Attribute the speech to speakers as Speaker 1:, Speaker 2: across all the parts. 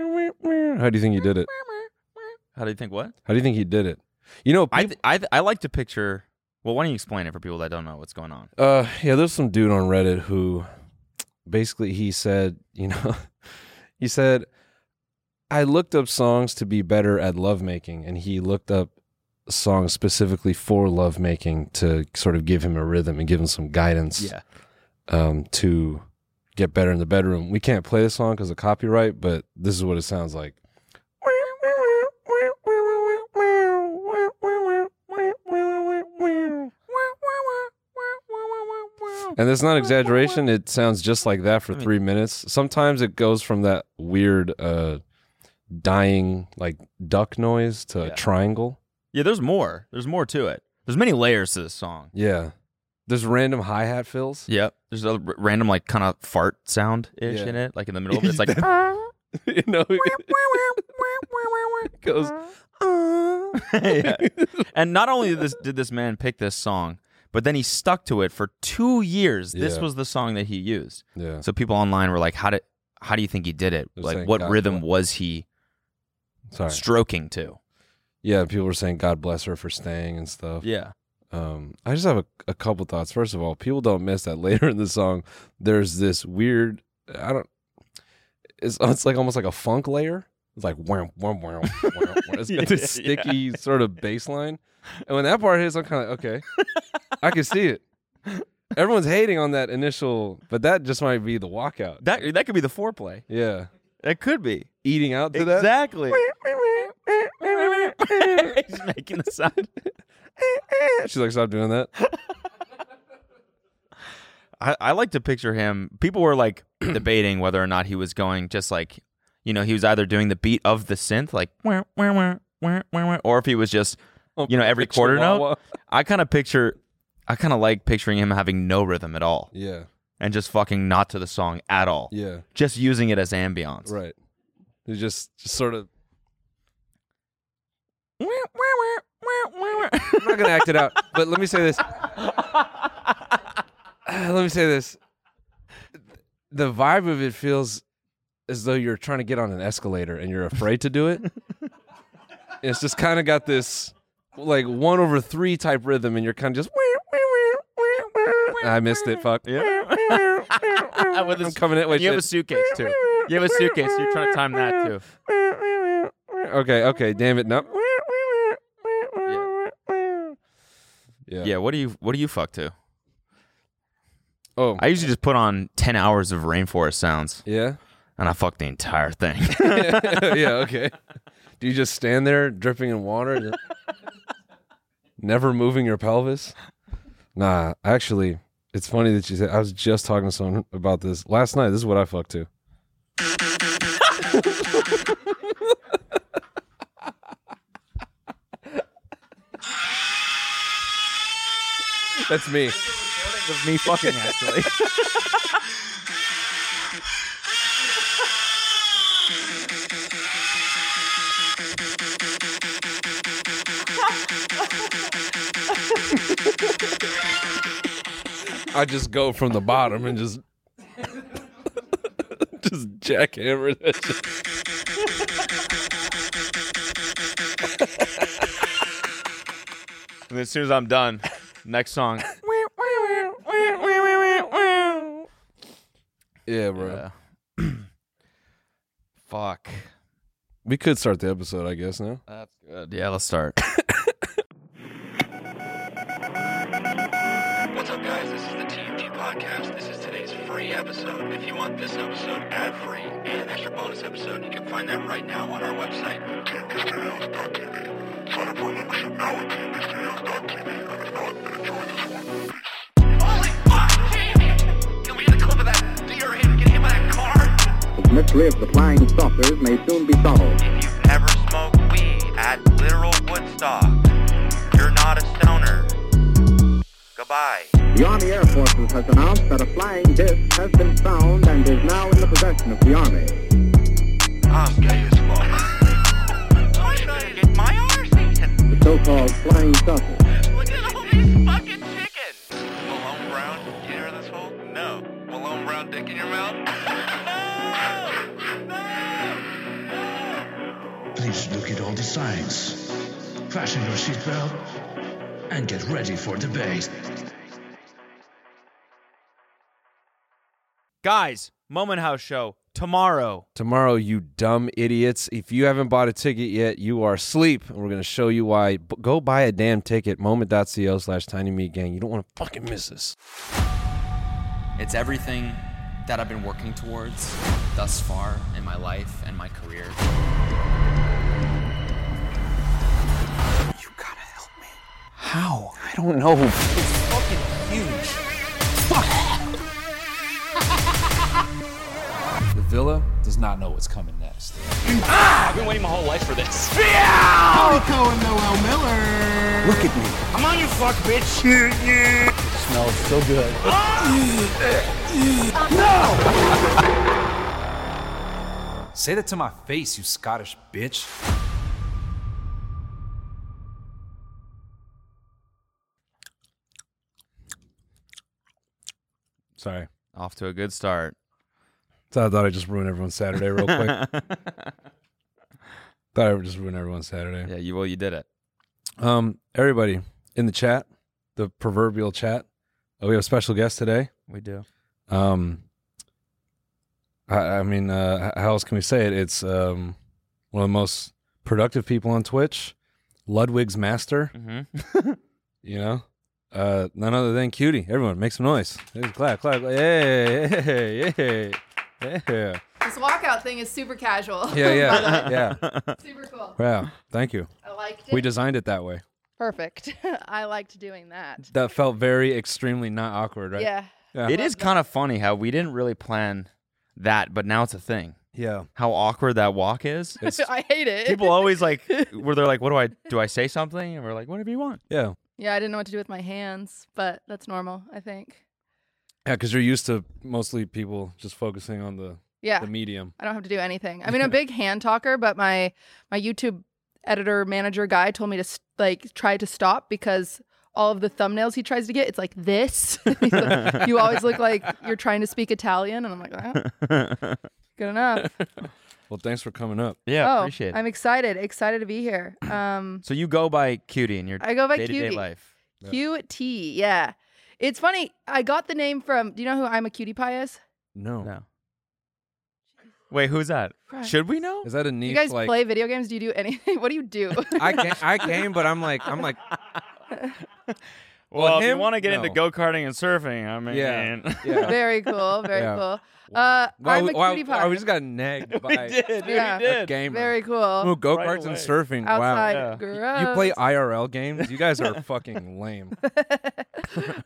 Speaker 1: How do you think he did it?
Speaker 2: How do you think what?
Speaker 1: How do you think he did it? You know,
Speaker 2: I th- I th- I like to picture. Well, why don't you explain it for people that don't know what's going on?
Speaker 1: Uh, yeah, there's some dude on Reddit who basically he said, you know, he said, I looked up songs to be better at lovemaking, and he looked up songs specifically for lovemaking to sort of give him a rhythm and give him some guidance um, to get better in the bedroom. We can't play this song because of copyright, but this is what it sounds like. And that's not exaggeration. It sounds just like that for
Speaker 2: I mean-
Speaker 1: three minutes. Sometimes it goes from that weird uh, dying like duck noise to
Speaker 2: Yeah.
Speaker 1: a triangle.
Speaker 2: Yeah, there's more. There's more to it. There's many layers to this song.
Speaker 1: Yeah. There's random hi hat fills.
Speaker 2: Yep. There's a r- random like kind of fart sound ish
Speaker 1: Yeah.
Speaker 2: in it, like in the middle of it. It's like
Speaker 1: you know, it goes.
Speaker 2: Yeah. And not only did this did this man pick this song, but then he stuck to it for two years. This
Speaker 1: Yeah.
Speaker 2: was the song that he used.
Speaker 1: Yeah.
Speaker 2: So people online were like, "How did? How do you think he did it?
Speaker 1: They're
Speaker 2: Like,
Speaker 1: saying
Speaker 2: what
Speaker 1: God
Speaker 2: rhythm
Speaker 1: bless-
Speaker 2: was he
Speaker 1: Sorry.
Speaker 2: stroking to?"
Speaker 1: Yeah, people were saying God bless her for staying and stuff.
Speaker 2: Yeah.
Speaker 1: Um, I just have a, a couple thoughts. First of all, people don't miss that later in the song. There's this weird. I don't. It's it's like almost like a funk layer. It's like wham wham wham. wham, wham. It's got this
Speaker 2: Yeah, yeah.
Speaker 1: sticky sort of bass line, and when that part hits, I'm kind of like, okay, I can see it. Everyone's hating on that initial, but that just might be the walkout.
Speaker 2: That that could be the foreplay.
Speaker 1: yeah,
Speaker 2: That could be.
Speaker 1: eating out to that.
Speaker 2: Exactly. He's making the sound.
Speaker 1: She's like, stop doing that.
Speaker 2: I, I like to picture him. People were like debating whether or not he was going just like, you know, he was either doing the beat of the synth, like, wah, wah, wah, wah, wah, wah, or if he was just, you know, every
Speaker 1: Like
Speaker 2: quarter
Speaker 1: Chihuahua.
Speaker 2: note. I kind of picture, I kind of like picturing him having no rhythm at all
Speaker 1: Yeah,
Speaker 2: and just fucking not to the song at all,
Speaker 1: yeah.
Speaker 2: just using it as ambiance.
Speaker 1: Right. They just, just sort of.
Speaker 2: Wah, wah, wah, wah, wah,
Speaker 1: I'm not gonna act it out, but let me say this. Uh, let me say this. The vibe of it feels as though you're trying to get on an escalator and you're afraid to do it. it's just kind of got this like one over three type rhythm, and you're kind of just. I missed it. Fuck.
Speaker 2: wah. With
Speaker 1: I'm
Speaker 2: his-
Speaker 1: coming in with
Speaker 2: and you have a
Speaker 1: it.
Speaker 2: suitcase too. You have a suitcase. You're trying to time that too.
Speaker 1: Okay. Okay. Damn it. No. Yeah.
Speaker 2: Yeah. What do you What do you fuck to?
Speaker 1: Oh.
Speaker 2: I usually just put on 10 hours of rainforest sounds
Speaker 1: yeah.
Speaker 2: and I fuck the entire thing.
Speaker 1: yeah, okay. Do you just stand there dripping in water, and never moving your pelvis? Nah, actually, it's funny that you said. I was just talking to someone about this last night. This is what I fucked to. That's me.
Speaker 2: of me fucking actually.
Speaker 1: I just go from the bottom and just just jackhammer that shit.
Speaker 2: And as soon as I'm done, next song.
Speaker 1: Yeah, bro.
Speaker 2: Yeah. Fuck.
Speaker 1: We could start the episode, I guess. Now,
Speaker 2: That's good. Yeah, let's start.
Speaker 3: What's up, guys? This is the TMG Podcast. This is today's free episode. If you want this episode ad free and an extra bonus episode, you can find that right now on our website, tmgstudios.tv. Sign up for a membership now at tmgstudios.tv. And if not, then enjoy this one. Holy fuck, Jamie! Can we get a clip of that deer him get hit by that car?
Speaker 4: The mystery of the flying saucers may soon be solved.
Speaker 3: If you've ever smoked weed at literal Woodstock, you're not a stoner. Goodbye.
Speaker 4: The Army Air Forces has announced that a flying disc has been found and is now in the possession of the Army.
Speaker 3: I'm gay as fuck. I'm trying to get my arse eaten.
Speaker 4: The so-called flying saucer.
Speaker 3: Look at all these fucking chickens. Malone Brown, you hear this hole? No. Malone Brown dick in your mouth? no! No! No!
Speaker 5: look at all the signs. Fasten your seatbelt and get ready for debate.
Speaker 2: Guys, Moment House Show tomorrow.
Speaker 1: Tomorrow, you dumb idiots. If you haven't bought a ticket yet, you are asleep. And we're going to show you why. B- go buy a damn ticket. Moment.co slash tiny meat gang. You don't want to fucking miss this.
Speaker 6: It's everything that I've been working towards thus far in my life and my career. You gotta help me. How? I don't know. It's fucking huge.
Speaker 7: The villa does not know what's coming next.
Speaker 8: I've been waiting my whole life for this.
Speaker 7: Say that to my face, you Scottish bitch.
Speaker 1: Sorry.
Speaker 2: Off to a good start.
Speaker 1: So I thought I'd just ruin everyone's Saturday real quick. thought I would just ruin everyone's Saturday.
Speaker 2: Yeah, you well, you did it.
Speaker 1: Um, everybody in the chat, the proverbial chat. Uh, we have a special guest today.
Speaker 2: We do.
Speaker 1: Um, I, I mean, uh, h- how else can we say it? It's um, one of the most productive people on Twitch, Ludwig's master.
Speaker 2: hmm
Speaker 1: You know, uh, none other than Cutie. Everyone, make some noise! Hey, Clap, clap, clap! Yay, yay, yay, yeah,
Speaker 9: This walkout thing is super casual.
Speaker 1: yeah, yeah, yeah.
Speaker 9: super cool.
Speaker 1: Wow, thank you.
Speaker 9: I liked it.
Speaker 1: We designed it that way.
Speaker 9: Perfect. I liked doing that.
Speaker 1: That felt very extremely not awkward, right?
Speaker 9: Yeah.
Speaker 1: Yeah.
Speaker 2: It is kind of funny how we didn't really plan that, but now it's a thing.
Speaker 1: Yeah.
Speaker 2: How awkward that walk is.
Speaker 9: I hate it.
Speaker 2: People always like where they're like, "What do I do? I say something?" And we're like, "Whatever you want."
Speaker 1: Yeah.
Speaker 9: yeah, I didn't know what to do with my hands, but that's normal, I think.
Speaker 1: Yeah, because you're used to mostly people just focusing on the,
Speaker 9: Yeah.
Speaker 1: the medium.
Speaker 9: I don't have to do anything. I mean, I'm a big hand talker, but my my YouTube editor manager guy told me to s- like try to stop because all of the thumbnails he tries to get, it's like this. He's like, you always look like you're trying to speak Italian, and I'm like, "Ah, good enough.
Speaker 1: Well, thanks for coming up.
Speaker 2: Yeah,
Speaker 9: oh,
Speaker 2: appreciate it.
Speaker 9: I'm excited, excited to be here. Um,
Speaker 2: so you go by cutie in your
Speaker 9: I go by
Speaker 2: day-to-day
Speaker 9: Cutie.
Speaker 2: life.
Speaker 9: QT, yeah. It's funny. I got the name from. Do you know who I'm a cutie pie is?
Speaker 1: No.
Speaker 2: No. Wait, who's that?
Speaker 9: Right.
Speaker 2: Should we know?
Speaker 1: Is that a niche?
Speaker 9: You guys
Speaker 1: like
Speaker 9: play video games? Do you do anything? What do you do?
Speaker 1: I came, I came, but I'm like, I'm like,
Speaker 2: Well, if you
Speaker 1: him?
Speaker 2: want to get into
Speaker 1: No.
Speaker 2: go karting and surfing, I mean,
Speaker 1: Yeah. yeah.
Speaker 9: very cool. Very
Speaker 1: Yeah.
Speaker 9: cool. Uh, I'm a
Speaker 1: wow,
Speaker 9: cutie pie.
Speaker 1: wow, we just got nagged by
Speaker 2: did, we
Speaker 9: Yeah.
Speaker 1: a
Speaker 2: did.
Speaker 1: gamer.
Speaker 9: very cool.
Speaker 1: go karts
Speaker 2: Right away.
Speaker 1: and surfing.
Speaker 9: Outside,
Speaker 1: wow.
Speaker 2: yeah.
Speaker 9: gross.
Speaker 1: You play IRL games? You guys are fucking lame.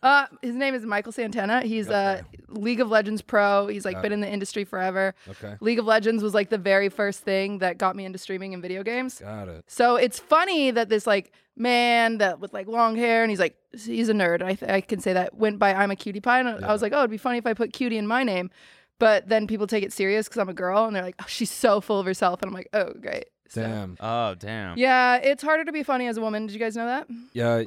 Speaker 9: Uh, his name is Michael Santana. He's a League of Legends pro. He's like
Speaker 1: Got
Speaker 9: been in the industry forever.
Speaker 1: Okay.
Speaker 9: League of Legends was like the very first thing that got me into streaming and video games.
Speaker 1: Got it.
Speaker 9: So it's funny that this like man that with like long hair and he's like he's a nerd. I, th- I can say that went by I'm a cutie pie and I was like oh it'd be funny if I put cutie in my name, but then people take it serious because I'm a girl and they're like oh, she's so full of herself and I'm like oh great. So-
Speaker 1: Damn.
Speaker 2: Oh, damn.
Speaker 9: Yeah, it's harder to be funny as a woman. Did you guys know that?
Speaker 1: Yeah.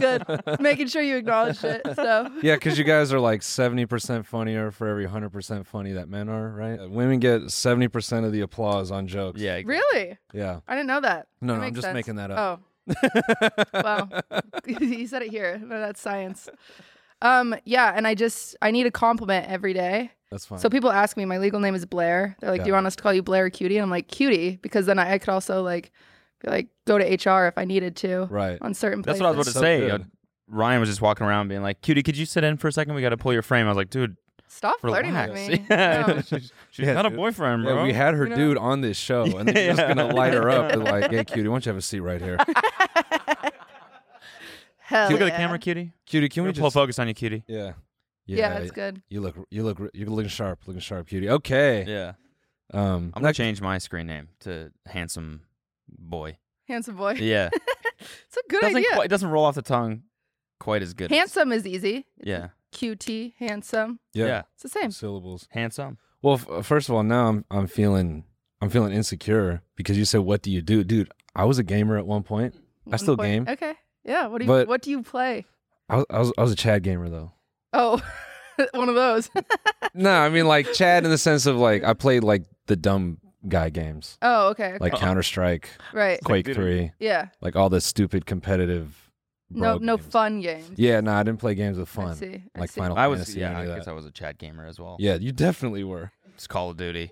Speaker 9: Good, making sure you acknowledged it. So
Speaker 1: Yeah, because you guys are like 70% funnier for every 100% funny that men are, right? Women get 70% of the applause on jokes.
Speaker 2: yeah.
Speaker 9: really,
Speaker 1: Yeah.
Speaker 9: I didn't know that.
Speaker 1: No, no,
Speaker 9: That
Speaker 1: I'm
Speaker 9: makes
Speaker 1: just
Speaker 9: sense.
Speaker 1: making that up.
Speaker 9: Oh. wow. you said it here. No, that's science. Um, yeah, and I just I need a compliment every day.
Speaker 1: That's fine.
Speaker 9: So people ask me, my legal name is Blair. They're like, Do you
Speaker 1: Yeah.
Speaker 9: want us to call you Blair or Cutie? And I'm like, Cutie, because then I, I could also like be like go to HR if I needed to
Speaker 1: right.
Speaker 9: on certain
Speaker 2: That's
Speaker 9: places.
Speaker 2: what I was about to
Speaker 1: So
Speaker 2: say.
Speaker 1: good.
Speaker 2: Uh, Ryan was just walking around being like, "Cutie, could you sit in for a second? We got to pull your frame." I was like, "Dude,
Speaker 9: Stop flirting
Speaker 2: relax."
Speaker 9: with me.
Speaker 2: Yeah,
Speaker 9: No.
Speaker 2: she's she's
Speaker 1: Yeah,
Speaker 2: got a
Speaker 1: dude.
Speaker 2: boyfriend, bro.
Speaker 1: Yeah, we had her
Speaker 9: You know?
Speaker 1: dude on this show, and then you're just
Speaker 2: Yeah.
Speaker 1: gonna light her up. and like, hey, cutie, why don't you have a seat right here?
Speaker 9: Hell
Speaker 2: Look
Speaker 9: yeah.
Speaker 2: at the camera, cutie.
Speaker 1: Cutie, can
Speaker 2: Can
Speaker 1: we
Speaker 2: we pull
Speaker 1: just?
Speaker 2: focus on you, cutie?
Speaker 1: Yeah.
Speaker 9: Yeah, that's good.
Speaker 1: You look, you look, you're looking sharp, looking sharp, cutie. Okay.
Speaker 2: Yeah,
Speaker 1: Um,
Speaker 2: I'm gonna
Speaker 1: next-
Speaker 2: change my screen name to handsome boy.
Speaker 9: Handsome boy.
Speaker 2: Yeah,
Speaker 9: It's a good
Speaker 2: doesn't
Speaker 9: idea.
Speaker 2: quite, it doesn't roll off the tongue quite as good. as-
Speaker 9: handsome is easy.
Speaker 2: Yeah,
Speaker 9: QT, handsome.
Speaker 1: yeah.
Speaker 2: yeah.
Speaker 9: It's the same.
Speaker 1: Syllables.
Speaker 2: handsome.
Speaker 1: Well, f- uh, first of all, now I'm, I'm feeling, I'm feeling insecure because you said, "What do you do, dude?" I was a gamer at one point.
Speaker 9: One
Speaker 1: still
Speaker 9: point.
Speaker 1: game.
Speaker 9: Okay. Yeah. What do you
Speaker 1: But-
Speaker 9: What do you play?
Speaker 1: I was, I was, I was a Chad gamer though.
Speaker 9: Oh, one of those.
Speaker 1: no, I mean like Chad in the sense of like I played like the dumb guy games
Speaker 9: Oh, okay. okay.
Speaker 1: like Counter Strike,
Speaker 9: right.
Speaker 1: Quake Three,
Speaker 9: Yeah.
Speaker 1: like all the stupid competitive.
Speaker 9: No,
Speaker 1: bro
Speaker 9: no
Speaker 1: games.
Speaker 9: fun games.
Speaker 1: Yeah, no, I didn't play games with fun.
Speaker 9: I see. I
Speaker 1: like
Speaker 9: see.
Speaker 1: Final
Speaker 2: I was
Speaker 1: Fantasy.
Speaker 2: yeah,
Speaker 1: any
Speaker 2: I
Speaker 1: of
Speaker 2: guess
Speaker 1: that.
Speaker 2: I was a Chad gamer as well.
Speaker 1: yeah, you definitely were.
Speaker 2: It's Call of Duty.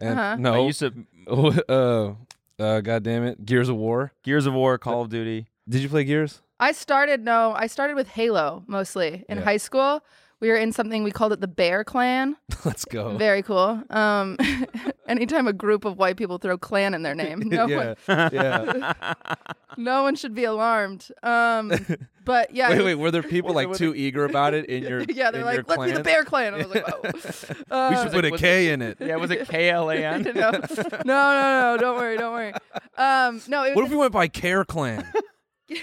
Speaker 1: And
Speaker 9: Uh-huh.
Speaker 1: no,
Speaker 2: I used to
Speaker 1: uh, uh, God damn it, Gears of War.
Speaker 2: Gears of War, Call of Duty.
Speaker 1: Did you play Gears?
Speaker 9: I started no, I started with Halo mostly in
Speaker 1: Yeah.
Speaker 9: high school. We were in something we called it the Bear Clan.
Speaker 1: Let's go.
Speaker 9: Very cool. Um, anytime a group of white people throw clan in their name, no
Speaker 1: yeah,
Speaker 9: one,
Speaker 1: yeah.
Speaker 9: no one should be alarmed. Um, but yeah,
Speaker 1: Wait, wait. Were there people like too eager about it in your?
Speaker 9: yeah, they're
Speaker 1: in
Speaker 9: like,
Speaker 1: your
Speaker 9: let's be
Speaker 1: clan?
Speaker 9: the Bear Clan. I was like, whoa. Uh,
Speaker 1: We should put a K in it.
Speaker 2: Yeah, was it K L A N?
Speaker 9: no, no, no, no, don't worry, don't worry. Um, no, it
Speaker 1: What
Speaker 9: was,
Speaker 1: if we went by Care Clan?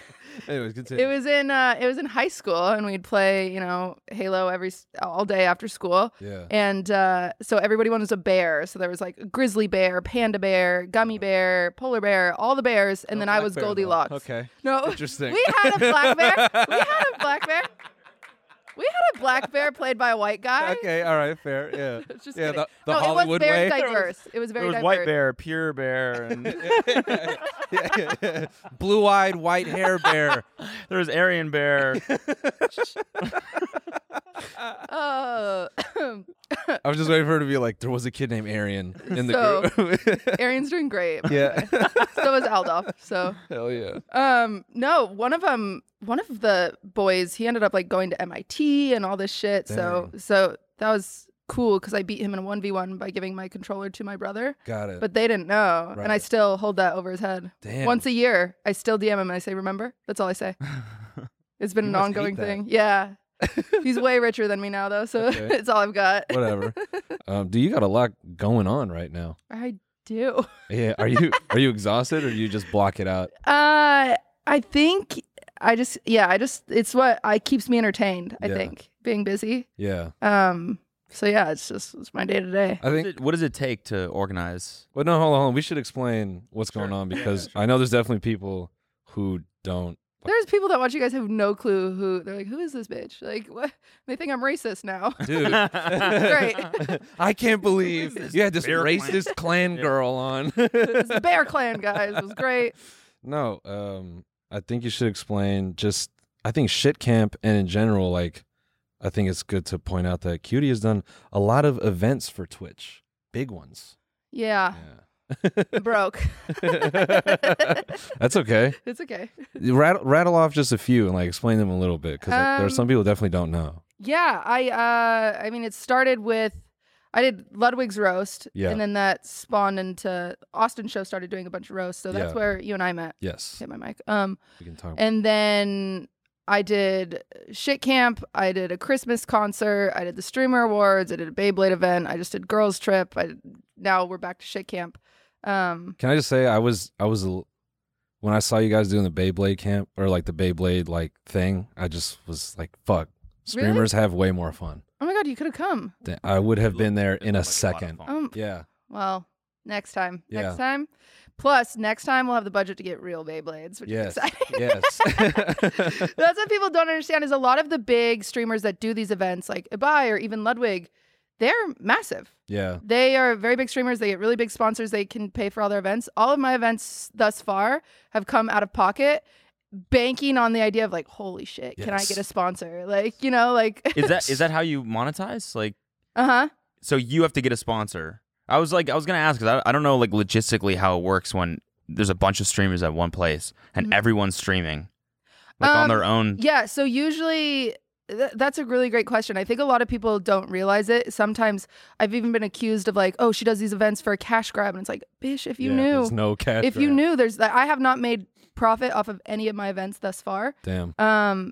Speaker 1: Anyways, continue.
Speaker 9: it was in uh, it was in high school, and we'd play, you know, Halo every s- all day after school.
Speaker 1: yeah.
Speaker 9: And uh, so everybody wanted a bear. So there was like grizzly bear, panda bear,
Speaker 1: Oh.
Speaker 9: gummy bear, polar bear, all the bears. And then I was Goldilocks.
Speaker 1: Okay.
Speaker 9: No,
Speaker 1: Interesting.
Speaker 9: We had a black bear. We had a black bear. We had a black bear played by a white guy.
Speaker 1: Okay. All right. Fair. Yeah.
Speaker 9: Just
Speaker 1: yeah.
Speaker 9: kidding.
Speaker 1: The, the
Speaker 9: no,
Speaker 1: Hollywood
Speaker 9: it was
Speaker 1: way.
Speaker 9: very diverse. It was very
Speaker 2: There was
Speaker 9: diverse.
Speaker 2: White Bear, Pure Bear, and
Speaker 1: Blue-eyed white hair bear.
Speaker 2: there was Aryan Bear.
Speaker 9: Oh,
Speaker 1: I was just waiting for her to be like, there was a kid named Arian in the
Speaker 9: So-
Speaker 1: group.
Speaker 9: Arian's doing great.
Speaker 1: yeah.
Speaker 9: So is Aldolf. So
Speaker 1: Hell yeah.
Speaker 9: Um, no, one of them, one of the boys, he ended up like going to MIT and all this shit. So, so that was cool because I beat him in a one v one by giving my controller to my brother,
Speaker 1: Got it.
Speaker 9: but they didn't know, and I
Speaker 1: Right.
Speaker 9: still hold that over his head.
Speaker 1: Damn.
Speaker 9: Once a year, I still DM him and I say, "Remember?" That's all I say. It's been
Speaker 1: You
Speaker 9: an
Speaker 1: must hate
Speaker 9: ongoing
Speaker 1: that.
Speaker 9: thing. Yeah, he's way richer than me now, though, so
Speaker 1: Okay.
Speaker 9: it's all I've got.
Speaker 1: Whatever. Um, do you got a lot going on right now?
Speaker 9: I do.
Speaker 1: Yeah. Are you are you exhausted or do you just block it out?
Speaker 9: Uh, I think I just yeah, I just it's what I keeps me entertained. I
Speaker 1: Yeah.
Speaker 9: think being busy.
Speaker 1: Yeah.
Speaker 9: Um, so yeah, it's just it's my day to day.
Speaker 1: I
Speaker 2: What does
Speaker 1: think
Speaker 2: it- what does it take to organize?
Speaker 1: Well, no, hold on, hold on. We should explain what's going on because I know there's definitely people who don't.
Speaker 9: There's people that watch you guys have no clue who they're like, who is this bitch? Like, what? They think I'm racist now.
Speaker 1: Dude,
Speaker 9: Great,
Speaker 1: I can't believe you had this racist clan girl on.
Speaker 9: It's Bear Clan guys it was great.
Speaker 1: no, um, I think you should explain just. I think shit camp and in general, like, I think it's good to point out that Cutie has done a lot of events for Twitch, big ones.
Speaker 9: Yeah, broke.
Speaker 1: That's okay.
Speaker 9: It's okay.
Speaker 1: Rattle, rattle off just a few and like explain them a little bit because like, there are
Speaker 9: Um,
Speaker 1: some people who definitely don't know.
Speaker 9: Yeah, I uh I mean it started with I did Ludwig's roast
Speaker 1: Yeah.
Speaker 9: and then that spawned into Austin show started doing a bunch of roasts. So that's
Speaker 1: Yeah.
Speaker 9: where you and I met.
Speaker 1: Yes,
Speaker 9: Hit my mic. Um
Speaker 1: we can talk. About
Speaker 9: and then I did shit camp, I did a Christmas concert, I did the streamer awards, I did a Beyblade event, I just did girls trip. I now we're back to shit camp. Um
Speaker 1: Can I just say I was I was a l- when I saw you guys doing the Beyblade camp or like the Beyblade like thing, I just was like, fuck,
Speaker 9: Really?
Speaker 1: streamers have way more fun.
Speaker 9: oh my god, you could have come.
Speaker 1: than- I would have been there in a
Speaker 2: Like lot of
Speaker 1: second.
Speaker 2: fun.
Speaker 9: Um
Speaker 1: Yeah,
Speaker 9: Well, next time.
Speaker 1: Yeah.
Speaker 9: Next time. Plus, next time we'll have the budget to get real Beyblades, which
Speaker 1: Yes.
Speaker 9: is exciting.
Speaker 1: yes,
Speaker 9: That's what people don't understand is a lot of the big streamers that do these events, like Ibai or even Ludwig, they're massive.
Speaker 1: yeah,
Speaker 9: They are very big streamers. They get really big sponsors. They can pay for all their events. All of my events thus far have come out of pocket, banking on the idea of like, holy shit, can I
Speaker 1: Yes.
Speaker 9: get a sponsor? Like, you know, like,
Speaker 2: Is that is that how you monetize? Like,
Speaker 9: uh huh.
Speaker 2: so you have to get a sponsor. I was like, I was gonna ask because I, I don't know like logistically how it works when there's a bunch of streamers at one place and
Speaker 9: Mhm.
Speaker 2: everyone's streaming like on
Speaker 9: Um,
Speaker 2: their own.
Speaker 9: Yeah. So usually, th- that's a really great question. I think a lot of people don't realize it. Sometimes I've even been accused of like, oh, she does these events for a cash grab, and it's like, bish, if you
Speaker 1: Yeah,
Speaker 9: knew,
Speaker 1: There's no catch.
Speaker 9: if you knew, there's that. I have not made profit off of any of my events thus far.
Speaker 1: damn,
Speaker 9: Um,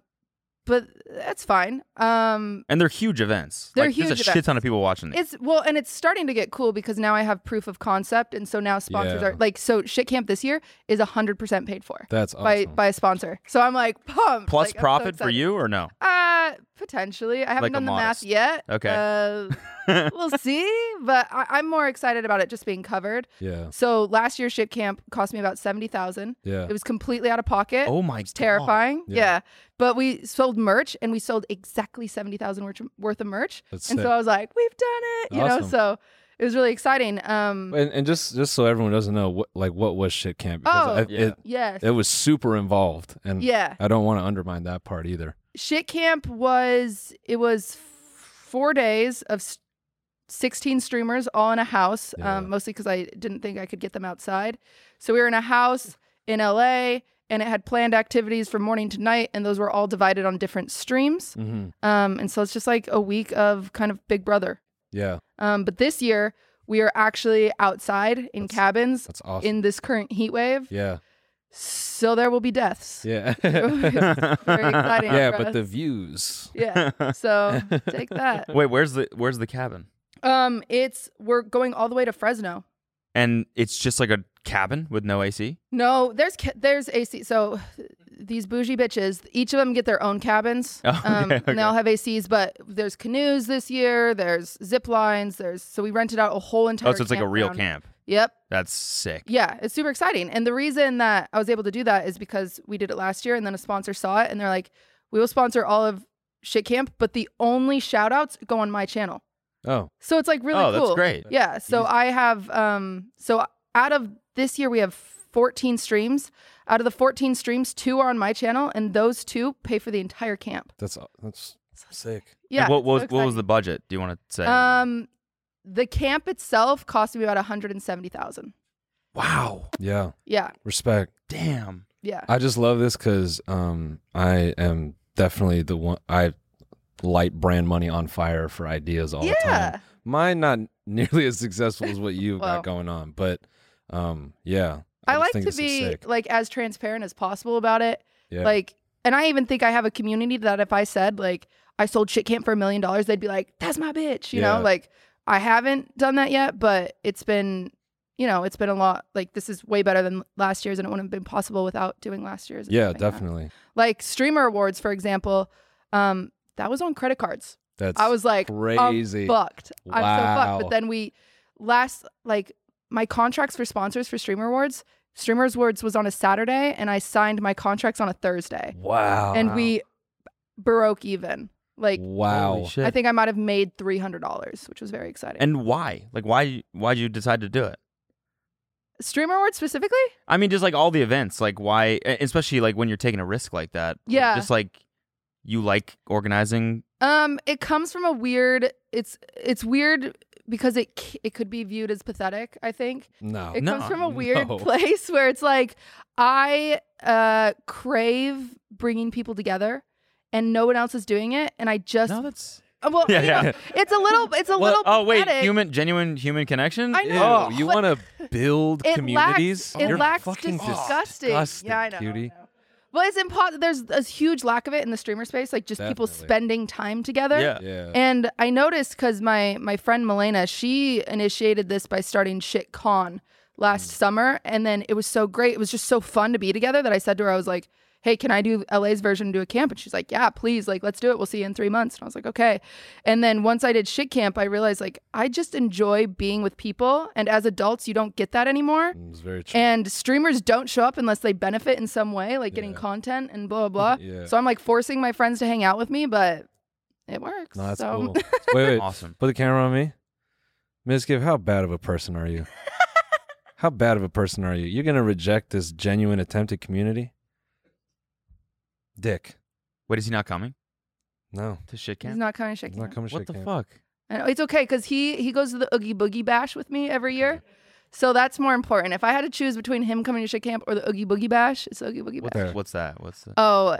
Speaker 9: but that's fine. Um,
Speaker 2: And they're huge events.
Speaker 9: They're
Speaker 2: like, There's a
Speaker 9: huge
Speaker 2: shit ton
Speaker 9: events.
Speaker 2: of people watching these.
Speaker 9: it's well, and it's starting to get cool because now I have proof of concept, and so now sponsors
Speaker 1: Yeah.
Speaker 9: are like, so shit camp this year is hundred percent paid for.
Speaker 1: that's awesome.
Speaker 9: By, by a sponsor, so I'm like pumped.
Speaker 2: Plus
Speaker 9: Like, I'm so
Speaker 2: profit for
Speaker 9: excited.
Speaker 2: you or no?
Speaker 9: Uh, potentially. I haven't
Speaker 2: Like a
Speaker 9: done the
Speaker 2: modest.
Speaker 9: math yet.
Speaker 2: Okay.
Speaker 9: Uh, we'll see. But I- I'm more excited about it just being covered.
Speaker 1: yeah,
Speaker 9: So last year's ship camp cost me about seventy thousand.
Speaker 1: yeah.
Speaker 9: It was completely out of pocket.
Speaker 2: Oh my
Speaker 9: It's terrifying.
Speaker 1: Yeah.
Speaker 9: Yeah. But we sold merch and we sold exactly 70,000 worth- worth of merch.
Speaker 1: That's
Speaker 9: and
Speaker 1: sick.
Speaker 9: so I was like, we've done it, you
Speaker 1: Awesome.
Speaker 9: know? So it was really exciting. Um,
Speaker 1: And, and just just so everyone doesn't know, what like what was shit camp? Because
Speaker 9: Oh.
Speaker 1: I-
Speaker 2: Yeah.
Speaker 1: it
Speaker 9: yes.
Speaker 1: it was super involved, and
Speaker 9: yeah.
Speaker 1: I don't want to undermine that part either.
Speaker 9: Shit camp was it was four days of s- 16 streamers all in a house
Speaker 1: Yeah.
Speaker 9: um, mostly because i didn't think i could get them outside so we were in a house in la and it had planned activities from morning to night and those were all divided on different streams
Speaker 1: Mm-hmm.
Speaker 9: um, and so it's just like a week of kind of big brother
Speaker 1: Yeah,
Speaker 9: um, but this year we are actually outside in
Speaker 1: That's-
Speaker 9: cabins
Speaker 1: that's awesome.
Speaker 9: in this current heat wave
Speaker 1: yeah,
Speaker 9: so there will be deaths
Speaker 1: yeah,
Speaker 9: very exciting
Speaker 1: yeah.
Speaker 9: for
Speaker 1: But
Speaker 9: us.
Speaker 1: the views.
Speaker 9: yeah so take that
Speaker 2: Wait, where's the where's the cabin?
Speaker 9: Um, it's we're going all the way to Fresno.
Speaker 2: And it's just like a Oh, cabin with no AC.
Speaker 9: No, there's ca- there's AC. So these bougie bitches, each of them get their own cabins.
Speaker 2: Oh,
Speaker 9: um,
Speaker 2: okay,
Speaker 9: and
Speaker 2: okay.
Speaker 9: they all have ACs, but there's canoes this year. There's zip lines. There's so we rented out a whole entire.
Speaker 2: Oh, so it's like a real
Speaker 9: campground.
Speaker 2: camp.
Speaker 9: Yep.
Speaker 2: That's sick.
Speaker 9: Yeah, it's super exciting. And the reason that I was able to do that is because we did it last year and then a sponsor saw it and they're like, we will sponsor all of Shit Camp, but the only shout outs go on my channel.
Speaker 1: Oh,
Speaker 9: So it's like really
Speaker 2: Oh,
Speaker 9: cool.
Speaker 2: that's great.
Speaker 9: Yeah. So
Speaker 2: Easy.
Speaker 9: I have um so out of this year we have 14 streams. Out of the 14 streams, two are on my channel and those two pay for the entire camp.
Speaker 1: that's that's sick.
Speaker 9: Yeah.
Speaker 2: And what
Speaker 9: it's
Speaker 2: what,
Speaker 9: so
Speaker 2: what was the
Speaker 9: exciting.
Speaker 2: budget? Do you want to say?
Speaker 9: Um the camp itself cost me about 170,000.
Speaker 2: wow.
Speaker 1: Yeah,
Speaker 9: Yeah.
Speaker 1: respect.
Speaker 2: Damn.
Speaker 9: Yeah.
Speaker 1: I just love this because um, I am definitely the one. I light brand money on fire for ideas all the time.
Speaker 9: yeah.
Speaker 1: Mine not nearly as successful as what you've
Speaker 9: Well.
Speaker 1: got going on, but um, yeah,
Speaker 9: I,
Speaker 1: just
Speaker 9: like
Speaker 1: think
Speaker 9: to
Speaker 1: this is
Speaker 9: be
Speaker 1: sick.
Speaker 9: like as transparent as possible about it.
Speaker 1: Yeah.
Speaker 9: Like, and I even think I have a community that if I said like I sold shit camp for a million dollars, they'd be like, "That's my bitch," you
Speaker 1: Yeah.
Speaker 9: know. Like, I haven't done that yet, but it's been, you know, it's been a lot. Like, this is way better than last year's, and it wouldn't have been possible without doing last year's. and
Speaker 1: yeah,
Speaker 9: stuff like that.
Speaker 1: definitely.
Speaker 9: Like streamer awards, for example, um, that was on credit cards.
Speaker 1: That's
Speaker 9: I was like,
Speaker 1: crazy.
Speaker 9: I'm fucked. I'm so fucked.
Speaker 1: Wow.
Speaker 9: But then we last like my contracts for sponsors for Streamer Awards. Streamers Awards was on a Saturday, and I signed my contracts on a Thursday,
Speaker 1: wow,
Speaker 9: and we broke even. Like
Speaker 1: wow.
Speaker 2: Holy shit.
Speaker 9: I think I might have made three hundred dollars, which was very exciting.
Speaker 2: And why? Like why why'd you decide to do it?
Speaker 9: Streamer Awards specifically,
Speaker 2: I mean, just like all the events, like why, e, especially like when you're taking a risk like that.
Speaker 9: Yeah.
Speaker 2: Just like you like organizing.
Speaker 9: um, it comes from a weird. It's it's weird because it c- it could be viewed as pathetic. I think.
Speaker 1: No,
Speaker 9: It
Speaker 2: Oh, No,
Speaker 9: comes from a weird
Speaker 1: no.
Speaker 9: place where it's like I uh, crave bringing people together, and no one else is doing it, and I just
Speaker 2: No, that's.
Speaker 9: Uh, well,
Speaker 2: Yeah,
Speaker 9: you know,
Speaker 2: yeah.
Speaker 9: it's a little, it's a little.
Speaker 2: oh wait,
Speaker 9: pathetic.
Speaker 2: human, genuine human connection.
Speaker 9: I
Speaker 1: Ew,
Speaker 9: know.
Speaker 1: you
Speaker 9: but
Speaker 1: want to build
Speaker 9: Oh. it
Speaker 1: communities?
Speaker 9: Lacks, it
Speaker 1: You're
Speaker 9: lacks
Speaker 1: fucking
Speaker 9: disgusting.
Speaker 1: disgusting,
Speaker 9: Yeah, I know.
Speaker 1: cutie.
Speaker 9: I know. Well, it's impossible. There's a huge lack of it in the streamer space, like just people
Speaker 1: Definitely.
Speaker 9: spending time together.
Speaker 2: Yeah.
Speaker 1: Yeah,
Speaker 9: And I noticed because my my friend Milena, she initiated this by starting Shit Con last
Speaker 1: Mm.
Speaker 9: summer, and then it was so great. It was just so fun to be together that I said to her, I was like, "Hey, can I do LA's version and do a camp?" And she's like, "Yeah, please. Like, let's do it. We'll see you in three months." And I was like, "Okay." And then once I did Shit Camp, I realized like I just enjoy being with people, and as adults, you don't get that anymore.
Speaker 1: it's very true.
Speaker 9: And streamers don't show up unless they benefit in some way, like getting
Speaker 1: Yeah.
Speaker 9: content and blah blah blah.
Speaker 1: Yeah.
Speaker 9: So I'm like forcing my friends to hang out with me, but it works.
Speaker 1: no, that's
Speaker 9: so.
Speaker 1: cool. Wait, wait,
Speaker 2: Awesome.
Speaker 1: Put the camera on me. Ms. Gibb, how bad of a person are you? how bad of a person are you? You're going to reject this genuine attempt at community? Dick.
Speaker 2: Wait, is he not coming
Speaker 1: No.
Speaker 2: to shit camp?
Speaker 9: He's not coming to shit
Speaker 1: It's not
Speaker 9: camp.
Speaker 1: coming
Speaker 2: what
Speaker 1: shit
Speaker 2: the
Speaker 1: camp.
Speaker 2: fuck?
Speaker 9: I know, it's okay because he he goes to the Oogie Boogie Bash with me every year, so that's more important. If I had to choose between him coming to shit camp or the Oogie Boogie Bash, it's the Oogie Boogie
Speaker 2: What
Speaker 9: Bash.
Speaker 1: Okay.
Speaker 2: What's that? What's that?
Speaker 9: Oh,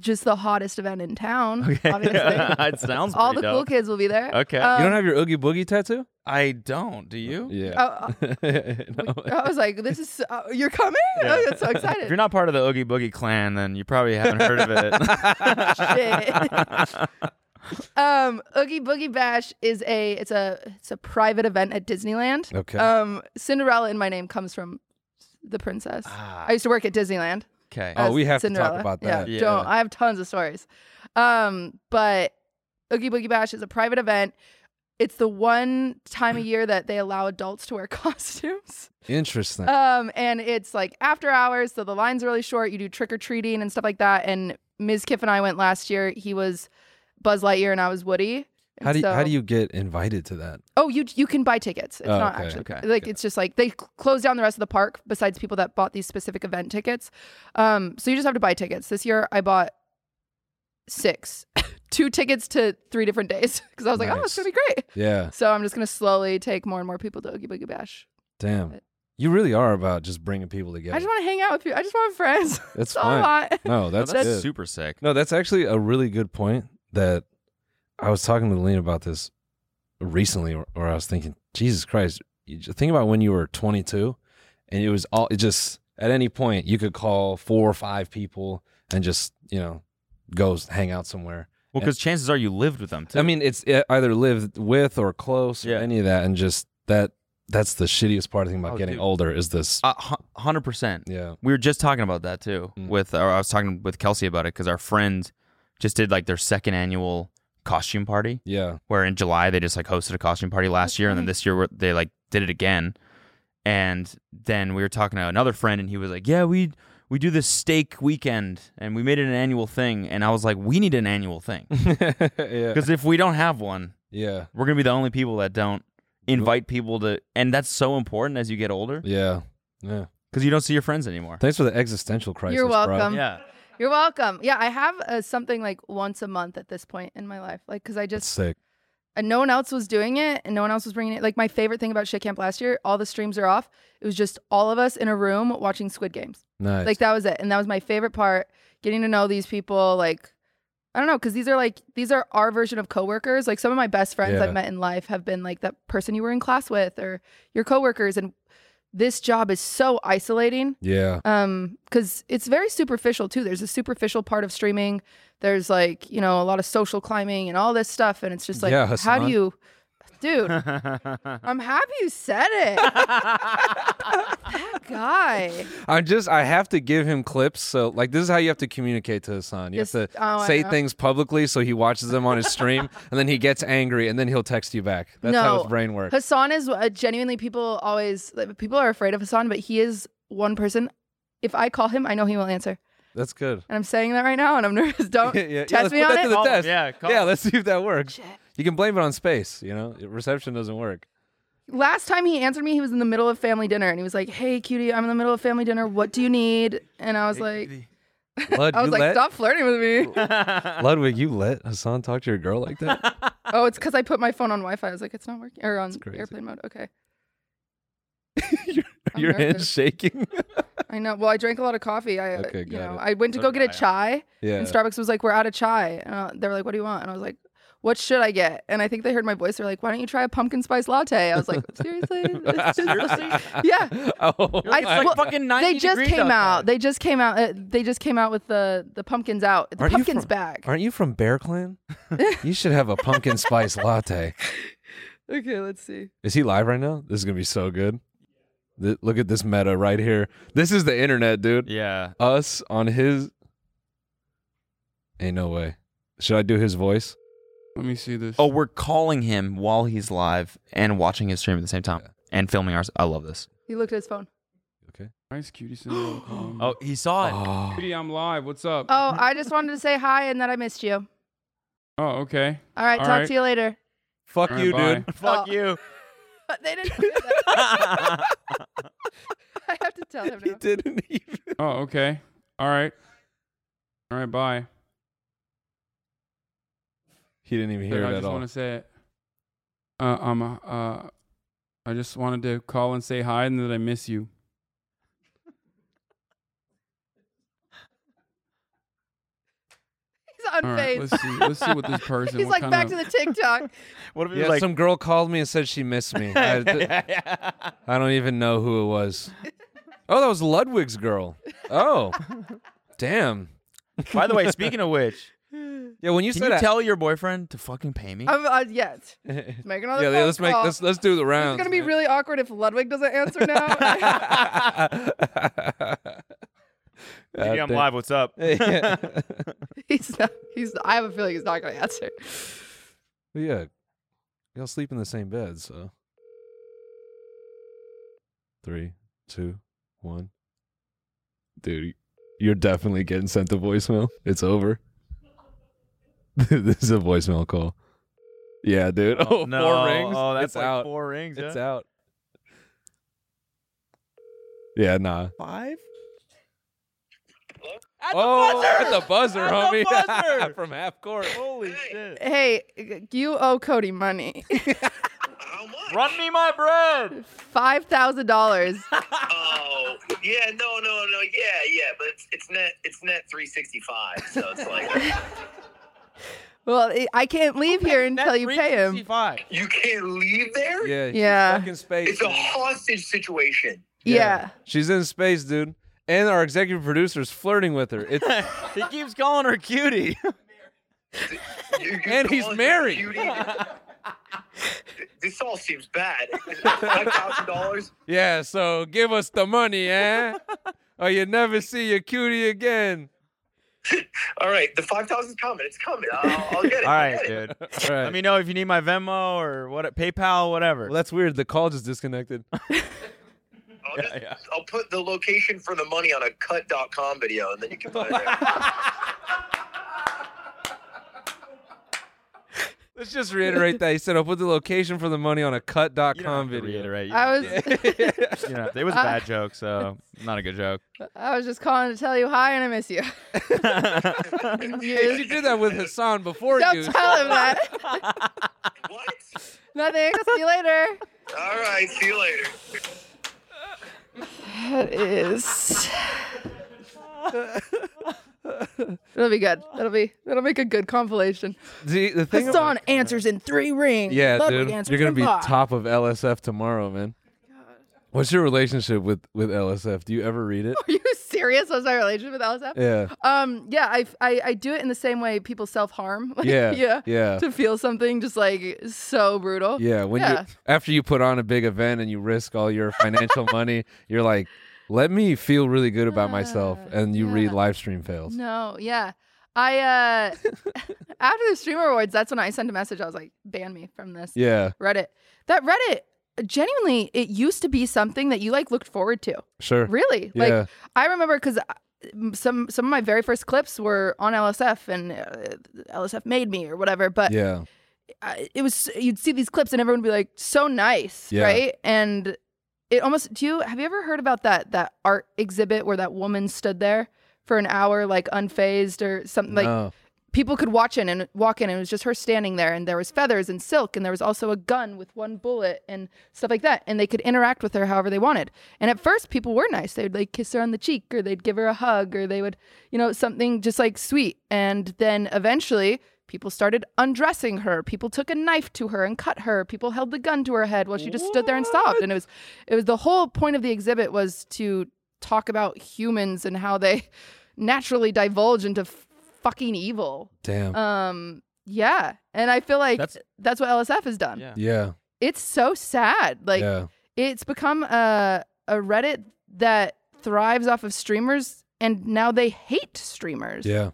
Speaker 9: just the hottest event in town. Obviously,
Speaker 2: it sounds
Speaker 9: all the
Speaker 2: pretty
Speaker 9: cool
Speaker 2: dope.
Speaker 9: kids will be there.
Speaker 2: Okay.
Speaker 9: Um,
Speaker 1: You don't have your Oogie Boogie tattoo?
Speaker 2: I don't. Do you?
Speaker 1: Yeah.
Speaker 9: oh,
Speaker 1: No.
Speaker 9: oh, I was like, "This is uh, you're coming!" I was so
Speaker 2: If
Speaker 9: excited.
Speaker 2: you're not part of the Oogie Boogie clan, then you probably haven't heard of it.
Speaker 9: Shit. um, Oogie Boogie Bash is a it's a it's a private event at Disneyland.
Speaker 1: Okay.
Speaker 9: Um, Cinderella in my name comes from the princess.
Speaker 2: Ah,
Speaker 9: I used to work at Disneyland.
Speaker 2: okay.
Speaker 1: Oh,
Speaker 9: as
Speaker 1: we have to talk
Speaker 9: Cinderella.
Speaker 1: about that.
Speaker 9: Yeah,
Speaker 2: Yeah.
Speaker 9: Don't. I have tons of stories. Um, but Oogie Boogie Bash is a private event. It's the one time a year that they allow adults to wear costumes.
Speaker 1: Interesting.
Speaker 9: Um, and it's like after hours, so the line's are really short. You do trick or treating and stuff like that. And Ms. Kiff and I went last year. He was Buzz Lightyear and I was Woody.
Speaker 1: How do you, how
Speaker 9: so-
Speaker 1: do you get invited to that?
Speaker 9: Oh, you you can buy tickets. It's
Speaker 1: Oh,
Speaker 9: not
Speaker 1: okay.
Speaker 9: actually
Speaker 2: Okay,
Speaker 9: like it's just like they cl- closed down the rest of the park besides people that bought these specific event tickets. Um, so you just have to buy tickets. This year I bought six, two tickets to three different days because I was like, oh, it's
Speaker 1: Nice.
Speaker 9: gonna be great.
Speaker 1: Yeah,
Speaker 9: So I'm just gonna slowly take more and more people to Oogie Boogie Bash.
Speaker 1: damn. You really are about just bringing people together.
Speaker 9: I just want to hang out with you. I just want friends.
Speaker 1: that's
Speaker 9: That's all I
Speaker 1: fine.
Speaker 9: want.
Speaker 1: No, that's,
Speaker 2: that's
Speaker 1: good.
Speaker 2: super sick.
Speaker 1: No, that's actually a really good point that I was talking to Lena about this recently where where I was thinking, Jesus Christ, you ju- think about when you were 22 and it was all, it just, at any point, you could call four or five people and just, you know, go s- hang out somewhere.
Speaker 2: Well, because chances are you lived with them too.
Speaker 1: I mean, it's e- either lived with or close
Speaker 2: Yeah.
Speaker 1: or any of that. And just that, that's the shittiest part I think about
Speaker 2: Oh,
Speaker 1: getting
Speaker 2: dude.
Speaker 1: older is this.
Speaker 2: Uh, hu- 100%.
Speaker 1: yeah.
Speaker 2: We were just talking about that too.
Speaker 1: Mm.
Speaker 2: With or I was talking with Kelsey about it because our friend just did like their second annual costume party,
Speaker 1: Yeah.
Speaker 2: where in July they just like hosted a costume party last year, and then this year we're- they like did it again. And then we were talking to another friend, and he was like, "Yeah, we we do this steak weekend, and we made it an annual thing." And I was like, "We need an annual thing
Speaker 1: yeah.
Speaker 2: because if we don't have one,
Speaker 1: Yeah.
Speaker 2: we're gonna be the only people that don't." Invite people to, and that's so important as you get older
Speaker 1: Yeah. Yeah.
Speaker 2: because you don't see your friends anymore.
Speaker 1: Thanks for the existential crisis.
Speaker 9: You're
Speaker 1: bro.
Speaker 9: welcome.
Speaker 2: Yeah,
Speaker 9: You're welcome. Yeah, I have uh, something like once a month at this point in my life, like because I
Speaker 1: That's
Speaker 9: just
Speaker 1: sick.
Speaker 9: and no one else was doing it and no one else was bringing it like my favorite thing about shit camp last year all the streams are off it was just all of us in a room watching squid games
Speaker 1: Nice.
Speaker 9: like that was it and that was my favorite part getting to know these people like i don't know because these are like these are our version of coworkers like some of my best friends
Speaker 1: Yeah.
Speaker 9: i've met in life have been like that person you were in class with or your coworkers and this job is so isolating
Speaker 1: Yeah.
Speaker 9: um because it's very superficial too there's a superficial part of streaming there's like you know a lot of social climbing and all this stuff and it's just like
Speaker 1: Yeah,
Speaker 9: how
Speaker 1: Hassan.
Speaker 9: do you dude i'm happy you said it that guy
Speaker 1: I'm just I have to give him clips. So like this is how you have to communicate to Hassan. You have
Speaker 9: Just-
Speaker 1: to
Speaker 9: oh, I
Speaker 1: say
Speaker 9: know.
Speaker 1: things publicly so he watches them on his stream and then he gets angry and then he'll text you back. That's how his
Speaker 9: No.
Speaker 1: brain works.
Speaker 9: hassan is uh, genuinely people always like, people are afraid of hassan but he is one person if i call him i know he will answer
Speaker 1: That's good.
Speaker 9: and i'm saying that right now and i'm nervous don't
Speaker 1: Yeah, yeah, yeah,
Speaker 9: test
Speaker 1: let's
Speaker 9: me
Speaker 1: put
Speaker 9: on
Speaker 1: that to
Speaker 9: it
Speaker 1: the
Speaker 2: Call him.
Speaker 1: test.
Speaker 2: Yeah, call
Speaker 1: yeah,
Speaker 2: him.
Speaker 1: let's see if that works. You can blame it on space, you know? Reception doesn't work.
Speaker 9: last time he answered me he was in the middle of family dinner and he was like hey cutie i'm in the middle of family dinner what do you need and i was like
Speaker 1: Lud,
Speaker 9: I was
Speaker 1: you
Speaker 9: like,
Speaker 1: let,
Speaker 9: stop flirting with me.
Speaker 1: Ludwig, you let Hassan talk to your girl like that?
Speaker 9: oh, it's because I put my phone on Wi Fi. I was like, it's not working. Or on
Speaker 1: crazy.
Speaker 9: airplane mode. Okay.
Speaker 1: your
Speaker 9: I'm
Speaker 1: your hand's
Speaker 9: nervous.
Speaker 1: shaking.
Speaker 9: I know. Well, I drank a lot of coffee. I, uh,
Speaker 1: Okay,
Speaker 9: you
Speaker 1: got
Speaker 9: know,
Speaker 1: it.
Speaker 9: I went to
Speaker 2: So
Speaker 9: go
Speaker 2: did
Speaker 9: get a
Speaker 2: I.
Speaker 9: chai,
Speaker 1: yeah.
Speaker 9: and Starbucks was like, we're out of chai. And uh, they were like, what do you want? And I was like, what should I get? And I think they heard my voice. They're like, why don't you try a pumpkin spice latte? I was like, seriously? This is- Yeah.
Speaker 1: Oh,
Speaker 9: I-
Speaker 2: It's like
Speaker 9: well,
Speaker 2: fucking 90
Speaker 9: they just
Speaker 2: degrees
Speaker 9: came out.
Speaker 2: outside.
Speaker 9: They just came out. Uh, they just came out with the the pumpkins out. The
Speaker 1: Aren't you
Speaker 9: pumpkins
Speaker 1: from-
Speaker 9: back.
Speaker 1: Aren't you from Bear Clan? you should have a pumpkin spice latte.
Speaker 9: Okay, let's see.
Speaker 1: Is he live right now? This is gonna be so good. Th- look at this meta right here. This is the internet, dude.
Speaker 2: Yeah.
Speaker 1: Us on his. Ain't no way. Should I do his voice?
Speaker 10: Let me see this.
Speaker 2: Oh, we're calling him while he's live and watching his stream at the same time and filming ours. I love this.
Speaker 9: He looked at his phone.
Speaker 1: Okay.
Speaker 10: nice cutie Cinderella. calling.
Speaker 2: he saw
Speaker 1: Oh,
Speaker 10: cutie, I'm live. What's up?
Speaker 9: Oh, I just wanted to say hi and that I missed you.
Speaker 10: Oh, okay.
Speaker 9: All right,
Speaker 10: All
Speaker 9: talk
Speaker 10: right.
Speaker 9: to you later.
Speaker 1: fuck
Speaker 10: All right,
Speaker 1: you,
Speaker 10: bye.
Speaker 1: dude.
Speaker 2: Fuck
Speaker 9: Oh.
Speaker 2: you.
Speaker 9: But they didn't. do that. I have to tell him.
Speaker 1: He
Speaker 9: Now.
Speaker 1: didn't even.
Speaker 10: Oh, okay. All right. All right. Bye.
Speaker 1: He didn't even
Speaker 10: Dude,
Speaker 1: hear
Speaker 10: I
Speaker 1: it at
Speaker 10: just
Speaker 1: all.
Speaker 10: want to say it. Uh, I'm. Uh, uh, I just wanted to call and say hi and that I miss you.
Speaker 9: He's on
Speaker 10: All right.
Speaker 9: phase.
Speaker 10: Let's see. Let's see what this person.
Speaker 9: He's like
Speaker 10: what kind
Speaker 9: back
Speaker 10: of, Hmm?
Speaker 9: to the TikTok.
Speaker 2: What if he's
Speaker 1: yeah,
Speaker 2: like,
Speaker 1: some girl called me and said she missed me. I, I don't even know who it was. Oh, that was Ludwig's girl. Oh, damn.
Speaker 2: by the way, speaking of which,
Speaker 1: Yeah, when you
Speaker 2: can
Speaker 1: said
Speaker 2: you
Speaker 1: I-
Speaker 2: tell your boyfriend to fucking pay me?
Speaker 9: I'm uh, yeah. it's- Let's make another.
Speaker 1: yeah,
Speaker 9: phone
Speaker 1: let's make
Speaker 9: call.
Speaker 1: let's let's do the round.
Speaker 9: It's gonna be really awkward if Ludwig doesn't answer now.
Speaker 2: Maybe I'm live. What's up?
Speaker 1: yeah.
Speaker 9: he's not. He's. I have a feeling he's not gonna answer.
Speaker 1: yeah, y'all sleep in the same bed, so. Three, two, one. Dude, you're definitely getting sent the voicemail. It's over. this is a voicemail call. Yeah, dude. Oh, four rings.
Speaker 2: Oh, that's
Speaker 1: it's
Speaker 2: like
Speaker 1: out.
Speaker 2: four rings.
Speaker 1: It's
Speaker 2: huh?
Speaker 1: out. Yeah, nah.
Speaker 2: Five?
Speaker 1: oh, at the buzzer,
Speaker 2: At the
Speaker 1: homie.
Speaker 2: buzzer!
Speaker 1: From half court.
Speaker 2: Holy shit.
Speaker 9: Hey, you owe Cody money.
Speaker 3: How much?
Speaker 2: Run me my bread.
Speaker 9: Five thousand dollars.
Speaker 3: Oh, yeah, no, no, no, yeah, yeah, but it's, it's net, it's net 365, so it's like
Speaker 9: Well, I- I can't leave here until you pay him.
Speaker 3: you can't leave there.
Speaker 1: Yeah. she's
Speaker 9: Yeah.
Speaker 1: stuck in space.
Speaker 3: It's a hostage situation.
Speaker 9: Yeah.
Speaker 1: She's in space, dude. And our executive producer's flirting with her. It's
Speaker 2: he keeps calling her cutie.
Speaker 3: You- you
Speaker 1: And he's
Speaker 3: call it
Speaker 1: married.
Speaker 3: beauty. this all seems bad. Five thousand dollars.
Speaker 1: yeah, so give us the money, eh? or you never see your cutie again.
Speaker 3: All right, the five thousand's coming. It's coming. I'll, I'll get it.
Speaker 2: All right, dude.
Speaker 1: All right.
Speaker 2: Let me know if you need my Venmo or what PayPal, whatever.
Speaker 1: well, that's weird. The call just disconnected.
Speaker 3: I'll, just, I'll put the location for the money on a cut.com video, and then you can put it there.
Speaker 1: Let's just reiterate that. He said, I'll put the location for the money on a cut.com
Speaker 2: you don't have to
Speaker 1: video.
Speaker 2: reiterate. You
Speaker 9: I
Speaker 2: don't
Speaker 9: was
Speaker 2: have to- you don't have to. It was a bad joke, so not a good joke.
Speaker 9: I was just calling to tell you hi and I miss you.
Speaker 1: Hey, she did that with Hassan before
Speaker 9: Don't
Speaker 1: you.
Speaker 9: tell him that.
Speaker 3: What?
Speaker 9: Nothing. See you later.
Speaker 3: All right, see you later.
Speaker 9: That is. It'll be good. That'll be that'll make a good compilation.
Speaker 1: The, the thing about-
Speaker 9: Hassan answers in three rings.
Speaker 1: Yeah,
Speaker 9: Ludwig
Speaker 1: dude,
Speaker 9: answers
Speaker 1: you're gonna
Speaker 9: in
Speaker 1: be
Speaker 9: five.
Speaker 1: top of LSF tomorrow, man. What's your relationship with with LSF? Do you ever read it?
Speaker 9: Are you serious? What's my relationship with LSF?
Speaker 1: Yeah,
Speaker 9: Um, yeah, I, I I do it in the same way people self harm. Like,
Speaker 1: yeah,
Speaker 9: yeah,
Speaker 1: yeah,
Speaker 9: To feel something just like so brutal.
Speaker 1: yeah. When
Speaker 9: Yeah.
Speaker 1: you after you put on a big event and you risk all your financial money, you're like, let me feel really good about myself,
Speaker 9: Uh,
Speaker 1: and you read
Speaker 9: yeah.
Speaker 1: live stream fails.
Speaker 9: No, yeah. I uh after the streamer awards, that's when I sent a message. I was like, ban me from this.
Speaker 1: Yeah,
Speaker 9: Reddit. That Reddit, genuinely, it used to be something that you like looked forward to.
Speaker 1: sure.
Speaker 9: Really?
Speaker 1: Yeah.
Speaker 9: Like I remember because some some of my very first clips were on LSF and uh, LSF made me or whatever. But
Speaker 1: Yeah,
Speaker 9: I- it was you'd see these clips and everyone would be like so nice,
Speaker 1: Yeah.
Speaker 9: right? And it almost do you have you ever heard about that that art exhibit where that woman stood there for an hour like unfazed or something like
Speaker 1: no.
Speaker 9: people could watch in and walk in and it was just her standing there and there was feathers and silk and there was also a gun with one bullet and stuff like that and they could interact with her however they wanted and at first people were nice they'd like kiss her on the cheek or they'd give her a hug or they would you know something just like sweet and then eventually people started undressing her people took a knife to her and cut her people held the gun to her head while she just stood there and sobbed and it was it was the whole point of the exhibit was to talk about humans and how they naturally divulge into f- fucking evil
Speaker 1: damn.
Speaker 9: um, yeah, and I feel like that's,
Speaker 2: That's-
Speaker 9: what LSF has done.
Speaker 2: Yeah.
Speaker 1: yeah,
Speaker 9: It's so sad. Like
Speaker 1: yeah,
Speaker 9: it's become a a Reddit that thrives off of streamers, and now they hate streamers.
Speaker 1: yeah,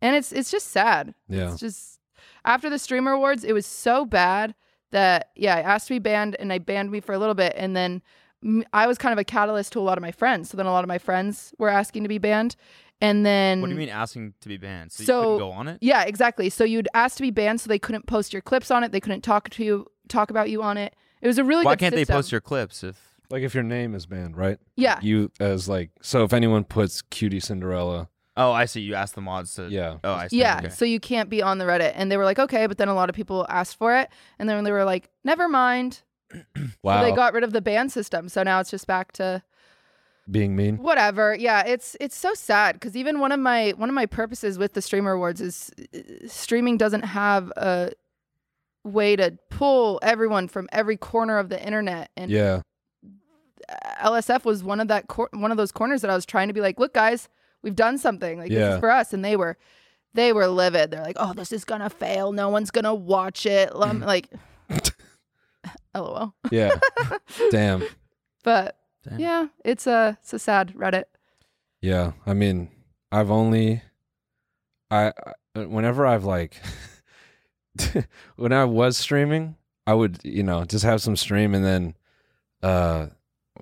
Speaker 9: and it's it's just sad.
Speaker 1: yeah.
Speaker 9: It's just after the streamer awards, it was so bad that yeah, I asked to be banned, and they banned me for a little bit, and then m- I was kind of a catalyst to a lot of my friends. So then a lot of my friends were asking to be banned, and then
Speaker 2: What do you mean asking to be banned? So,
Speaker 9: So-
Speaker 2: you couldn't go on it?
Speaker 9: yeah, exactly. So you'd ask to be banned, so they couldn't post your clips on it. They couldn't talk to you, talk about you on it. It was a really
Speaker 2: Why
Speaker 9: good
Speaker 2: can't they
Speaker 9: system.
Speaker 2: post your clips if
Speaker 1: Like if your name is banned, right?
Speaker 9: Yeah.
Speaker 1: You as like so if anyone puts cutie Cinderella,
Speaker 2: Oh, I see. You asked the mods to
Speaker 1: Yeah.
Speaker 2: Oh, I see.
Speaker 9: Yeah,
Speaker 2: Okay.
Speaker 9: so you can't be on the Reddit. And they were like, okay, but then a lot of people asked for it, and then they were like, never mind.
Speaker 1: wow,
Speaker 9: So they got rid of the ban system, so now it's just back to
Speaker 1: being mean.
Speaker 9: whatever. Yeah, it's it's so sad because even one of my one of my purposes with the streamer awards is uh, streaming doesn't have a way to pull everyone from every corner of the internet and
Speaker 1: Yeah,
Speaker 9: LSF was one of that cor- one of those corners that I was trying to be like, look, guys, we've done something. Like this
Speaker 1: Yeah.
Speaker 9: is for us, and they were, they were livid. They're like, oh, this is gonna fail. No one's gonna watch it. Um, like, lol.
Speaker 1: yeah. Damn.
Speaker 9: But
Speaker 2: Damn.
Speaker 9: yeah, it's a it's a sad Reddit.
Speaker 1: Yeah, I mean, I've only, I, I whenever I've like, when I was streaming, I would you know just have some stream and then, uh,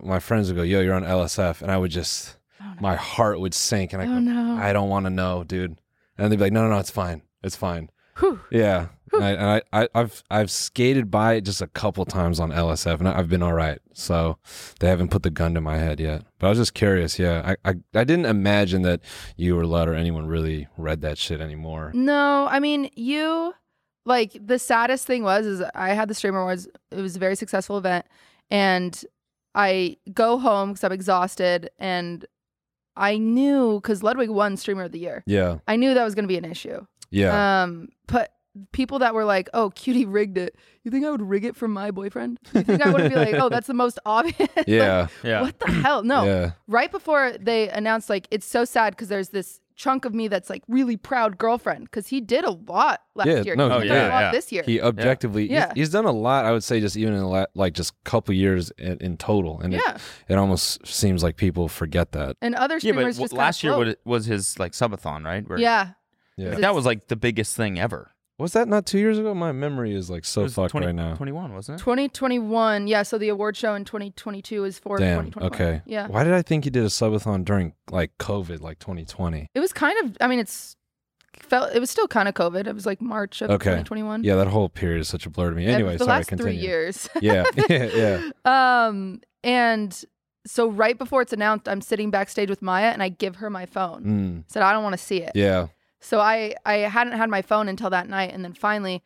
Speaker 1: my friends would go, "Yo, you're on LSF," and I would just, my heart would sink, and I,
Speaker 9: Oh
Speaker 1: go,
Speaker 9: no.
Speaker 1: I don't want to know, dude, and they'd be like, "No, no, no, it's fine, it's fine."
Speaker 9: Whew.
Speaker 1: Yeah, And I, and I, I, I've I've skated by it just a couple times on LSF, and I- I've been all right. So they haven't put the gun to my head yet. But I was just curious. Yeah, I, I, I didn't imagine that you or Lud or anyone really read that shit anymore.
Speaker 9: No, I mean you. Like the saddest thing was is I had the streamer awards. It was a very successful event, and I go home because I'm exhausted, and I knew because Ludwig won streamer of the year.
Speaker 1: Yeah,
Speaker 9: I knew that was going to be an issue.
Speaker 1: yeah.
Speaker 9: Um, but people that were like, "Oh, cutie rigged it." You think I would rig it for my boyfriend? You think I would be like, "Oh, that's the most obvious." Like,
Speaker 1: Yeah.
Speaker 2: Yeah.
Speaker 9: What the hell? Uh, No.
Speaker 1: Yeah.
Speaker 9: Right before they announced, like, it's so sad because there's this chunk of me that's like really proud girlfriend because he did a lot last
Speaker 1: Yeah,
Speaker 9: year.
Speaker 1: no, he
Speaker 9: he did a
Speaker 1: did.
Speaker 9: lot
Speaker 2: Oh, Yeah.
Speaker 9: this year.
Speaker 1: He objectively,
Speaker 9: Yeah.
Speaker 1: He's, he's done a lot. I would say just even in the la- like just couple years in, in total, and
Speaker 9: Yeah.
Speaker 1: it, it almost seems like people forget that.
Speaker 9: and other
Speaker 2: yeah, but
Speaker 9: streamers
Speaker 2: w-
Speaker 9: just
Speaker 2: last year
Speaker 9: kinda
Speaker 2: was, was his like subathon, right?
Speaker 9: float.
Speaker 2: Where-
Speaker 9: yeah,
Speaker 1: Yeah.
Speaker 2: like, that was like the biggest thing ever.
Speaker 1: Was that not two years ago? My memory is like
Speaker 2: It
Speaker 1: so
Speaker 2: was
Speaker 1: fucked
Speaker 2: 20
Speaker 1: right now.
Speaker 2: 21, wasn't it?
Speaker 9: 2021. Yeah, so the award show in 2022 is for
Speaker 1: Damn.
Speaker 9: 2021.
Speaker 1: Okay.
Speaker 9: Yeah.
Speaker 1: Why did I think he did a subathon during like COVID, like 2020?
Speaker 9: It was kind of. I mean, it's felt. It was still kind of COVID. It was like March of
Speaker 1: Okay.
Speaker 9: 2021.
Speaker 1: Yeah, that whole period is such a blur to me.
Speaker 9: Yeah,
Speaker 1: Anyway,
Speaker 9: the
Speaker 1: sorry.
Speaker 9: last
Speaker 1: continue.
Speaker 9: three years.
Speaker 1: yeah. yeah. Yeah.
Speaker 9: Um, and so right before it's announced, I'm sitting backstage with Maya, and I give her my phone.
Speaker 1: Mm,
Speaker 9: Said I don't want to see it.
Speaker 1: yeah.
Speaker 9: So I I hadn't had my phone until that night, and then finally,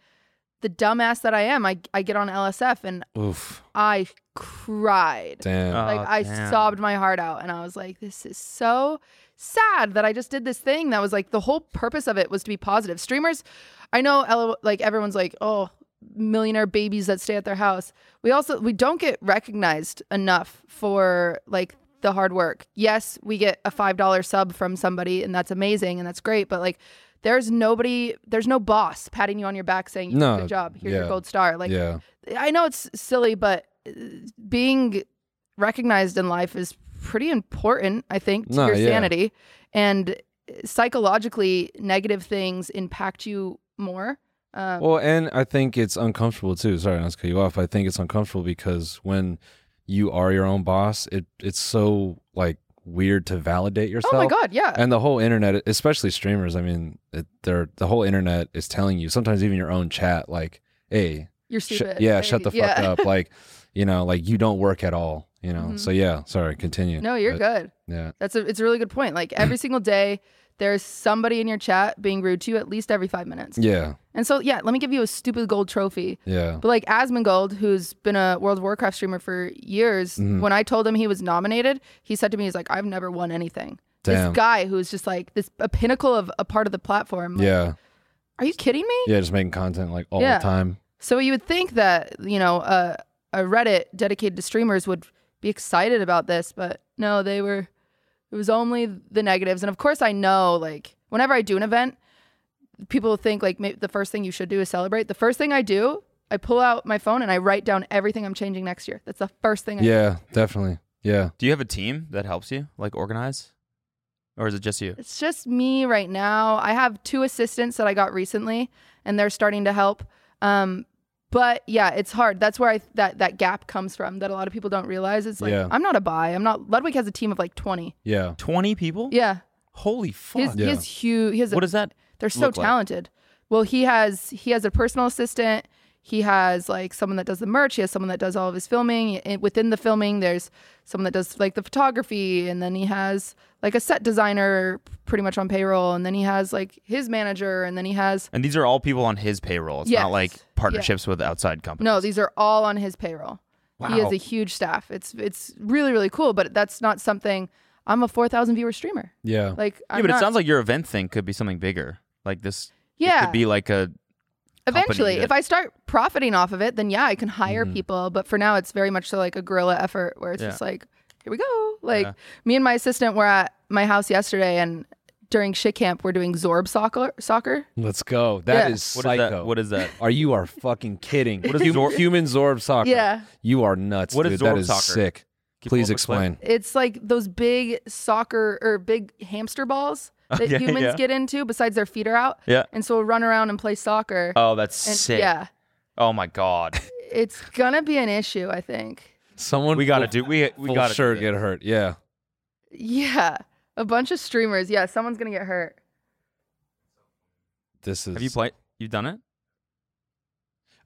Speaker 9: the dumbass that I am, I I get on LSF and
Speaker 1: Oof.
Speaker 9: I cried.
Speaker 1: Damn.
Speaker 2: Uh,
Speaker 9: Like
Speaker 2: Oh,
Speaker 9: I
Speaker 2: damn.
Speaker 9: sobbed my heart out and I was like, this is so sad that I just did this thing that was like the whole purpose of it was to be positive. Streamers, I know L- like everyone's like, oh, millionaire babies that stay at their house. We also we don't get recognized enough for like the hard work. Yes, we get a $5 sub from somebody and that's amazing and that's great, but like there's nobody there's no boss patting you on your back saying you did
Speaker 1: No,
Speaker 9: a good job. Here's your
Speaker 1: yeah,
Speaker 9: gold star. Like
Speaker 1: yeah.
Speaker 9: I know it's silly, but uh, being recognized in life is pretty important, I think, to
Speaker 1: No,
Speaker 9: your
Speaker 1: yeah.
Speaker 9: sanity. And uh, psychologically, negative things impact you more. Um,
Speaker 1: Well, and I think it's uncomfortable too. Sorry, not to cut you off. I think it's uncomfortable because when you are your own boss, it it's so like weird to validate yourself.
Speaker 9: oh my God, yeah.
Speaker 1: And the whole internet, especially streamers, I mean, it, they're the whole internet is telling you. Sometimes even your own chat, like, "Hey,
Speaker 9: You're
Speaker 1: sh-
Speaker 9: stupid.
Speaker 1: yeah,
Speaker 9: Like,
Speaker 1: shut the fuck
Speaker 9: yeah.
Speaker 1: up." Like, you know, like you don't work at all. You know.
Speaker 9: Mhm.
Speaker 1: So yeah, sorry. Continue.
Speaker 9: No,
Speaker 1: But,
Speaker 9: you're good.
Speaker 1: Yeah.
Speaker 9: That's a, it's a really good point. Like every single day, there's somebody in your chat being rude to you at least every five minutes.
Speaker 1: Yeah.
Speaker 9: And so, yeah, let me give you a stupid gold trophy.
Speaker 1: Yeah.
Speaker 9: But like Asmongold, who's been a World of Warcraft streamer for years,
Speaker 1: Mhm.
Speaker 9: when I told him he was nominated, he said to me, "He's like, I've never won anything."
Speaker 1: Damn.
Speaker 9: This guy who's just like this a pinnacle of a part of the platform. Like,
Speaker 1: Yeah.
Speaker 9: Are you kidding me?
Speaker 1: Yeah. Just making content like all
Speaker 9: Yeah.
Speaker 1: the time.
Speaker 9: So you would think that you know a a Reddit dedicated to streamers would be excited about this, but no, they were. It was only the negatives, and of course, I know like whenever I do an event, people think like maybe the first thing you should do is celebrate. The first thing I do, I pull out my phone and I write down everything I'm changing next year. That's the first thing. I do.
Speaker 1: Yeah. Definitely. Yeah.
Speaker 2: Do you have a team that helps you like organize? Or is it just you?
Speaker 9: It's just me right now. I have two assistants that I got recently, and they're starting to help. Um, but yeah, it's hard. That's where I that that gap comes from that a lot of people don't realize. It's like
Speaker 1: Yeah.
Speaker 9: I'm not a buy. I'm not. Ludwig has a team of like 20.
Speaker 1: Yeah.
Speaker 2: 20 people?
Speaker 9: Yeah,
Speaker 2: Holy fuck.
Speaker 9: he's
Speaker 1: Yeah.
Speaker 9: he's huge. He has a-
Speaker 2: What is that?
Speaker 9: They're so
Speaker 2: look like?
Speaker 9: talented. Well, he has he has a personal assistant. He has like someone that does the merch. He has someone that does all of his filming. And within the filming, there's someone that does like the photography, and then he has like a set designer, pretty much on payroll, and then he has like his manager, and then he has
Speaker 2: And these are all people on his payroll. It's
Speaker 9: Yes.
Speaker 2: not like partnerships with outside companies.
Speaker 9: no. These are all on his payroll. He has
Speaker 2: Wow.
Speaker 9: a huge staff. It's it's really really cool, but that's not something. I'm a four thousand viewer streamer.
Speaker 1: Yeah.
Speaker 9: Like
Speaker 2: Yeah,
Speaker 9: I'm
Speaker 2: but
Speaker 9: not-
Speaker 2: it sounds like your event thing could be something bigger. Like this it
Speaker 9: yeah
Speaker 2: could be like a company
Speaker 9: Eventually,
Speaker 2: that-
Speaker 9: if I start profiting off of it, then yeah, I can hire people. But for now, it's very much so like a guerrilla effort where it's
Speaker 2: Mm-hmm. Yeah.
Speaker 9: just like, here we go. Like
Speaker 2: Yeah.
Speaker 9: me and my assistant were at my house yesterday, and during shit camp, we're doing Zorb soccer. Soccer.
Speaker 1: Let's go. That
Speaker 9: Yeah.
Speaker 1: is
Speaker 2: what
Speaker 1: psycho.
Speaker 2: is that? What is that?
Speaker 1: Are you are fucking kidding? What
Speaker 2: is Zorb-
Speaker 1: human Zorb soccer?
Speaker 9: Yeah.
Speaker 1: you are nuts.
Speaker 2: What
Speaker 1: dude.
Speaker 2: is
Speaker 1: that
Speaker 2: Zorb
Speaker 1: is
Speaker 2: soccer?
Speaker 1: sick.
Speaker 2: Keep
Speaker 1: Please
Speaker 2: pulling up the clip.
Speaker 1: explain.
Speaker 9: It's like those big soccer or big hamster balls that
Speaker 2: Okay,
Speaker 9: humans
Speaker 2: yeah.
Speaker 9: get into. Besides their feet are out,
Speaker 2: Yeah.
Speaker 9: and so we'll run around and play soccer.
Speaker 2: Oh, that's
Speaker 9: and
Speaker 2: sick.
Speaker 9: yeah,
Speaker 2: Oh my god.
Speaker 9: it's gonna be an issue, I think.
Speaker 1: Someone
Speaker 2: We gotta do we we
Speaker 1: will
Speaker 2: gotta do
Speaker 1: sure
Speaker 2: this.
Speaker 1: get hurt. Yeah.
Speaker 9: Yeah, a bunch of streamers. Yeah, someone's gonna get hurt.
Speaker 1: This is.
Speaker 2: Have you played you've done it?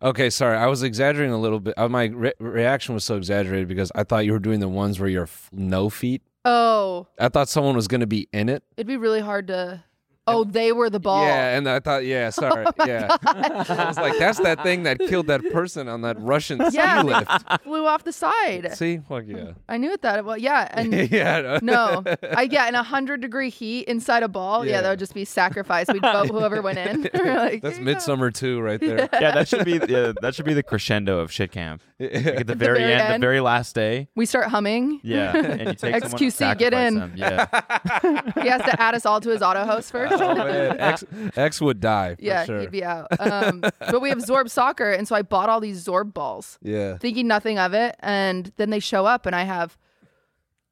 Speaker 1: Okay, sorry. I was exaggerating a little bit. Uh, my re- reaction was so exaggerated because I thought you were doing the ones where you're f- no feet.
Speaker 9: Oh,
Speaker 1: I thought someone was going to be in it.
Speaker 9: it'd be really hard to. Oh, they were the ball.
Speaker 1: Yeah, and I thought, yeah, sorry, yeah. I was like, that's that thing that killed that person on that Russian ski
Speaker 9: Yeah.
Speaker 1: lift.
Speaker 9: Flew off the side.
Speaker 1: See, fuck yeah,
Speaker 9: I knew it that. Well, yeah, and
Speaker 1: yeah.
Speaker 9: no, I yeah, in a hundred degree heat inside a ball. Yeah,
Speaker 1: Yeah.
Speaker 9: that would just be sacrifice. We'd vote whoever went in. We're like,
Speaker 1: That's
Speaker 9: "Yeah."
Speaker 1: midsummer too, right there.
Speaker 2: yeah, that should be yeah, that should be the crescendo of shit camp. Like at the very,
Speaker 9: very
Speaker 2: end,
Speaker 9: end.
Speaker 2: the very last day.
Speaker 9: We start humming.
Speaker 2: Yeah, and you take someone and
Speaker 9: XQC, get
Speaker 2: sacrifice
Speaker 9: in.
Speaker 2: them. Yeah,
Speaker 9: He has to add us all to his auto host first.
Speaker 1: Oh man, X, X would die. For
Speaker 9: yeah,
Speaker 1: sure.
Speaker 9: he'd be out. Um, but we have Zorb soccer, and so I bought all these Zorb balls,
Speaker 1: yeah.
Speaker 9: thinking nothing of it. And then they show up, and I have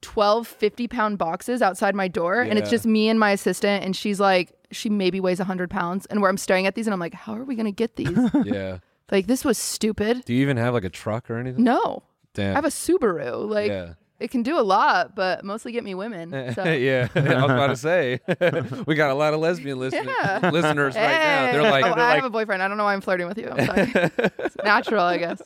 Speaker 9: 12 50 pound boxes outside my door, and it's
Speaker 1: Yeah.
Speaker 9: just me and my assistant. And she's like, she maybe weighs 100 pounds. And where I'm staring at these, and I'm like, how are we going to get these?
Speaker 1: Yeah.
Speaker 9: like, this was stupid.
Speaker 1: Do you even have like a truck or anything?
Speaker 9: No,
Speaker 1: Damn.
Speaker 9: I have a Subaru. Like,
Speaker 1: yeah.
Speaker 9: it can do a lot, but mostly get me women. So.
Speaker 1: yeah, I was about to say we got a lot of lesbian listen-
Speaker 9: Yeah.
Speaker 1: listeners right now. They're
Speaker 9: Hey.
Speaker 1: like,
Speaker 9: oh,
Speaker 1: they're
Speaker 9: I
Speaker 1: like,
Speaker 9: have a boyfriend. I don't know why I'm flirting with you. I'm sorry. it's natural, I guess.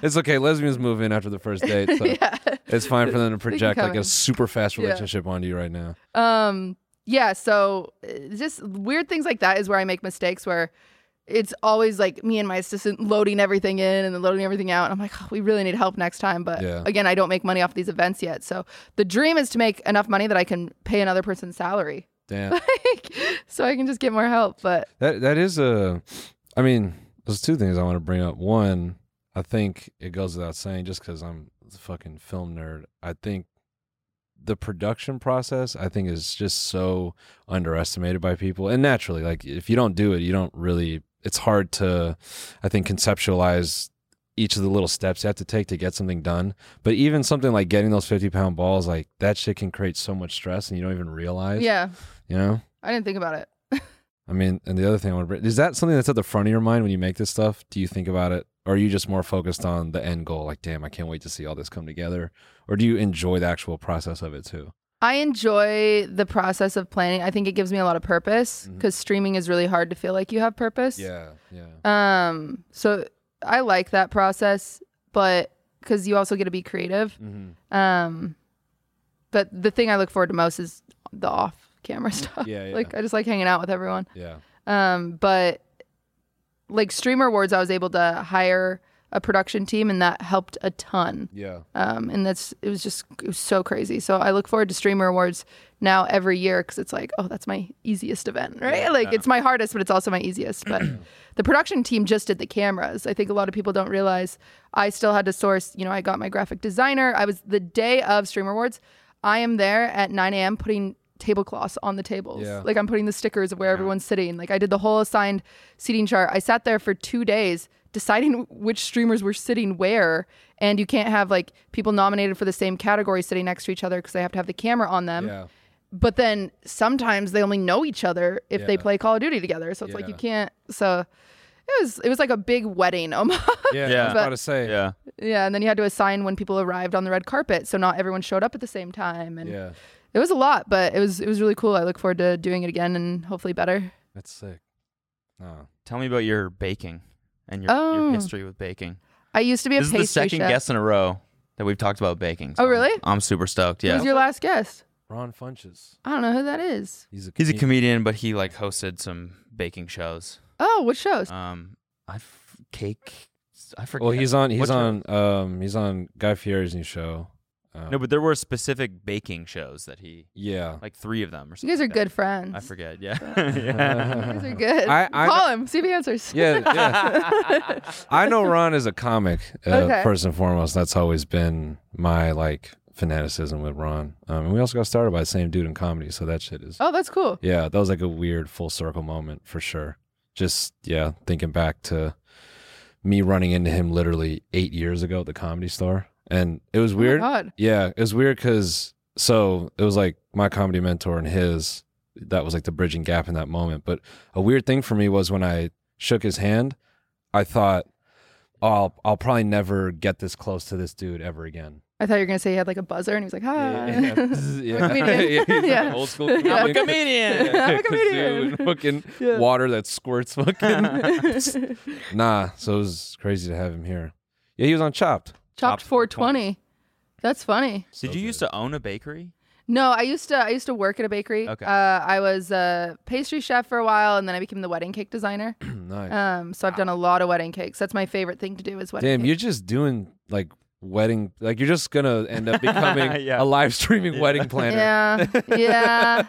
Speaker 1: it's okay. Lesbians move in after the first date, so
Speaker 9: Yeah.
Speaker 1: it's fine for them to project
Speaker 9: come
Speaker 1: like a
Speaker 9: in.
Speaker 1: super fast
Speaker 9: Yeah.
Speaker 1: relationship onto you right now.
Speaker 9: Um. Yeah. So uh, just weird things like that is where I make mistakes. Where it's always like me and my assistant loading everything in and then loading everything out. And I'm like, oh, we really need help next time. But
Speaker 1: Yeah.
Speaker 9: again, I don't make money off these events yet. So the dream is to make enough money that I can pay another person's salary.
Speaker 1: Damn,
Speaker 9: Like, so I can just get more help. But
Speaker 1: that that is a. I mean, there's two things I want to bring up. One, I think it goes without saying, just because I'm a fucking film nerd, I think the production process I think is just so underestimated by people. And naturally, like if you don't do it, you don't really. It's hard to, I think, conceptualize each of the little steps you have to take to get something done. But even something like getting those fifty pound balls, like that shit can create so much stress, and you don't even realize.
Speaker 9: yeah,
Speaker 1: You know.
Speaker 9: I didn't think about it.
Speaker 1: I mean, and the other thing I want to bring is that something that's at the front of your mind when you make this stuff? Do you think about it? Or are you just more focused on the end goal? Like, damn, I can't wait to see all this come together. Or do you enjoy the actual process of it too?
Speaker 9: I enjoy the process of planning. I think it gives me a lot of purpose
Speaker 1: Mhm.
Speaker 9: because streaming is really hard to feel like you have purpose.
Speaker 1: Yeah, yeah.
Speaker 9: Um. So I like that process, but because you also get to be creative.
Speaker 1: Mm-hmm.
Speaker 9: Um. But the thing I look forward to most is the off-camera stuff.
Speaker 1: Yeah, yeah.
Speaker 9: Like I just like hanging out with everyone.
Speaker 1: Yeah.
Speaker 9: Um. But like streamer awards, I was able to hire a production team, and that helped a ton
Speaker 1: Yeah.
Speaker 9: um, and that's it was just it was so crazy. So I look forward to Streamer Awards now every year because it's like, oh, that's my easiest event, right? like it's my hardest, but it's also my easiest. But the production team just did the cameras. I think a lot of people don't realize I still had to source. You know, I got my graphic designer. I was the day of Streamer Awards. I am there at 9 a.m. putting tablecloths on the tables.
Speaker 1: Yeah.
Speaker 9: Like I'm putting the stickers of where everyone's sitting. Like I did the whole assigned seating chart. I sat there for two days deciding which streamers were sitting where. And you can't have like people nominated for the same category sitting next to each other because they have to have the camera on them.
Speaker 1: Yeah.
Speaker 9: But then sometimes they only know each other if they
Speaker 1: Yeah.
Speaker 9: play Call of Duty together. So it's like
Speaker 1: Yeah.
Speaker 9: you can't. So it was it was like a big wedding almost.
Speaker 1: Yeah. I
Speaker 2: Yeah.
Speaker 1: was about to say. Yeah.
Speaker 2: yeah.
Speaker 9: yeah, and then you had to assign when people arrived on the red carpet, so not everyone showed up at the same time. And
Speaker 1: Yeah.
Speaker 9: it was a lot, but it was it was really cool. I look forward to doing it again and hopefully better.
Speaker 1: That's sick. Oh.
Speaker 2: Tell me about your baking and your,
Speaker 9: Oh.
Speaker 2: your history with baking.
Speaker 9: I used to be a
Speaker 2: This is
Speaker 9: pastry
Speaker 2: the second
Speaker 9: chef.
Speaker 2: guest in a row that we've talked about baking.
Speaker 9: Oh, really?
Speaker 2: I'm, I'm super stoked.
Speaker 9: Who
Speaker 2: Yeah.
Speaker 9: was your last guest?
Speaker 1: Ron Funches.
Speaker 9: I don't know who that is.
Speaker 1: He's a
Speaker 2: He's a
Speaker 1: comedian.
Speaker 2: comedian, but he like hosted some baking shows.
Speaker 9: Oh, what shows?
Speaker 2: Um, I f- cake. I forget.
Speaker 1: Well, he's on he's
Speaker 2: What's your-
Speaker 1: on um he's on Guy Fieri's new show. Um,
Speaker 2: No, but there were specific baking shows that he
Speaker 1: yeah.
Speaker 2: like three of them or
Speaker 9: you
Speaker 2: something.
Speaker 9: guys are
Speaker 2: like that.
Speaker 9: good friends.
Speaker 2: I forget. Yeah. yeah.
Speaker 9: You guys are good.
Speaker 1: I- I-
Speaker 9: Call him. See if he answers.
Speaker 1: Yeah, yeah. I know Ron is a comic uh,
Speaker 9: Okay.
Speaker 1: first and foremost. That's always been my like fanaticism with Ron. Um, and we also got started by the same dude in comedy, so that shit is.
Speaker 9: Oh, that's cool.
Speaker 1: Yeah, that was like a weird full circle moment for sure. Just yeah, thinking back to me running into him literally eight years ago at the comedy store, and it was
Speaker 9: Oh my
Speaker 1: weird.
Speaker 9: God.
Speaker 1: Yeah, it was weird because so it was like my comedy mentor and his. That was like the bridging gap in that moment. But a weird thing for me was when I shook his hand, I thought, oh, I'll I'll probably never get this close to this dude ever again.
Speaker 9: I thought you were gonna say he had like a buzzer, and he was like, "Hi,
Speaker 1: Yeah,
Speaker 9: I'm a comedian."
Speaker 1: he's
Speaker 9: yeah.
Speaker 1: an old school.
Speaker 9: Yeah.
Speaker 1: comedian.
Speaker 9: I'm a comedian.
Speaker 1: Yeah,
Speaker 9: I'm a
Speaker 1: kazoo
Speaker 9: comedian.
Speaker 1: and Fucking
Speaker 9: Yeah.
Speaker 1: water that squirts. Fucking nah. So it was crazy to have him here. Yeah, he was on Chopped.
Speaker 9: Chopped 420. That's funny.
Speaker 2: Did you used to own a bakery?
Speaker 9: No, I used to I used to work at a bakery.
Speaker 2: Okay.
Speaker 9: Uh, I was a pastry chef for a while, and then I became the wedding cake designer.
Speaker 1: nice.
Speaker 9: Um, so I've done a lot of wedding cakes. That's my favorite thing to do is wedding.
Speaker 1: Damn,
Speaker 9: cake.
Speaker 1: you're just doing like wedding. Like you're just gonna end up becoming
Speaker 2: Yeah.
Speaker 1: a live streaming wedding planner.
Speaker 9: Yeah, yeah.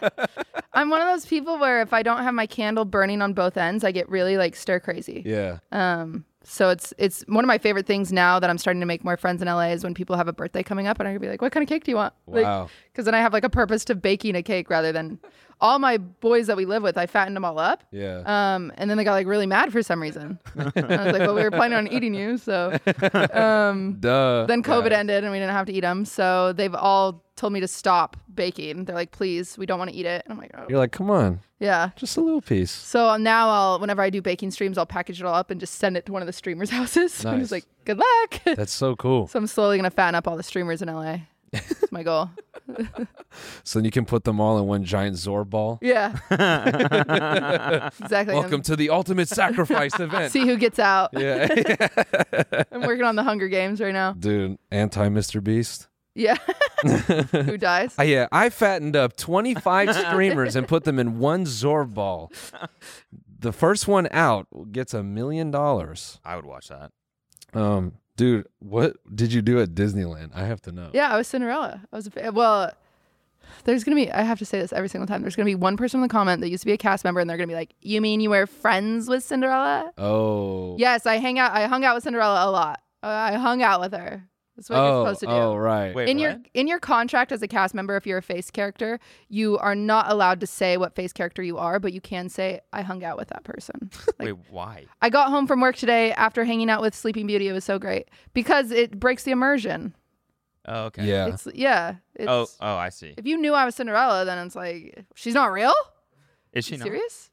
Speaker 9: I'm one of those people where if I don't have my candle burning on both ends, I get really like stir crazy.
Speaker 1: Yeah.
Speaker 9: Um, so it's it's one of my favorite things now that I'm starting to make more friends in LA is when people have a birthday coming up and I can be like, "What kind of cake do you want?" Like,
Speaker 1: Wow.
Speaker 9: Because then I have like a purpose to baking a cake rather than all my boys that we live with. I fattened them all up.
Speaker 1: Yeah.
Speaker 9: Um, and then they got like really mad for some reason. I was like, well, we were planning on eating you, so. Um,
Speaker 1: Duh.
Speaker 9: then COVID
Speaker 1: guys.
Speaker 9: ended and we didn't have to eat them, so they've all told me to stop baking. They're like, please, we don't want to eat it. And I'm like, oh,
Speaker 1: You're like, come on,
Speaker 9: yeah.
Speaker 1: just a little piece.
Speaker 9: So now I'll, whenever I do baking streams, I'll package it all up and just send it to one of the streamers' houses. I'm
Speaker 1: Nice.
Speaker 9: just like, good luck.
Speaker 1: That's so cool.
Speaker 9: so I'm slowly gonna fatten up all the streamers in LA. That's my goal.
Speaker 1: So then you can put them all in one giant Zorb ball.
Speaker 9: Yeah. exactly.
Speaker 1: Welcome to the ultimate sacrifice event.
Speaker 9: See who gets out.
Speaker 1: yeah.
Speaker 9: I'm working on the Hunger Games right now.
Speaker 1: Dude, anti Mr. Beast.
Speaker 9: Yeah. Who dies?
Speaker 1: Uh, yeah, I fattened up 25 streamers and put them in one Zorb ball. The first one out gets a million dollars.
Speaker 2: I would watch that.
Speaker 1: Um, dude, what did you do at Disneyland? I have to know.
Speaker 9: Yeah, I was Cinderella. I was a, fa- well. There's gonna be. I have to say this every single time. There's gonna be one person in the comment that used to be a cast member, and they're gonna be like, "You mean you were friends with Cinderella?"
Speaker 1: Oh.
Speaker 9: Yes, I hang out. I hung out with Cinderella a lot. Uh, I hung out with her. That's what you're
Speaker 1: oh,
Speaker 9: supposed to do.
Speaker 1: oh, right.
Speaker 2: Wait,
Speaker 9: in
Speaker 2: what?
Speaker 9: your in your contract as a cast member, if you're a face character, you are not allowed to say what face character you are, but you can say, "I hung out with that person." Like,
Speaker 2: Wait, why?
Speaker 9: I got home from work today after hanging out with Sleeping Beauty. It was so great because it breaks the immersion.
Speaker 2: Oh, okay.
Speaker 1: Yeah.
Speaker 9: It's yeah. It's,
Speaker 2: Oh, oh, I see.
Speaker 9: If you knew I was Cinderella, then it's like she's not real.
Speaker 2: Is she
Speaker 9: You
Speaker 2: not?
Speaker 9: serious?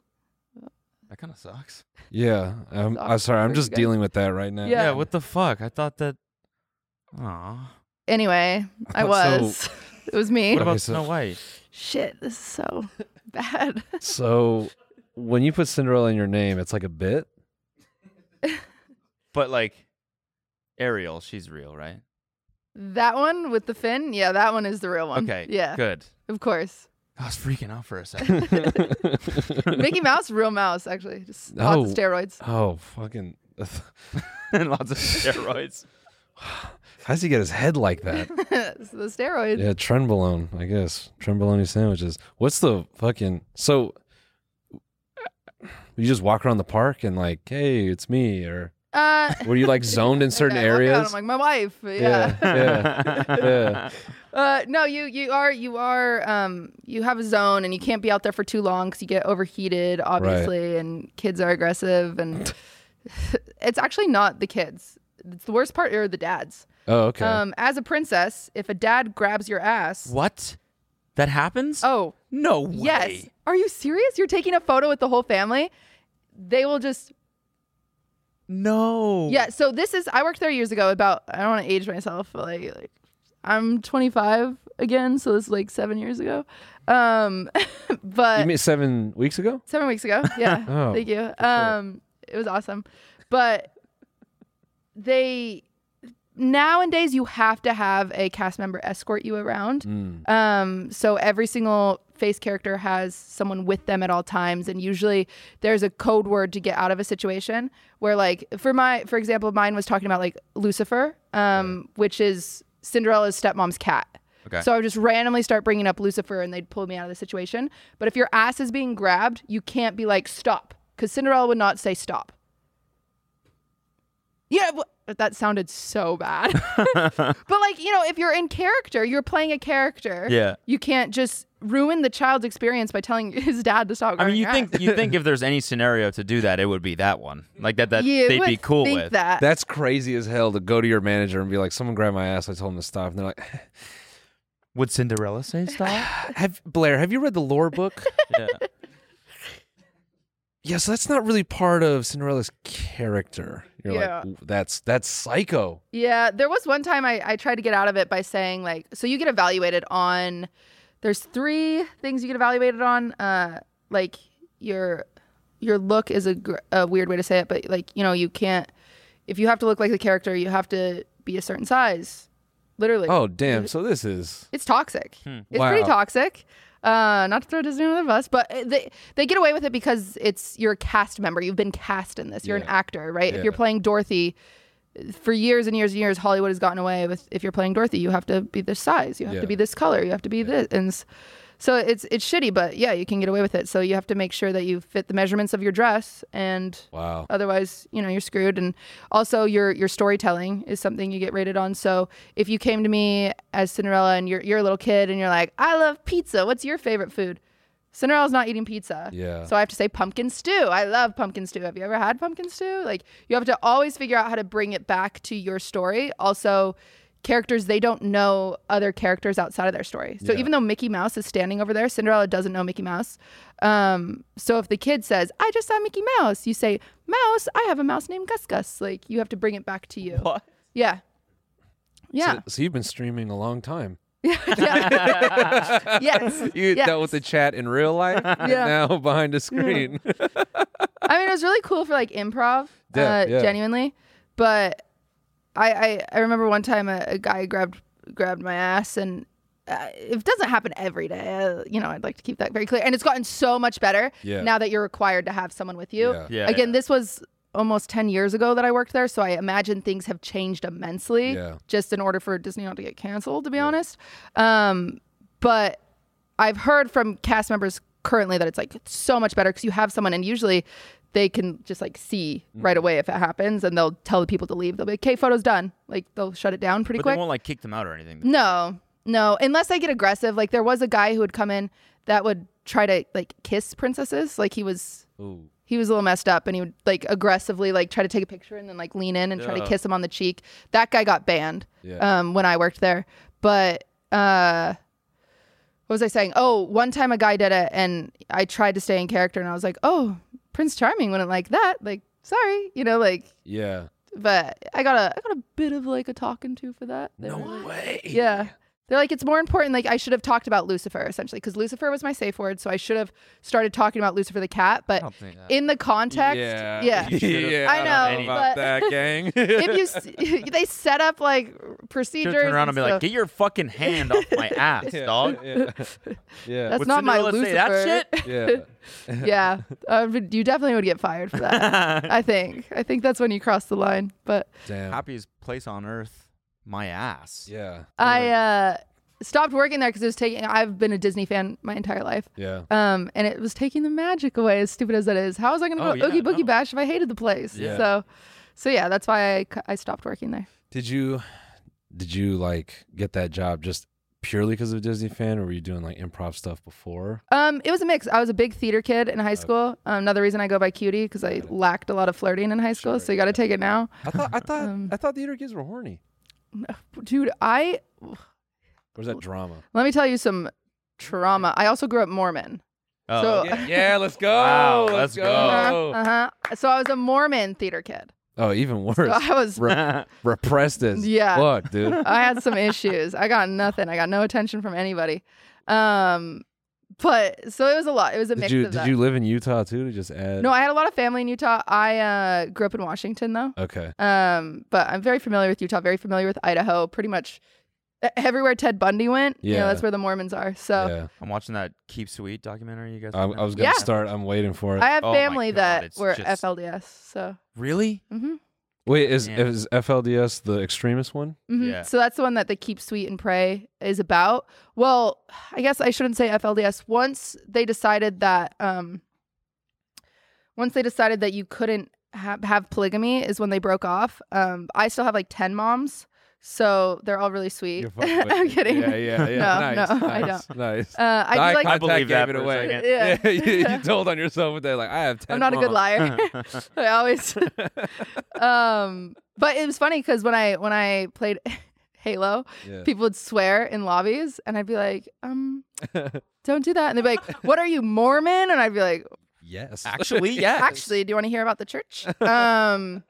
Speaker 2: That kind of sucks.
Speaker 1: yeah. I'm,
Speaker 9: Sucks
Speaker 1: I'm sorry. I'm
Speaker 9: for
Speaker 1: just
Speaker 9: you guys.
Speaker 1: dealing with that right now.
Speaker 9: Yeah.
Speaker 2: Yeah. What the fuck? I thought that. Aw.
Speaker 9: Anyway, I
Speaker 1: So-
Speaker 9: was. it was me.
Speaker 2: What about
Speaker 1: so-
Speaker 2: Snow White?
Speaker 9: Shit, this is so bad.
Speaker 1: So when you put Cinderella in your name, it's like a bit.
Speaker 2: But like, Ariel, she's real, right?
Speaker 9: that one with the fin, yeah, that one is the real one.
Speaker 2: Okay.
Speaker 9: Yeah.
Speaker 2: Good.
Speaker 9: Of course.
Speaker 2: I was freaking out for a second.
Speaker 9: Mickey Mouse, real mouse, actually. Just lots
Speaker 1: Oh.
Speaker 9: of steroids.
Speaker 1: Oh, fucking.
Speaker 2: and lots of steroids.
Speaker 1: How does he get his head like that?
Speaker 9: It's the steroids.
Speaker 1: yeah, trenbolone, I guess. Trenbolone sandwiches. What's the fucking. So you just walk around the park and, like, hey, it's me? Or
Speaker 9: Uh,
Speaker 1: were you like zoned in certain
Speaker 9: yeah, I walk out,
Speaker 1: areas?
Speaker 9: I'm like my wife.
Speaker 1: yeah.
Speaker 9: Yeah.
Speaker 1: Yeah. yeah.
Speaker 9: Uh, no, you you are you are um you have a zone and you can't be out there for too long because you get overheated, obviously, and kids are aggressive and it's actually not the kids. It's the worst part are the dads.
Speaker 1: Oh, okay.
Speaker 9: Um, as a princess, if a dad grabs your ass,
Speaker 2: What? That happens?
Speaker 9: oh
Speaker 2: no way.
Speaker 9: yes, are you serious? You're taking a photo with the whole family. They will just
Speaker 2: No.
Speaker 9: Yeah, so this is I worked there years ago about I don't want to age myself, but like, like I'm 25 again, so this is like 7 years ago. Um
Speaker 1: you
Speaker 9: but
Speaker 1: mean seven weeks ago?
Speaker 9: 7 weeks ago. Yeah.
Speaker 1: Oh,
Speaker 9: thank you. Um it was awesome. But they nowadays you have to have a cast member escort you around.
Speaker 1: Hmm.
Speaker 9: Um, so every single face character has someone with them at all times, and usually there's a code word to get out of a situation. Where like for my, for example, mine was talking about like Lucifer, um, which is Cinderella's stepmom's cat.
Speaker 2: Okay.
Speaker 9: So I would just randomly start bringing up Lucifer, and they'd pull me out of the situation. But if your ass is being grabbed, you can't be like stop, because Cinderella would not say stop. Yeah, but that sounded so bad. But like, you know, if you're in character, you're playing a character.
Speaker 2: Yeah.
Speaker 9: You can't just ruin the child's experience by telling his dad to stop.
Speaker 2: I mean, you
Speaker 9: grabbing your
Speaker 2: think
Speaker 9: ass.
Speaker 2: you think if there's any scenario to do that, it would be that one. Like that that
Speaker 9: You
Speaker 2: they'd be
Speaker 9: would
Speaker 2: cool
Speaker 9: think
Speaker 2: with.
Speaker 9: that.
Speaker 1: That's crazy as hell to go to your manager and be like, someone grabbed my ass. I told him to stop. And they're like,
Speaker 2: Would Cinderella say stop?
Speaker 1: have Blair, have you read the lore book?
Speaker 2: yeah.
Speaker 1: yeah, so that's not really part of Cinderella's character. You're
Speaker 9: Yeah.
Speaker 1: like, "Ooh, that's that's psycho.
Speaker 9: Yeah, there was one time I, I tried to get out of it by saying like, so you get evaluated on. There's three things you get evaluated on. Uh, like your your look is a, gr- a weird way to say it, but like you know you can't if you have to look like the character, you have to be a certain size. Literally.
Speaker 1: oh, damn. So this is
Speaker 9: It's toxic. It's
Speaker 1: Wow.
Speaker 9: pretty toxic. Uh, not to throw Disney under the bus, but uh, they they get away with it because it's you're a cast member. You've been cast in this. You're an
Speaker 1: Yeah.
Speaker 9: actor, right? If
Speaker 1: Yeah.
Speaker 9: you're playing Dorothy, for years and years and years, Hollywood has gotten away with if you're playing Dorothy, you have to be this size, you have
Speaker 1: Yeah.
Speaker 9: to be this color, you have to be this, and s- so it's it's shitty, but yeah, you can get away with it. So you have to make sure that you fit the measurements of your dress and
Speaker 1: wow.
Speaker 9: Otherwise, you know, you're screwed. And also, your your storytelling is something you get rated on. So if you came to me as Cinderella and you're you're a little kid and you're like, I love pizza. What's your favorite food? Cinderella's not eating pizza.
Speaker 1: Yeah.
Speaker 9: So I have to say pumpkin stew. I love pumpkin stew. Have you ever had pumpkin stew? Like you have to always figure out how to bring it back to your story. Also, characters they don't know other characters outside of their story. So
Speaker 1: Yeah.
Speaker 9: even though Mickey Mouse is standing over there, Cinderella doesn't know Mickey Mouse. Um, so if the kid says, "I just saw Mickey Mouse," you say, "Mouse, I have a mouse named Gus Gus." Like you have to bring it back to you.
Speaker 2: What?
Speaker 9: Yeah. Yeah.
Speaker 1: So, so you've been streaming a long time.
Speaker 9: yes.
Speaker 1: You
Speaker 9: Yes.
Speaker 1: dealt with the chat in real life. and
Speaker 9: Yeah.
Speaker 1: Now behind a screen.
Speaker 9: I mean, it was really cool for like improv,
Speaker 1: Yeah,
Speaker 9: uh,
Speaker 1: yeah.
Speaker 9: genuinely. But I, I I remember one time a, a guy grabbed grabbed my ass, and uh, it doesn't happen every day. Uh, you know, I'd like to keep that very clear. And it's gotten so much better
Speaker 1: Yeah.
Speaker 9: now that you're required to have someone with you.
Speaker 1: Yeah.
Speaker 2: Yeah,
Speaker 9: Again, this was almost 10 years ago that I worked there, so I imagine things have changed immensely
Speaker 1: Yeah.
Speaker 9: just in order for Disney not to get canceled, to be honest. Um, but I've heard from cast members currently that it's like so much better because you have someone, and usually they can just like see
Speaker 2: Mm.
Speaker 9: right away if it happens, and they'll tell the people to leave. They'll be like, "Okay, photo's done." Like they'll shut it down pretty
Speaker 2: But
Speaker 9: quick.
Speaker 2: they won't like kick them out or anything.
Speaker 9: No, no. Unless I get aggressive. Like there was a guy who would come in that would try to like kiss princesses. Like he was he was a little messed up and he would like aggressively like try to take a picture and then like lean in and try to
Speaker 2: Ugh.
Speaker 9: kiss him on the cheek. That guy got banned
Speaker 1: Yeah.
Speaker 9: um when I worked there. But uh what was I saying? Oh, one time a guy did it and I tried to stay in character and I was like, "Oh, Prince Charming wouldn't like that." Like, sorry. You know, like
Speaker 1: Yeah.
Speaker 9: but I got a I got a bit of like a talking to for that. They were like-
Speaker 1: way.
Speaker 9: yeah. They're like, it's more important. Like, I should have talked about Lucifer essentially, because Lucifer was my safe word. So I should have started talking about Lucifer the cat. But in the context, yeah.
Speaker 1: yeah.
Speaker 9: I know,
Speaker 1: don't about
Speaker 9: but-
Speaker 1: that, gang.
Speaker 9: if you, s- they set up like procedures.
Speaker 2: Should turn around and
Speaker 9: and
Speaker 2: be like,
Speaker 9: stuff.
Speaker 2: "Get your fucking hand off my ass,
Speaker 1: Yeah,
Speaker 2: dog."
Speaker 1: Yeah. Yeah.
Speaker 9: that's
Speaker 2: Would
Speaker 9: not my
Speaker 2: Cinderella
Speaker 9: Lucifer.
Speaker 2: say that
Speaker 1: yeah.
Speaker 9: yeah, I would- you definitely would get fired for that. I think. I think that's when you cross the line. But
Speaker 1: Damn.
Speaker 2: Happiest place on earth, my ass.
Speaker 1: Yeah.
Speaker 9: I uh, stopped working there because it was taking. I've been a Disney fan my entire life.
Speaker 1: Yeah.
Speaker 9: Um, and it was taking the magic away. As stupid as that is, how was I going to
Speaker 2: Oh,
Speaker 9: go
Speaker 2: yeah,
Speaker 9: Oogie Boogie
Speaker 2: no.
Speaker 9: Bash if I hated the place?
Speaker 1: Yeah.
Speaker 9: So, so yeah, that's why I, cu- I stopped working there.
Speaker 1: Did you did you like get that job just purely because of a Disney fan, or were you doing like improv stuff before?
Speaker 9: Um, it was a mix. I was a big theater kid in high school. Um, another reason I go by Cutie because I lacked a lot of flirting in high school. so you got to take it now,
Speaker 1: I thought I thought
Speaker 9: Um,
Speaker 1: I thought theater kids were horny.
Speaker 9: dude. I
Speaker 1: Or is that drama?
Speaker 9: let me tell you some trauma. I also grew up Mormon.
Speaker 2: Oh,
Speaker 9: so
Speaker 2: okay. Oh.
Speaker 1: yeah, let's go.
Speaker 2: Wow, let's
Speaker 9: uh-huh, uh-huh. So I was a Mormon theater kid.
Speaker 1: Oh, even worse.
Speaker 9: So I was
Speaker 1: Re- repressed as
Speaker 9: Yeah.
Speaker 1: fuck, dude.
Speaker 9: I had some issues. I got nothing. I got no attention from anybody. Um, but so it was a lot. It was a
Speaker 1: Did
Speaker 9: mix
Speaker 1: you
Speaker 9: of
Speaker 1: did
Speaker 9: that.
Speaker 1: you live in Utah too to just add?
Speaker 9: no, I had a lot of family in Utah. I uh, grew up in Washington though.
Speaker 1: Okay.
Speaker 9: Um, but I'm very familiar with Utah. Very familiar with Idaho. Pretty much e- everywhere Ted Bundy went. You
Speaker 1: Yeah.
Speaker 9: know, that's where the Mormons are. So
Speaker 1: yeah.
Speaker 2: I'm watching that Keep Sweet documentary. You guys,
Speaker 1: I, I
Speaker 2: watching that?
Speaker 1: was gonna
Speaker 9: Yeah.
Speaker 1: start. I'm waiting for it.
Speaker 9: I have
Speaker 2: Oh my
Speaker 9: family
Speaker 2: God,
Speaker 9: that
Speaker 2: it's
Speaker 9: were
Speaker 2: just-
Speaker 9: FLDS. So
Speaker 2: really.
Speaker 9: hmm
Speaker 1: Wait, is
Speaker 2: Yeah.
Speaker 1: is FLDS the extremist one?
Speaker 9: Mhm.
Speaker 2: Yeah.
Speaker 9: So that's the one that the Keep Sweet and Pray is about. Well, I guess I shouldn't say FLDS. Once they decided that, um, once they decided that you couldn't ha- have polygamy, is when they broke off. Um, I still have like ten moms, so they're all really sweet. I'm kidding.
Speaker 1: Yeah, yeah, yeah.
Speaker 9: No,
Speaker 1: nice,
Speaker 9: no, I
Speaker 1: nice, Nice.
Speaker 9: Uh, I do
Speaker 1: Eye
Speaker 9: like.
Speaker 1: contact
Speaker 2: believe
Speaker 1: gave
Speaker 2: that
Speaker 1: it
Speaker 2: for a
Speaker 1: away.
Speaker 2: second.
Speaker 9: Yeah.
Speaker 1: yeah, you, you told on yourself with that. Like I have ten.
Speaker 9: I'm not a good
Speaker 1: moms.
Speaker 9: liar. I always. um, but it was funny because when I when I played Halo,
Speaker 1: Yeah.
Speaker 9: people would swear in lobbies, and I'd be like, um, don't do that, and they'd be like, "What are you Mormon?" And I'd be like,
Speaker 1: Yes.
Speaker 2: Actually, yes.
Speaker 9: Actually, do you want to hear about the church? Um,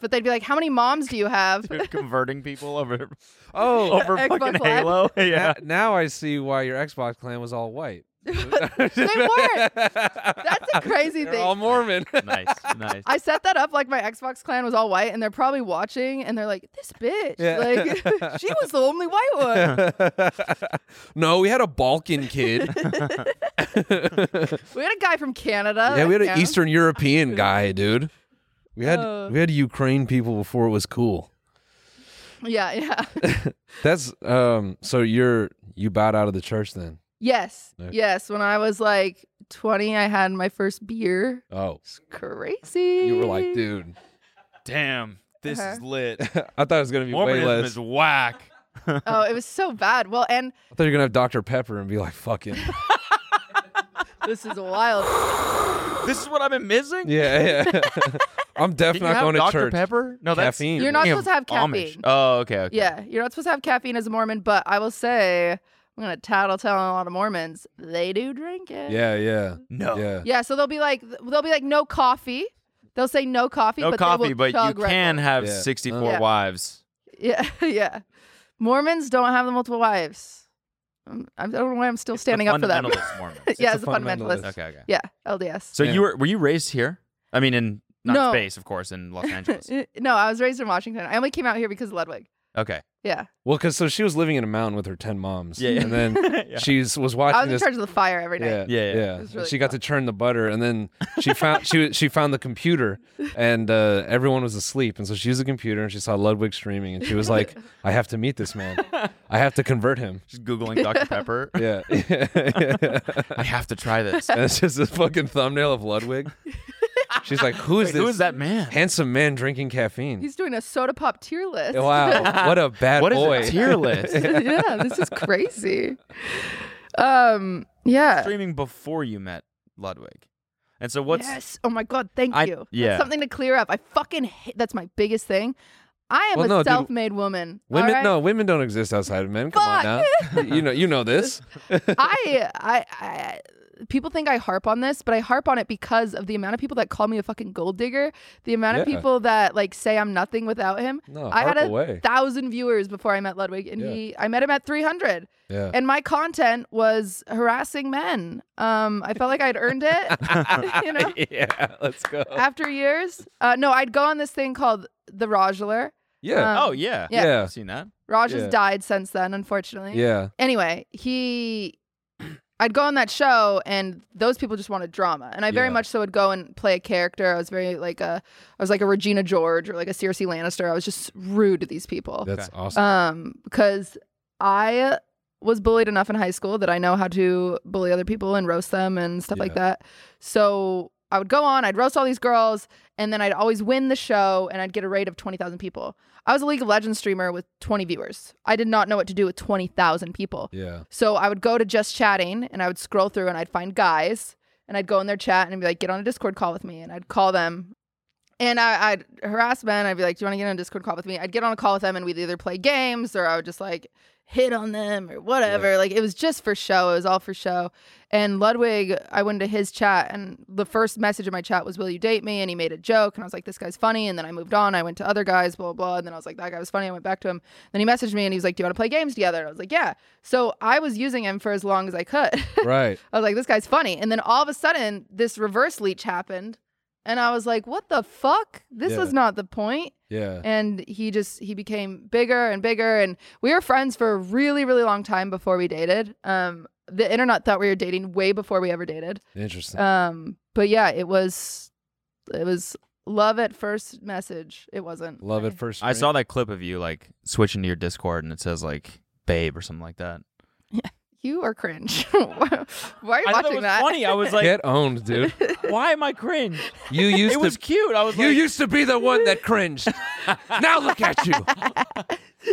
Speaker 9: but they'd be like, "How many moms do you have?"
Speaker 2: Dude, converting people over
Speaker 1: Oh,
Speaker 2: over
Speaker 9: Xbox
Speaker 2: fucking
Speaker 9: Live.
Speaker 2: Halo.
Speaker 1: yeah.
Speaker 2: yeah.
Speaker 1: Now I see why your Xbox clan was all white. they
Speaker 9: weren't. That's a crazy
Speaker 1: They're
Speaker 9: thing.
Speaker 1: all Mormon.
Speaker 2: nice, nice.
Speaker 9: I set that up like my Xbox clan was all white, and they're probably watching, and they're like, "This bitch,
Speaker 1: Yeah.
Speaker 9: like, she was the only white one."
Speaker 1: no, we had a Balkan kid.
Speaker 9: We had a guy from Canada.
Speaker 1: yeah, we had an
Speaker 9: Oh, Yeah.
Speaker 1: Eastern European guy, dude. We had
Speaker 9: Uh.
Speaker 1: we had Ukraine people before it was cool.
Speaker 9: Yeah, yeah.
Speaker 1: That's um. So you're you bowed out of the church then?
Speaker 9: Yes,
Speaker 1: No.
Speaker 9: yes. When I was like 20, I had my first beer.
Speaker 1: Oh,
Speaker 9: It's crazy.
Speaker 1: you were like, dude.
Speaker 2: Damn, this is
Speaker 9: Uh-huh.
Speaker 2: lit.
Speaker 1: I thought it was gonna be
Speaker 2: Mormonism
Speaker 1: way less.
Speaker 2: is whack.
Speaker 9: Oh, it was so bad. Well, and
Speaker 1: I thought you were gonna have Dr Pepper and be like, fucking.
Speaker 9: this is wild.
Speaker 2: This is what I've been missing.
Speaker 1: yeah, yeah. I'm
Speaker 2: Didn't
Speaker 1: definitely not
Speaker 2: you have
Speaker 1: going to
Speaker 2: Dr.
Speaker 1: church.
Speaker 2: Pepper? No, that's
Speaker 1: Caffeine.
Speaker 9: You're not
Speaker 2: Damn,
Speaker 9: supposed to have
Speaker 2: Amish.
Speaker 9: caffeine.
Speaker 2: Oh, okay, okay.
Speaker 9: Yeah, you're not supposed to have caffeine as a Mormon, but I will say, I'm gonna tattle tell on a lot of Mormons. They do drink it.
Speaker 1: Yeah, yeah,
Speaker 9: Oh.
Speaker 2: No.
Speaker 1: yeah.
Speaker 9: Yeah, so they'll be like, they'll be like, no coffee. They'll say no coffee.
Speaker 2: No
Speaker 9: but they
Speaker 2: coffee,
Speaker 9: will
Speaker 2: but you
Speaker 9: chug Red
Speaker 2: can
Speaker 9: Bull.
Speaker 2: have
Speaker 1: Yeah.
Speaker 2: 64
Speaker 9: Yeah.
Speaker 2: wives.
Speaker 9: Yeah, yeah. Mormons don't have the multiple wives. Um, I don't know why I'm still standing up for that.
Speaker 2: Fundamentalist Mormons.
Speaker 9: yeah,
Speaker 1: a
Speaker 9: as a fundamentalist.
Speaker 1: fundamentalist.
Speaker 2: Okay, okay.
Speaker 9: Yeah, LDS.
Speaker 2: So
Speaker 1: Yeah.
Speaker 2: you were were you raised here? I mean, in not
Speaker 9: No.
Speaker 2: space, of course, in Los Angeles.
Speaker 9: no, I was raised in Washington. I only came out here because of Ludwig.
Speaker 2: Okay.
Speaker 9: Yeah,
Speaker 1: Well, because so she was living in a mountain with her ten moms.
Speaker 2: Yeah, yeah.
Speaker 1: and then
Speaker 2: yeah.
Speaker 1: she was was
Speaker 9: I
Speaker 1: watching
Speaker 9: was in
Speaker 1: this.
Speaker 9: charge of the fire every
Speaker 1: Yeah,
Speaker 9: night.
Speaker 2: Yeah, yeah.
Speaker 1: yeah.
Speaker 9: was
Speaker 1: And
Speaker 9: really
Speaker 1: she got to churn the butter, and then she found she was- she found the computer, and uh, everyone was asleep, and so she used the computer, and she saw Ludwig streaming, and she was like, "I have to meet this man. I have to convert him."
Speaker 2: Just googling Dr. Pepper.
Speaker 1: Yeah,
Speaker 2: I have to try this.
Speaker 1: and it's just a fucking thumbnail of Ludwig. She's like, "Who is
Speaker 2: Wait,
Speaker 1: this
Speaker 2: who is that man?
Speaker 1: handsome man drinking caffeine?"
Speaker 9: He's doing a soda pop tier list.
Speaker 1: wow, what a bad
Speaker 2: What is
Speaker 1: boy.
Speaker 2: a tier list?
Speaker 9: yeah, this is crazy. Um, yeah.
Speaker 2: Streaming before you met Ludwig. And so what's
Speaker 9: yes. Oh my god, thank
Speaker 2: I-
Speaker 9: you. That's
Speaker 2: yeah.
Speaker 9: something to clear up. I fucking hate that's my biggest thing. I am
Speaker 1: Well,
Speaker 9: a
Speaker 1: no, dude.
Speaker 9: self-made woman. all
Speaker 1: Women,
Speaker 9: right?
Speaker 1: no, women don't exist outside of men. Come on now,
Speaker 9: Fuck.
Speaker 1: you know, you know this.
Speaker 9: I, I, I, people think I harp on this, but I harp on it because of the amount of people that call me a fucking gold digger, the amount of
Speaker 1: Yeah.
Speaker 9: people that like say I'm nothing without him.
Speaker 1: No,
Speaker 9: I had
Speaker 1: harp
Speaker 9: a
Speaker 1: away.
Speaker 9: thousand viewers before I met Ludwig, and
Speaker 1: Yeah.
Speaker 9: he, I met him at 300,
Speaker 1: Yeah.
Speaker 9: and my content was harassing men. Um, I felt like I'd earned it, you know.
Speaker 1: yeah, let's go.
Speaker 9: After years, uh, no, I'd go on this thing called the Rogeler.
Speaker 1: Yeah,
Speaker 9: Um,
Speaker 2: Oh yeah.
Speaker 9: yeah.
Speaker 1: Yeah.
Speaker 2: I've seen that.
Speaker 9: Raj
Speaker 1: Yeah.
Speaker 9: has died since then, unfortunately.
Speaker 1: yeah.
Speaker 9: anyway, he I'd go on that show and those people just wanted drama. And I very
Speaker 1: Yeah.
Speaker 9: much so would go and play a character. I was very like a I was like a Regina George or like a Cersei Lannister. I was just rude to these people.
Speaker 1: That's awesome.
Speaker 9: Um because I was bullied enough in high school that I know how to bully other people and roast them and stuff like
Speaker 1: Yeah.
Speaker 9: that. So I would go on, I'd roast all these girls, and then I'd always win the show and I'd get a rate of 20,000 people. I was a League of Legends streamer with 20 viewers. I did not know what to do with 20,000 people.
Speaker 1: yeah.
Speaker 9: So I would go to just chatting and I would scroll through and I'd find guys and I'd go in their chat and be like, get on a Discord call with me. And I'd call them and I, I'd harass men. I'd be like, do you want to get on a Discord call with me? I'd get on a call with them and we'd either play games or I would just like hit on them or whatever. Like it was just for show. It was all for show. And Ludwig, I went into his chat and the first message in my chat was, will you date me? And he made a joke and I was like, this guy's funny. And then I moved on. I went to other guys, blah, blah. blah. And then I was like, that guy was funny. I went back to him. Then he messaged me and he was like, do you want to play games together? And I was like, yeah. So I was using him for as long as I could.
Speaker 1: Right.
Speaker 9: I was like, this guy's funny. And then all of a sudden, this reverse leech happened. And I was like, what the fuck? This
Speaker 1: Yeah.
Speaker 9: was not the point.
Speaker 1: Yeah.
Speaker 9: And he just, he became bigger and bigger. And we were friends for a really, really long time before we dated. Um, the internet thought we were dating way before we ever dated.
Speaker 1: Interesting.
Speaker 9: Um, but yeah, it was, it was love at first message. It wasn't.
Speaker 1: Love at first.
Speaker 2: I saw that clip of you like switching to your Discord and it says like babe or something like that.
Speaker 9: You are cringe. Why are you
Speaker 2: I thought that
Speaker 9: watching
Speaker 2: was
Speaker 9: that?
Speaker 2: funny. I was like,
Speaker 1: Get owned, dude.
Speaker 2: why am I cringe?
Speaker 1: You used
Speaker 2: It was
Speaker 1: to.
Speaker 2: cute. I was
Speaker 1: You
Speaker 2: like,
Speaker 1: used to be the one that cringed. now look at you.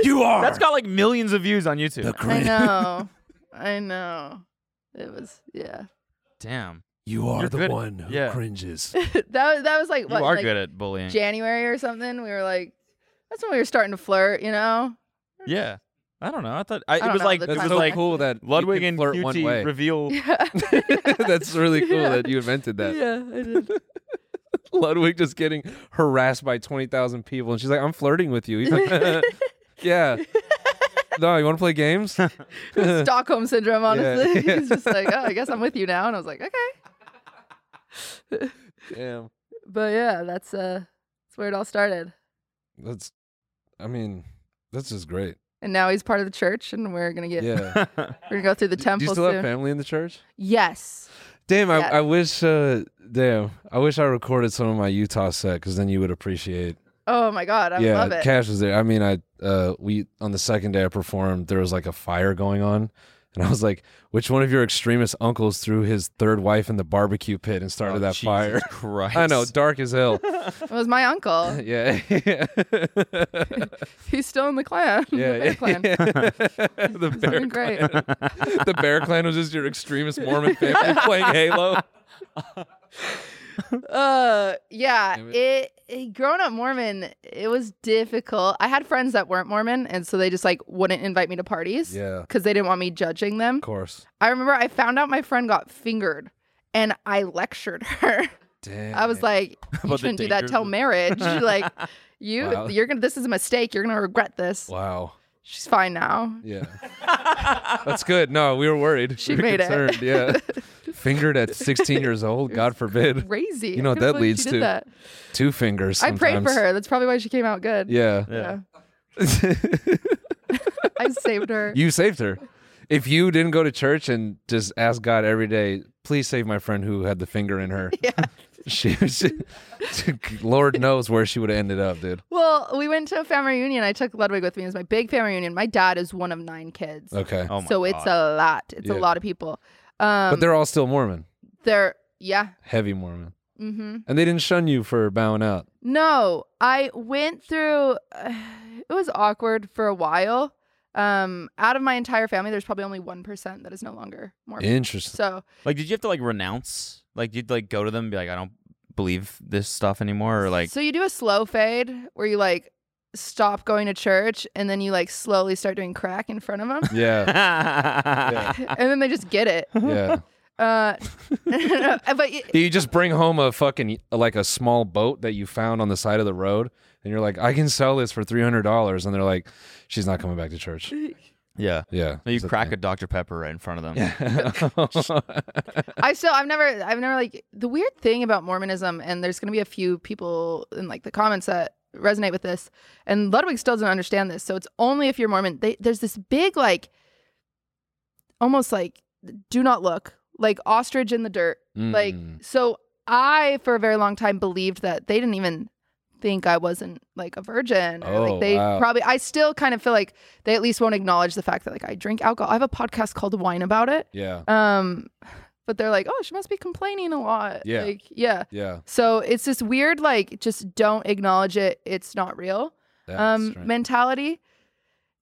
Speaker 1: You are.
Speaker 2: that's got like millions of views on YouTube.
Speaker 1: the
Speaker 9: I
Speaker 1: cringe.
Speaker 9: know. I know. It was yeah.
Speaker 2: Damn.
Speaker 1: You are
Speaker 2: You're
Speaker 1: the
Speaker 2: good at-
Speaker 1: one who
Speaker 2: yeah.
Speaker 1: cringes.
Speaker 9: that was, that was like what
Speaker 2: you are
Speaker 9: like
Speaker 2: good at bullying.
Speaker 9: January or something. We were like, that's when we were starting to flirt, you know.
Speaker 2: yeah. I don't know. I thought I,
Speaker 9: I
Speaker 2: it
Speaker 9: don't
Speaker 2: was
Speaker 9: know,
Speaker 2: like
Speaker 9: the
Speaker 2: it
Speaker 1: That's
Speaker 2: was
Speaker 1: so
Speaker 2: like
Speaker 1: cool that you
Speaker 2: Ludwig
Speaker 1: can
Speaker 2: and
Speaker 1: flirt one
Speaker 2: QT
Speaker 1: way.
Speaker 2: reveal.
Speaker 9: Yeah.
Speaker 1: That's really cool
Speaker 9: Yeah.
Speaker 1: that you invented that.
Speaker 2: Yeah, I did.
Speaker 1: Ludwig just getting harassed by 20,000 people. And she's like, I'm flirting with you. He's like, yeah. No, you want to play games?
Speaker 9: Stockholm syndrome, honestly.
Speaker 1: yeah.
Speaker 9: He's just like, oh, I guess I'm with you now. And I was like, okay.
Speaker 1: Damn.
Speaker 9: But yeah, that's uh that's where it all started.
Speaker 1: That's, I mean, that's just great.
Speaker 9: And now he's part of the church and we're gonna get
Speaker 1: Yeah.
Speaker 9: we're gonna go through the
Speaker 1: Do
Speaker 9: temple
Speaker 1: you still have
Speaker 9: soon.
Speaker 1: family in the church?
Speaker 9: Yes.
Speaker 1: Damn, I,
Speaker 9: Yeah.
Speaker 1: I wish, uh, damn, I wish I recorded some of my Utah set because then you would appreciate
Speaker 9: Oh my god, I
Speaker 1: yeah,
Speaker 9: love it.
Speaker 1: Cash was there. I mean, I uh, we on the second day I performed, there was like a fire going on, and I was like, "Which one of your extremist uncles threw his third wife in the barbecue pit and started
Speaker 2: Oh,
Speaker 1: that
Speaker 2: Jesus
Speaker 1: fire?"
Speaker 2: Christ.
Speaker 1: I know, dark as hell.
Speaker 9: It was my uncle.
Speaker 1: yeah,
Speaker 9: He's still in the clan.
Speaker 1: yeah,
Speaker 9: the Bear clan.
Speaker 1: the bear,
Speaker 9: Doing great.
Speaker 1: the bear clan was just your extremist Mormon family playing Halo.
Speaker 9: Uh, yeah.
Speaker 1: Damn it.
Speaker 9: It, it growing up Mormon, it was difficult. I had friends that weren't Mormon, and so they just like wouldn't invite me to parties
Speaker 1: Yeah,
Speaker 9: because they didn't want me judging them.
Speaker 1: of course.
Speaker 9: I remember I found out my friend got fingered, and I lectured her.
Speaker 1: Damn.
Speaker 9: I was like, "You
Speaker 2: the
Speaker 9: shouldn't do that
Speaker 2: dangers
Speaker 9: till
Speaker 2: of-
Speaker 9: marriage. like, you,
Speaker 1: Wow.
Speaker 9: you're gonna. This is a mistake. You're gonna regret this."
Speaker 1: wow.
Speaker 9: She's fine now.
Speaker 1: Yeah. That's good. No, we were worried.
Speaker 9: She
Speaker 1: we were
Speaker 9: made it.
Speaker 1: concerned. Yeah. Fingered at 16 years old. God forbid.
Speaker 9: Crazy.
Speaker 1: You know
Speaker 9: I
Speaker 1: what
Speaker 9: can't
Speaker 1: that
Speaker 9: believe
Speaker 1: leads
Speaker 9: she
Speaker 1: to.
Speaker 9: did that.
Speaker 1: Two fingers.
Speaker 9: I prayed for
Speaker 1: sometimes.
Speaker 9: her. That's probably why she came out good.
Speaker 1: Yeah.
Speaker 9: Yeah. I saved her.
Speaker 1: you saved her. If you didn't go to church and just ask God every day, please save my friend who had the finger in her.
Speaker 9: Yeah.
Speaker 1: She, she- Lord knows where she would have ended up, dude.
Speaker 9: Well, we went to a family reunion. I took Ludwig with me. It was my big family reunion. My dad is one of nine kids.
Speaker 1: Okay.
Speaker 2: Oh my
Speaker 9: so it's
Speaker 1: uh,
Speaker 2: God.
Speaker 9: a lot. It's
Speaker 1: Yeah.
Speaker 9: a lot of people. Um,
Speaker 1: but they're all still Mormon,
Speaker 9: they're, yeah.
Speaker 1: heavy Mormon.
Speaker 9: Mm-hmm.
Speaker 1: And they didn't shun you for bowing out.
Speaker 9: No, I went through. it was awkward for a while. Um, out of my entire family, there's probably only one percent that is no longer Mormon.
Speaker 1: Interesting.
Speaker 9: so
Speaker 2: like did you have to like renounce? Like you'd like go to them and be like I don't believe this stuff anymore or like
Speaker 9: so you do a slow fade where you like stop going to church and then you like slowly start doing crack in front of them,
Speaker 1: Yeah.
Speaker 9: and then they just get it.
Speaker 1: Yeah.
Speaker 9: Uh, but it,
Speaker 1: Do you just bring home a fucking like a small boat that you found on the side of the road, and you're like, I can sell this for three hundred dollars, and they're like, she's not coming back to church.
Speaker 2: Yeah.
Speaker 1: Yeah,
Speaker 2: So you crack a Dr Pepper right in front of them.
Speaker 9: I still I've never I've never like the weird thing about Mormonism and there's gonna be a few people in like the comments that resonate with this and Ludwig still doesn't understand this so it's only if you're Mormon they, there's this big like almost like do not look like ostrich in the dirt like
Speaker 1: Hmm. Mm.
Speaker 9: so I for a very long time believed that they didn't even think I wasn't like a virgin or
Speaker 1: Oh,
Speaker 9: like they
Speaker 1: wow.
Speaker 9: probably I still kind of feel like they at least won't acknowledge the fact that like I drink alcohol I have a podcast called Wine about it
Speaker 1: yeah,
Speaker 9: um, but they're like, oh, she must be complaining a lot.
Speaker 1: Yeah.
Speaker 9: Like, yeah.
Speaker 1: yeah.
Speaker 9: So it's this weird, like, just don't acknowledge it. It's not real.
Speaker 1: That's
Speaker 9: Um,
Speaker 1: strange.
Speaker 9: mentality.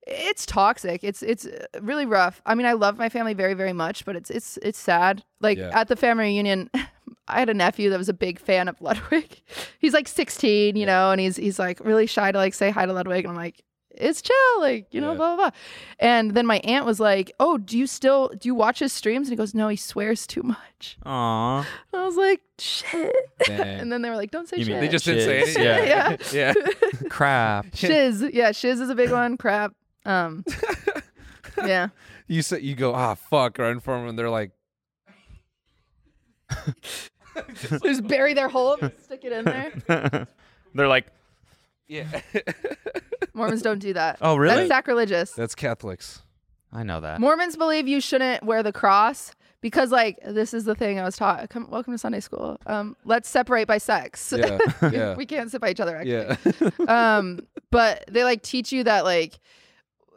Speaker 9: It's toxic. It's it's uh, really rough. I mean, I love my family very very much, but it's it's it's sad. Like
Speaker 1: Yeah.
Speaker 9: at the family reunion, I had a nephew that was a big fan of Ludwig. He's like 16, you know, and he's he's like really shy to like say hi to Ludwig, and I'm like, it's chill, like you know,
Speaker 1: Yeah.
Speaker 9: blah blah blah. And then my aunt was like, oh, do you still do you watch his streams? And he goes, no, he swears too much.
Speaker 2: Aw.
Speaker 9: And I was like, shit.
Speaker 1: Dang.
Speaker 9: And then they were like, don't say
Speaker 2: You
Speaker 9: shit.
Speaker 2: mean
Speaker 1: they just didn't say
Speaker 2: Shiz.
Speaker 1: anything.
Speaker 9: Yeah.
Speaker 1: yeah.
Speaker 2: Crap.
Speaker 9: Shiz. Yeah, shiz is a big one. Crap. Um Yeah.
Speaker 1: You say you go ah fuck right in front of them, and they're like,
Speaker 9: Just bury their hole and stick it in there.
Speaker 2: They're like
Speaker 1: yeah,
Speaker 9: Mormons don't do that.
Speaker 2: Oh, really?
Speaker 9: That's sacrilegious.
Speaker 1: that's Catholics.
Speaker 2: I know that.
Speaker 9: Mormons believe you shouldn't wear the cross because like this is the thing I was taught. Come welcome to Sunday school. Um let's separate by sex.
Speaker 1: Yeah, yeah,
Speaker 9: we can't sit by each other actually.
Speaker 1: yeah.
Speaker 9: Um but they like teach you that like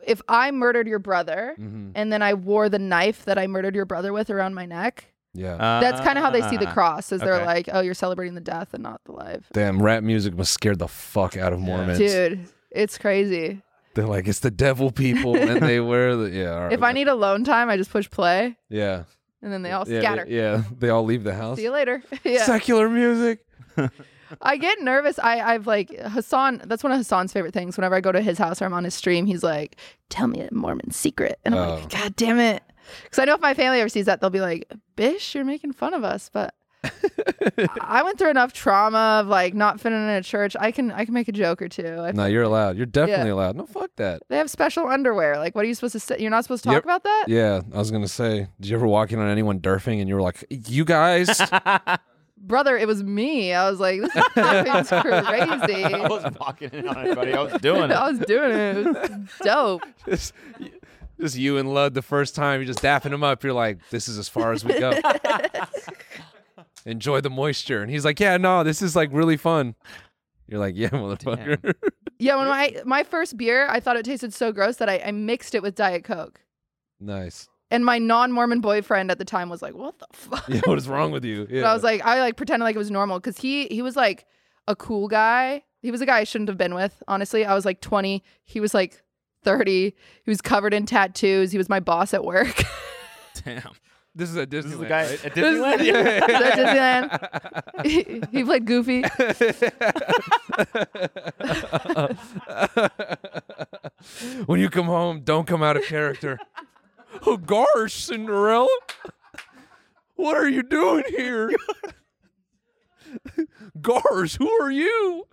Speaker 9: if I murdered your brother
Speaker 1: Mhm.
Speaker 9: and then I wore the knife that I murdered your brother with around my neck,
Speaker 1: Yeah.
Speaker 9: That's kind of how they see the
Speaker 2: Ah.
Speaker 9: cross, is
Speaker 2: okay.
Speaker 9: they're like, oh, you're celebrating the death and not the life.
Speaker 1: Damn, rap music must scared the fuck out of Mormons.
Speaker 9: Dude, it's crazy.
Speaker 1: They're like, it's the devil people, and they wear the yeah. all right,
Speaker 9: If I
Speaker 1: we-
Speaker 9: need alone time, I just push play
Speaker 1: yeah,
Speaker 9: and then they all
Speaker 1: yeah,
Speaker 9: scatter.
Speaker 1: yeah, they all leave the house.
Speaker 9: See you later. yeah.
Speaker 1: Secular music.
Speaker 9: I get nervous. I, I've like Hassan. That's one of Hassan's favorite things. Whenever I go to his house or I'm on his stream, he's like, "Tell me a Mormon secret," and I'm
Speaker 1: Oh.
Speaker 9: like, "God damn it!" Because I know if my family ever sees that, they'll be like, "Bish, you're making fun of us." But I- I went through enough trauma of like not fitting in a church. I can I can make a joke or two. I,
Speaker 1: no, you're allowed. You're definitely allowed. No, fuck that.
Speaker 9: They have special underwear. Like, what are you supposed to say? You're not supposed to talk
Speaker 1: Yep.
Speaker 9: about that.
Speaker 1: Yeah, I was gonna say, did you ever walk in on anyone derfing and you were like, you guys?
Speaker 9: Brother, it was me. I was like, this is crazy.
Speaker 2: I wasn't walking in on anybody. I was doing it.
Speaker 9: I was doing it. It was dope.
Speaker 1: just, just you and Lud the first time. You're just dapping him up. You're like, this is as far as we go. Enjoy the moisture. And he's like, yeah, no, this is like really fun. You're like, yeah, motherfucker.
Speaker 9: Yeah, when my my first beer, I thought it tasted so gross that I, I mixed it with Diet Coke.
Speaker 1: nice.
Speaker 9: And my non-Mormon boyfriend at the time was like, "What the fuck?"
Speaker 1: Yeah, what is wrong with you?
Speaker 9: But
Speaker 1: Yeah.
Speaker 9: I was like, I like pretended like it was normal because he he was like a cool guy. He was a guy I shouldn't have been with. Honestly, I was like 20. He was like 30. He was covered in tattoos. He was my boss at work.
Speaker 2: Damn.
Speaker 1: this is a Disneyland.
Speaker 2: This is the guy
Speaker 1: right?
Speaker 2: at Disneyland.
Speaker 9: So at Disneyland. He, he played Goofy.
Speaker 1: when you come home, don't come out of character. oh gosh, Cinderella. What are you doing here? Gars, who are you?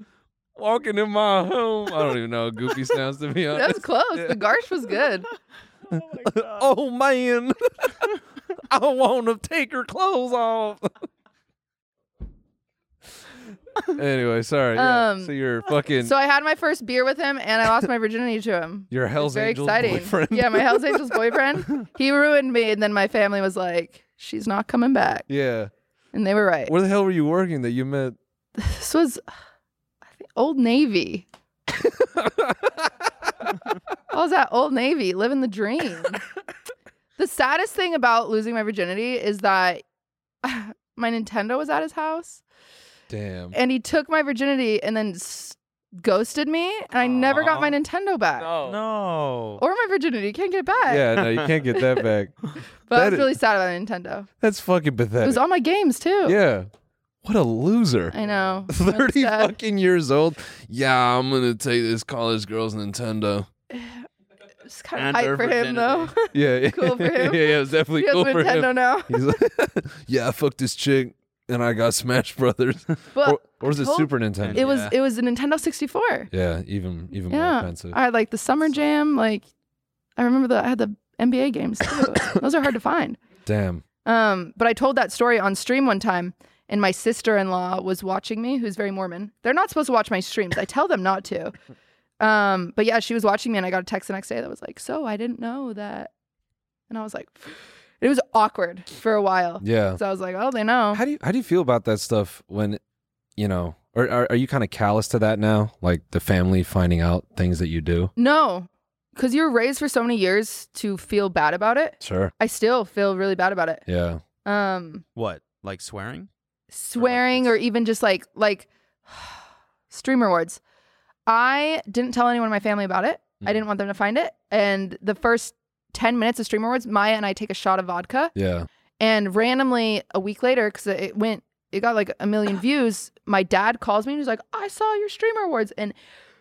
Speaker 1: Walking in my home. I don't even know how goofy sounds to be
Speaker 9: That was
Speaker 1: honest.
Speaker 9: close. The Garsh was good.
Speaker 1: oh man. I wanna take her clothes off. anyway, sorry. yeah.
Speaker 9: Um,
Speaker 1: so you're fucking
Speaker 9: So I had my first beer with him, and I lost my virginity to him.
Speaker 1: Your Hell's
Speaker 9: It's very
Speaker 1: Angels
Speaker 9: exciting.
Speaker 1: boyfriend.
Speaker 9: Yeah, my Hell's Angels boyfriend. He ruined me, and then my family was like, "She's not coming back,"
Speaker 1: yeah.
Speaker 9: and they were right.
Speaker 1: Where the hell were you working that you met?
Speaker 9: This was I think, Old Navy. I was at Old Navy, living the dream. the saddest thing about losing my virginity is that my Nintendo was at his house,
Speaker 1: Damn.
Speaker 9: and he took my virginity and then s- ghosted me, and I never got my Nintendo back.
Speaker 2: No.
Speaker 9: or my virginity. Can't get it back.
Speaker 1: Yeah, no, you can't get that back.
Speaker 9: but I
Speaker 1: that
Speaker 9: was
Speaker 1: is-
Speaker 9: really sad about Nintendo.
Speaker 1: That's fucking
Speaker 9: It
Speaker 1: pathetic.
Speaker 9: was all my games too.
Speaker 1: yeah. What a loser.
Speaker 9: I know. I'm
Speaker 1: 30
Speaker 9: sad.
Speaker 1: fucking years old. Yeah, I'm going to take this college girl's Nintendo.
Speaker 9: It's kind of
Speaker 2: And
Speaker 9: hype
Speaker 2: her
Speaker 9: for him though.
Speaker 1: Yeah. yeah.
Speaker 9: Cool for him.
Speaker 1: yeah, yeah, it was
Speaker 9: he
Speaker 1: definitely
Speaker 9: has
Speaker 1: cool for
Speaker 9: Nintendo
Speaker 1: him.
Speaker 9: now.
Speaker 1: He's like, yeah, I fucked this chick and I got Smash Brothers.
Speaker 9: But
Speaker 1: or, or is it
Speaker 9: I told-
Speaker 1: Super Nintendo?
Speaker 9: it was
Speaker 2: Yeah.
Speaker 9: it was a Nintendo 64.
Speaker 1: yeah, even even more
Speaker 9: Yeah.
Speaker 1: offensive.
Speaker 9: I had like the Summer Jam. Like I remember the I had the NBA games too. Those are hard to find.
Speaker 1: Damn.
Speaker 9: Um, but I told that story on stream one time, and my sister in law was watching me, who's very Mormon. They're not supposed to watch my streams. I tell them not to. Um, but yeah, she was watching me, and I got a text the next day that was like, "So I didn't know that," and I was like, "It was awkward for a while."
Speaker 1: Yeah.
Speaker 9: So I was like, "Oh, they know."
Speaker 1: How do you how do you feel about that stuff when you know or are, are you kind of callous to that now? Like the family finding out things that you do?
Speaker 9: No, because you're raised for so many years to feel bad about it.
Speaker 1: Sure.
Speaker 9: I still feel really bad about it.
Speaker 1: Yeah.
Speaker 9: Um,
Speaker 2: What? Like swearing?
Speaker 9: swearing or even just like like streamer words. I didn't tell anyone in my family about it.
Speaker 1: Mm.
Speaker 9: I didn't want them to find it. And the first 10 minutes of streamer words, Maya and I take a shot of vodka.
Speaker 1: Yeah.
Speaker 9: And randomly a week later, because it went, it got like a million views, my dad calls me and he's like, I saw your streamer awards and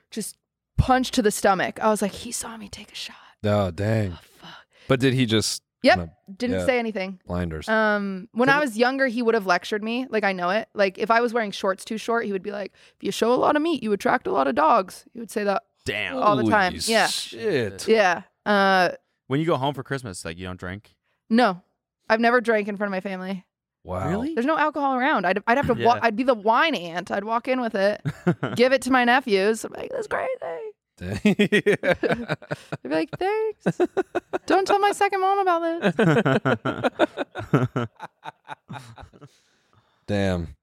Speaker 9: just punched to the stomach. I was like, he saw me take a shot.
Speaker 1: Oh dang.
Speaker 9: Oh, fuck.
Speaker 1: But did he just
Speaker 9: Yep.
Speaker 1: kinda
Speaker 9: Didn't
Speaker 1: Yeah.
Speaker 9: say anything.
Speaker 1: blinders?
Speaker 9: Um, when I was younger, he would have lectured me. Like I know it. Like if I was wearing shorts too short, he would be like, "If you show a lot of meat, you attract a lot of dogs." He would say that
Speaker 2: Damn.
Speaker 9: all the
Speaker 1: Holy
Speaker 9: time. Yeah.
Speaker 1: Shit.
Speaker 9: Yeah. Uh,
Speaker 2: When you go home for Christmas, like you don't drink.
Speaker 9: no, I've never drank in front of my family.
Speaker 1: Wow.
Speaker 9: There's no alcohol around. I'd, I'd have to. Wa-
Speaker 2: Yeah.
Speaker 9: I'd be the wine aunt. I'd walk in with it, give it to my nephews. I'm like, "That's crazy."
Speaker 1: Dang.
Speaker 9: They'd be like, "Thanks." Don't tell my second mom about this.
Speaker 1: Damn.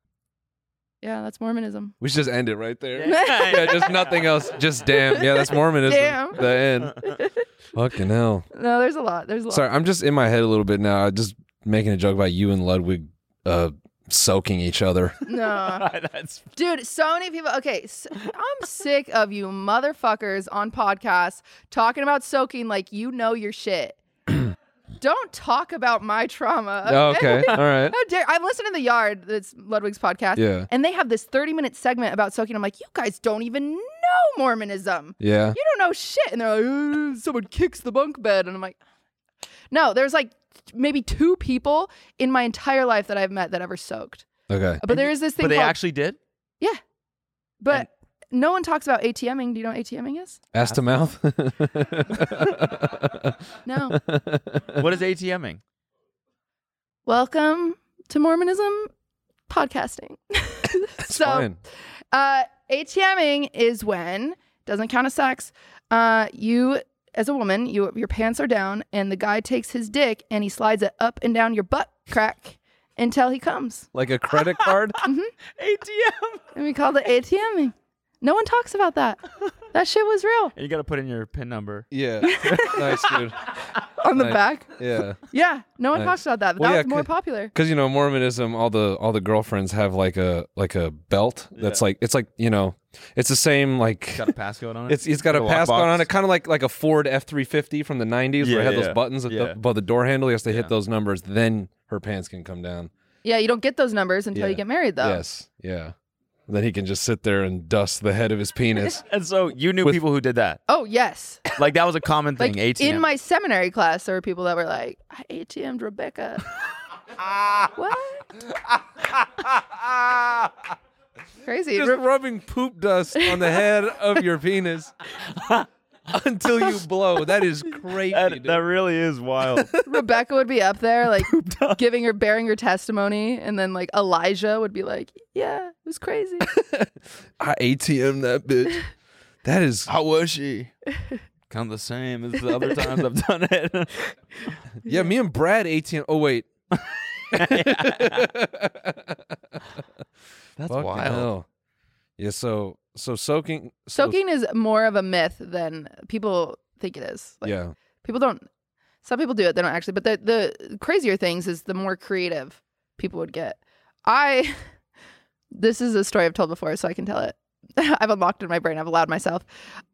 Speaker 9: Yeah, that's Mormonism.
Speaker 1: We should just end it right there. Yeah,
Speaker 2: Yeah.
Speaker 1: just nothing else. Just damn. Yeah, that's Mormonism.
Speaker 9: Damn.
Speaker 1: The end. Fucking hell.
Speaker 9: No, there's a lot. There's a lot.
Speaker 1: Sorry, I'm just in my head a little bit now. I'm Just making a joke about you and Ludwig uh, soaking each other.
Speaker 9: No.
Speaker 2: That's
Speaker 9: Dude, so many people. Okay, s I'm sick of you motherfuckers on podcasts talking about soaking like you know your shit. Don't talk about my trauma.
Speaker 1: Oh, okay. All right.
Speaker 9: How dare I've listened in the yard, it's Ludwig's podcast.
Speaker 1: Yeah.
Speaker 9: And they have this 30 minute segment about soaking. I'm like, you guys don't even know Mormonism.
Speaker 1: Yeah.
Speaker 9: You don't know shit. And they're like, "Uh, someone kicks the bunk bed. And I'm like, no, there's like maybe two people in my entire life that I've met that ever soaked.
Speaker 1: Okay.
Speaker 9: But there is this thing
Speaker 2: but they
Speaker 9: called-
Speaker 2: actually did.
Speaker 9: yeah. But no one talks about ATMing. Do you know what ATMing is?
Speaker 1: Ass to mouth.
Speaker 9: No.
Speaker 2: What is ATMing?
Speaker 9: Welcome to Mormonism podcasting. so,
Speaker 1: Fine.
Speaker 9: uh, ATMing is when doesn't count as sex. Uh, you as a woman, you your pants are down, and the guy takes his dick and he slides it up and down your butt crack until he comes,
Speaker 1: Like a credit card.
Speaker 2: ATM.
Speaker 9: and we call it ATMing. No one talks about that. That shit was real
Speaker 2: And you got to put in your pin number.
Speaker 1: yeah. nice, dude.
Speaker 9: on the
Speaker 1: Nice.
Speaker 9: back.
Speaker 1: Yeah.
Speaker 9: Yeah, no one
Speaker 1: Nice.
Speaker 9: talks about that. But
Speaker 1: Well,
Speaker 9: that
Speaker 1: yeah,
Speaker 9: was more
Speaker 1: c-
Speaker 9: popular.
Speaker 1: Because you know Mormonism, all the all the girlfriends have like a like a belt that's like it's like you know it's the same like
Speaker 2: Got a passcode on it.
Speaker 1: it's it's got a
Speaker 2: Got a
Speaker 1: pass on
Speaker 2: lockbox.
Speaker 1: it, kind of like like a Ford F three fifty from the nineties where it
Speaker 2: Yeah,
Speaker 1: had
Speaker 2: yeah.
Speaker 1: those buttons at the-
Speaker 2: Yeah.
Speaker 1: above the door handle. He has to
Speaker 2: Yeah.
Speaker 1: hit those numbers, then her pants can come down.
Speaker 9: Yeah, you don't get those numbers until
Speaker 1: Yeah.
Speaker 9: you get married, though.
Speaker 1: Yes, yeah. Then he can just sit there and dust the head of his penis.
Speaker 2: and so you knew people who did that.
Speaker 9: Oh yes.
Speaker 2: Like that was a common thing.
Speaker 9: Like
Speaker 2: ATM.
Speaker 9: in my seminary class, there were people that were like, "I ATM'd Rebecca." what? Crazy.
Speaker 1: just
Speaker 9: Re-
Speaker 1: rubbing poop dust on the head of your penis until you blow. That is crazy.
Speaker 2: that,
Speaker 1: dude.
Speaker 2: that really is wild.
Speaker 9: Rebecca would be up there, like giving her, bearing her testimony, and then like Elijah would be like, "Yeah, it was crazy."
Speaker 1: I ATM that bitch. That is
Speaker 2: How was she? Kind of the same as the other times I've done it.
Speaker 1: yeah. Me and Brad ATM. Oh wait,
Speaker 2: That's
Speaker 1: Fucking
Speaker 2: wild.
Speaker 1: hell. Yeah. So so soaking. so-
Speaker 9: Soaking is more of a myth than people think it is. Like,
Speaker 1: yeah.
Speaker 9: people don't. Some people do it. They don't actually. But the the crazier things is the more creative people would get. I. This is a story I've told before, so I can tell it. I've unlocked it in my brain. I've allowed myself.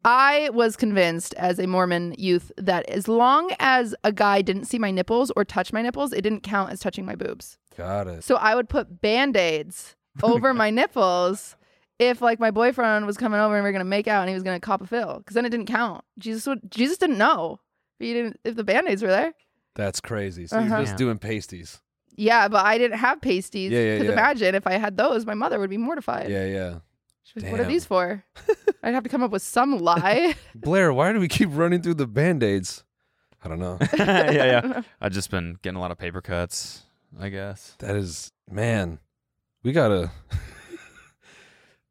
Speaker 9: I was convinced as a Mormon youth that as long as a guy didn't see my nipples or touch my nipples, it didn't count as touching my boobs.
Speaker 1: Got it.
Speaker 9: So I would put band aids over my nipples if like my boyfriend was coming over and we are gonna make out and he was gonna cop a fill because then it didn't count. Jesus would Jesus didn't know. He didn't if the band aids were there.
Speaker 1: That's crazy. So you're
Speaker 9: Uh-huh.
Speaker 1: just doing pasties.
Speaker 9: Yeah, but I didn't have pasties.
Speaker 1: Yeah, yeah,
Speaker 9: Because
Speaker 1: yeah.
Speaker 9: imagine if I had those, my mother would be mortified.
Speaker 1: Yeah, yeah.
Speaker 9: She'd be like, what are
Speaker 1: damn.
Speaker 9: these for? I'd have to come up with some lie.
Speaker 1: Blair, why do we keep running through the band aids? I don't know.
Speaker 2: yeah, yeah. I've just been getting a lot of paper cuts, I guess.
Speaker 1: That is, man, we gotta.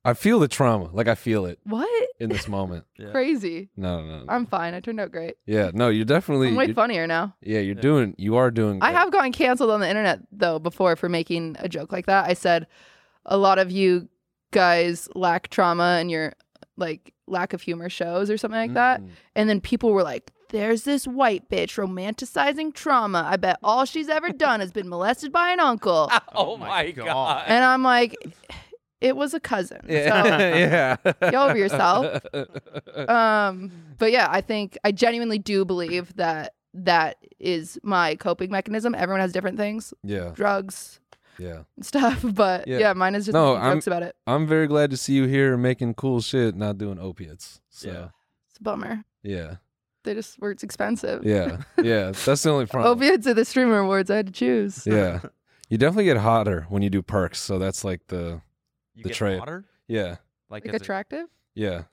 Speaker 1: I feel the trauma. Like I feel it
Speaker 9: what?
Speaker 1: in this moment.
Speaker 9: Crazy.
Speaker 1: No, no, no.
Speaker 9: I'm fine. I turned out great.
Speaker 1: yeah, no, you're definitely.
Speaker 9: I'm way
Speaker 1: you're-
Speaker 9: funnier now.
Speaker 1: Yeah, you're doing. You are doing.
Speaker 9: I
Speaker 1: great.
Speaker 9: have gotten canceled on the internet though before for making a joke like that. I said a lot of you guys lack trauma and your like lack of humor shows or something like that.
Speaker 1: Mm.
Speaker 9: And then people were like, "There's this white bitch romanticizing trauma. I bet all she's ever done has been molested by an uncle."
Speaker 2: Oh, my god.
Speaker 9: and I'm like, "It was a cousin." So
Speaker 1: Yeah. yeah.
Speaker 9: get over yourself. um, but yeah, I think I genuinely do believe that that is my coping mechanism. Everyone has different things.
Speaker 1: yeah.
Speaker 9: Drugs,
Speaker 1: Yeah.
Speaker 9: and stuff. But
Speaker 1: Yeah.
Speaker 9: yeah, mine is just
Speaker 1: No,
Speaker 9: making
Speaker 1: I'm-
Speaker 9: jokes about it.
Speaker 1: I'm very glad to see you here making cool shit, not doing opiates. So,
Speaker 9: It's a bummer.
Speaker 1: yeah.
Speaker 9: They just were it's expensive. Oh,
Speaker 1: Yeah. Yeah. That's the only problem.
Speaker 9: Opiates are the streamer awards I had to choose.
Speaker 1: Yeah. You definitely get hotter when you do perks. So that's like the.
Speaker 2: You
Speaker 1: The
Speaker 2: get
Speaker 1: tray.
Speaker 2: water?
Speaker 1: Yeah.
Speaker 2: Like,
Speaker 9: Like
Speaker 2: as a-
Speaker 9: attractive?
Speaker 1: Yeah.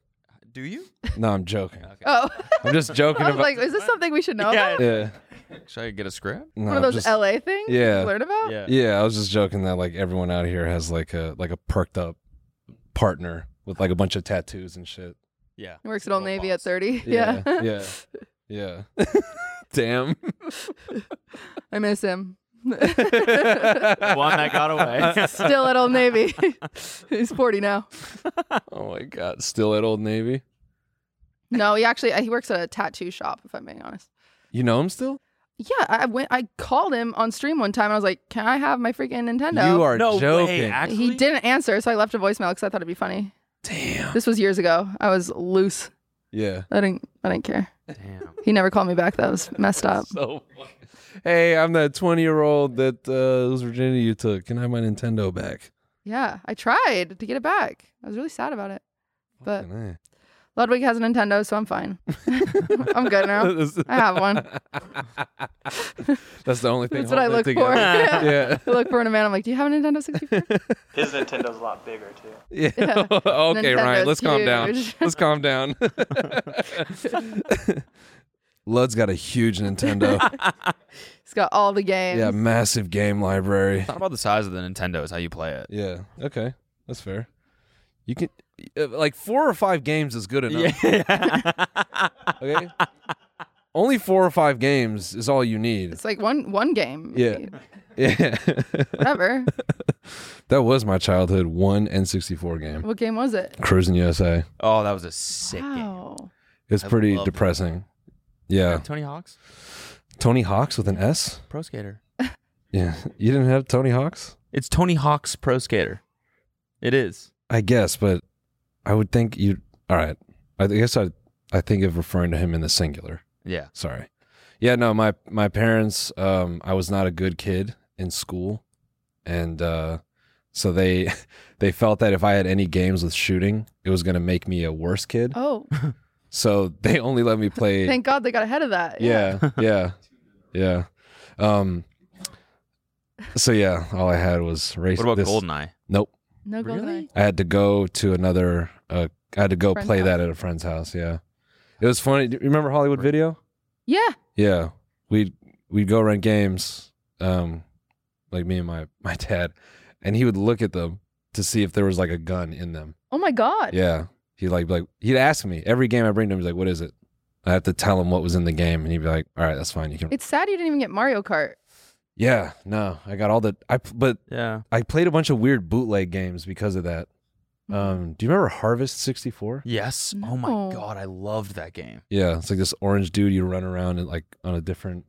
Speaker 2: Do you?
Speaker 1: No, I'm joking.
Speaker 2: Okay.
Speaker 9: Oh,
Speaker 1: I'm just joking
Speaker 9: I was
Speaker 1: about.
Speaker 9: like, is this something we should know
Speaker 2: Yeah.
Speaker 9: about?
Speaker 1: yeah.
Speaker 2: Should I get a script?
Speaker 1: No,
Speaker 9: One
Speaker 1: I'm
Speaker 9: of those
Speaker 1: just-
Speaker 9: LA things
Speaker 1: Yeah.
Speaker 9: you learn
Speaker 2: Oh.
Speaker 9: about?
Speaker 1: Yeah, I was just joking that like everyone out here has like a like a perked up partner with like a bunch of tattoos and shit.
Speaker 2: Yeah.
Speaker 9: He works at Old Navy at 30. Yeah.
Speaker 1: Yeah. Yeah. Yeah. Damn.
Speaker 9: I miss him.
Speaker 2: One that got away.
Speaker 9: Still at Old Navy. He's 40 now.
Speaker 1: Oh my god, still at Old Navy.
Speaker 9: No, he actually he works at a tattoo shop if I'm being honest.
Speaker 1: You know him still?
Speaker 9: Yeah, I went I called him on stream one time and I was like, "Can I have my freaking Nintendo?"
Speaker 1: You are
Speaker 2: no
Speaker 1: joking.
Speaker 2: way. Actually,
Speaker 9: He didn't answer, so I left a voicemail because I thought it'd be funny.
Speaker 1: Damn.
Speaker 9: This was years ago. I was loose.
Speaker 1: Yeah.
Speaker 9: I didn't. I didn't care.
Speaker 2: Damn.
Speaker 9: He never called me back. That was messed up.
Speaker 1: So, hey, I'm that 20 year old that uh, whose virginity you took. Can I have my Nintendo back?
Speaker 9: Yeah, I tried to get it back. I was really sad about it. But
Speaker 1: Fucking A.
Speaker 9: Ludwig has a Nintendo, so I'm fine. I'm good now. I have one.
Speaker 1: That's the only thing.
Speaker 9: That's what I
Speaker 1: holding it
Speaker 9: look for.
Speaker 1: together.
Speaker 9: Yeah.
Speaker 1: yeah.
Speaker 9: I look for in a man. I'm like, do you have a Nintendo 64?
Speaker 11: His Nintendo's a lot bigger too.
Speaker 1: Yeah.
Speaker 9: Yeah.
Speaker 1: okay, Ryan.
Speaker 9: Nintendo's
Speaker 1: Let's calm down.
Speaker 9: huge.
Speaker 1: Let's calm down. Lud's got a huge Nintendo.
Speaker 9: It's got all the games.
Speaker 1: yeah, massive game library.
Speaker 2: It's not about the size of the Nintendo. It's how you play it.
Speaker 1: Yeah. Okay, that's fair. You can uh, like four or five games is good enough. okay. Only four or five games is all you need.
Speaker 9: It's like one one game.
Speaker 1: Yeah. Yeah.
Speaker 9: Whatever.
Speaker 1: that was my childhood one N64 game.
Speaker 9: what game was it?
Speaker 1: Cruising USA.
Speaker 2: Oh, that was a sick game.
Speaker 9: Wow.
Speaker 1: It's
Speaker 2: I
Speaker 1: pretty
Speaker 2: love that.
Speaker 1: depressing. Yeah.
Speaker 2: Tony Hawk's
Speaker 1: Tony Hawks with an S?
Speaker 2: Pro Skater.
Speaker 1: Yeah. You didn't have Tony Hawks?
Speaker 2: It's Tony Hawk's Pro Skater. It is.
Speaker 1: I guess, but I would think you. All right. I guess I. I think of referring to him in the singular.
Speaker 2: Yeah.
Speaker 1: Sorry. Yeah. No. My my parents. Um. I was not a good kid in school, and uh, so they they felt that if I had any games with shooting, it was going to make me a worse kid.
Speaker 9: Oh,
Speaker 1: So they only let me play.
Speaker 9: thank God they got ahead of that.
Speaker 1: yeah. Yeah. yeah. Um. So yeah, all I had was race.
Speaker 2: What about
Speaker 1: this-
Speaker 2: Goldeneye?
Speaker 1: Nope.
Speaker 9: No go
Speaker 2: Really?
Speaker 1: I had to go to another. Uh, I had to go
Speaker 9: Friend's
Speaker 1: play that
Speaker 9: house.
Speaker 1: at a friend's house. Yeah, it was funny. Do you remember Hollywood Video?
Speaker 9: Yeah.
Speaker 1: Yeah, we'd we'd go rent games, um, like me and my my dad, and he would look at them to see if there was like a gun in them.
Speaker 9: Oh my God.
Speaker 1: Yeah, he like like he'd ask me every game I bring to him. He's like, "What is it?" I have to tell him what was in the game, and he'd be like, "All right, that's fine. You can."
Speaker 9: It's sad you didn't even get Mario Kart.
Speaker 1: yeah, no, I got all the I but
Speaker 2: Yeah.
Speaker 1: I played a bunch of weird bootleg games because of that.
Speaker 9: Mm-hmm.
Speaker 1: Um, do you remember Harvest sixty four?
Speaker 2: Yes. Oh
Speaker 9: No.
Speaker 2: my god, I loved that game.
Speaker 1: Yeah, it's like this orange dude you run around and like on a different.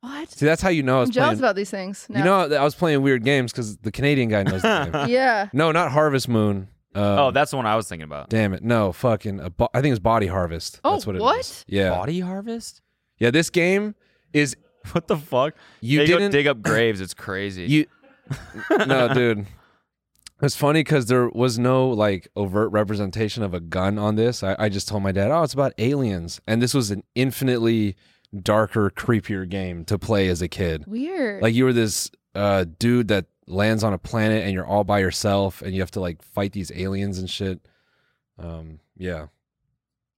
Speaker 9: What?
Speaker 1: See, that's how you know I was
Speaker 9: I'm jealous
Speaker 1: playing.
Speaker 9: about these things. No.
Speaker 1: You know, I was playing weird games because the Canadian guy knows the game.
Speaker 9: yeah.
Speaker 1: No, not Harvest Moon. Uh,
Speaker 2: oh, that's the one I was thinking about.
Speaker 1: Damn it! No, fucking. A bo- I think it's Body Harvest.
Speaker 9: Oh,
Speaker 1: that's what it is.
Speaker 9: what?
Speaker 1: Yeah,
Speaker 2: Body Harvest?
Speaker 1: yeah. This game is
Speaker 2: What the fuck?
Speaker 1: you
Speaker 2: they go
Speaker 1: didn't
Speaker 2: dig up graves. It's crazy.
Speaker 1: you. no, dude. It's funny because there was no like overt representation of a gun on this. I, I just told my dad, "Oh, it's about aliens," and this was an infinitely darker, creepier game to play as a kid.
Speaker 9: Weird.
Speaker 1: like you were this uh dude that lands on a planet and you're all by yourself and you have to like fight these aliens and shit um yeah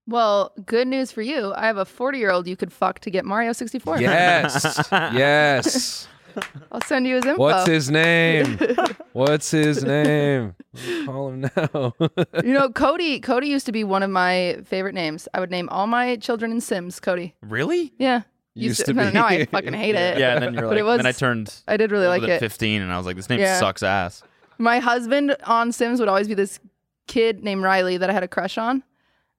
Speaker 9: well, good news for you. I have a 40 year old you could fuck to get Mario 64.
Speaker 1: yes yes
Speaker 9: I'll send you his info.
Speaker 1: what's his name what's his name call him now
Speaker 9: you know, Cody. Cody used to be one of my favorite names. I would name all my children in Sims Cody.
Speaker 2: really?
Speaker 9: Yeah.
Speaker 1: Used to
Speaker 9: no,
Speaker 1: be.
Speaker 9: Now I fucking hate it.
Speaker 2: Yeah, and then you're
Speaker 9: But
Speaker 2: like
Speaker 9: it was-
Speaker 2: then I turned
Speaker 9: I did really like
Speaker 2: was at
Speaker 9: it.
Speaker 2: 15 and I was like this name
Speaker 9: Yeah.
Speaker 2: sucks ass.
Speaker 9: My husband on Sims would always be this kid named Riley that I had a crush on.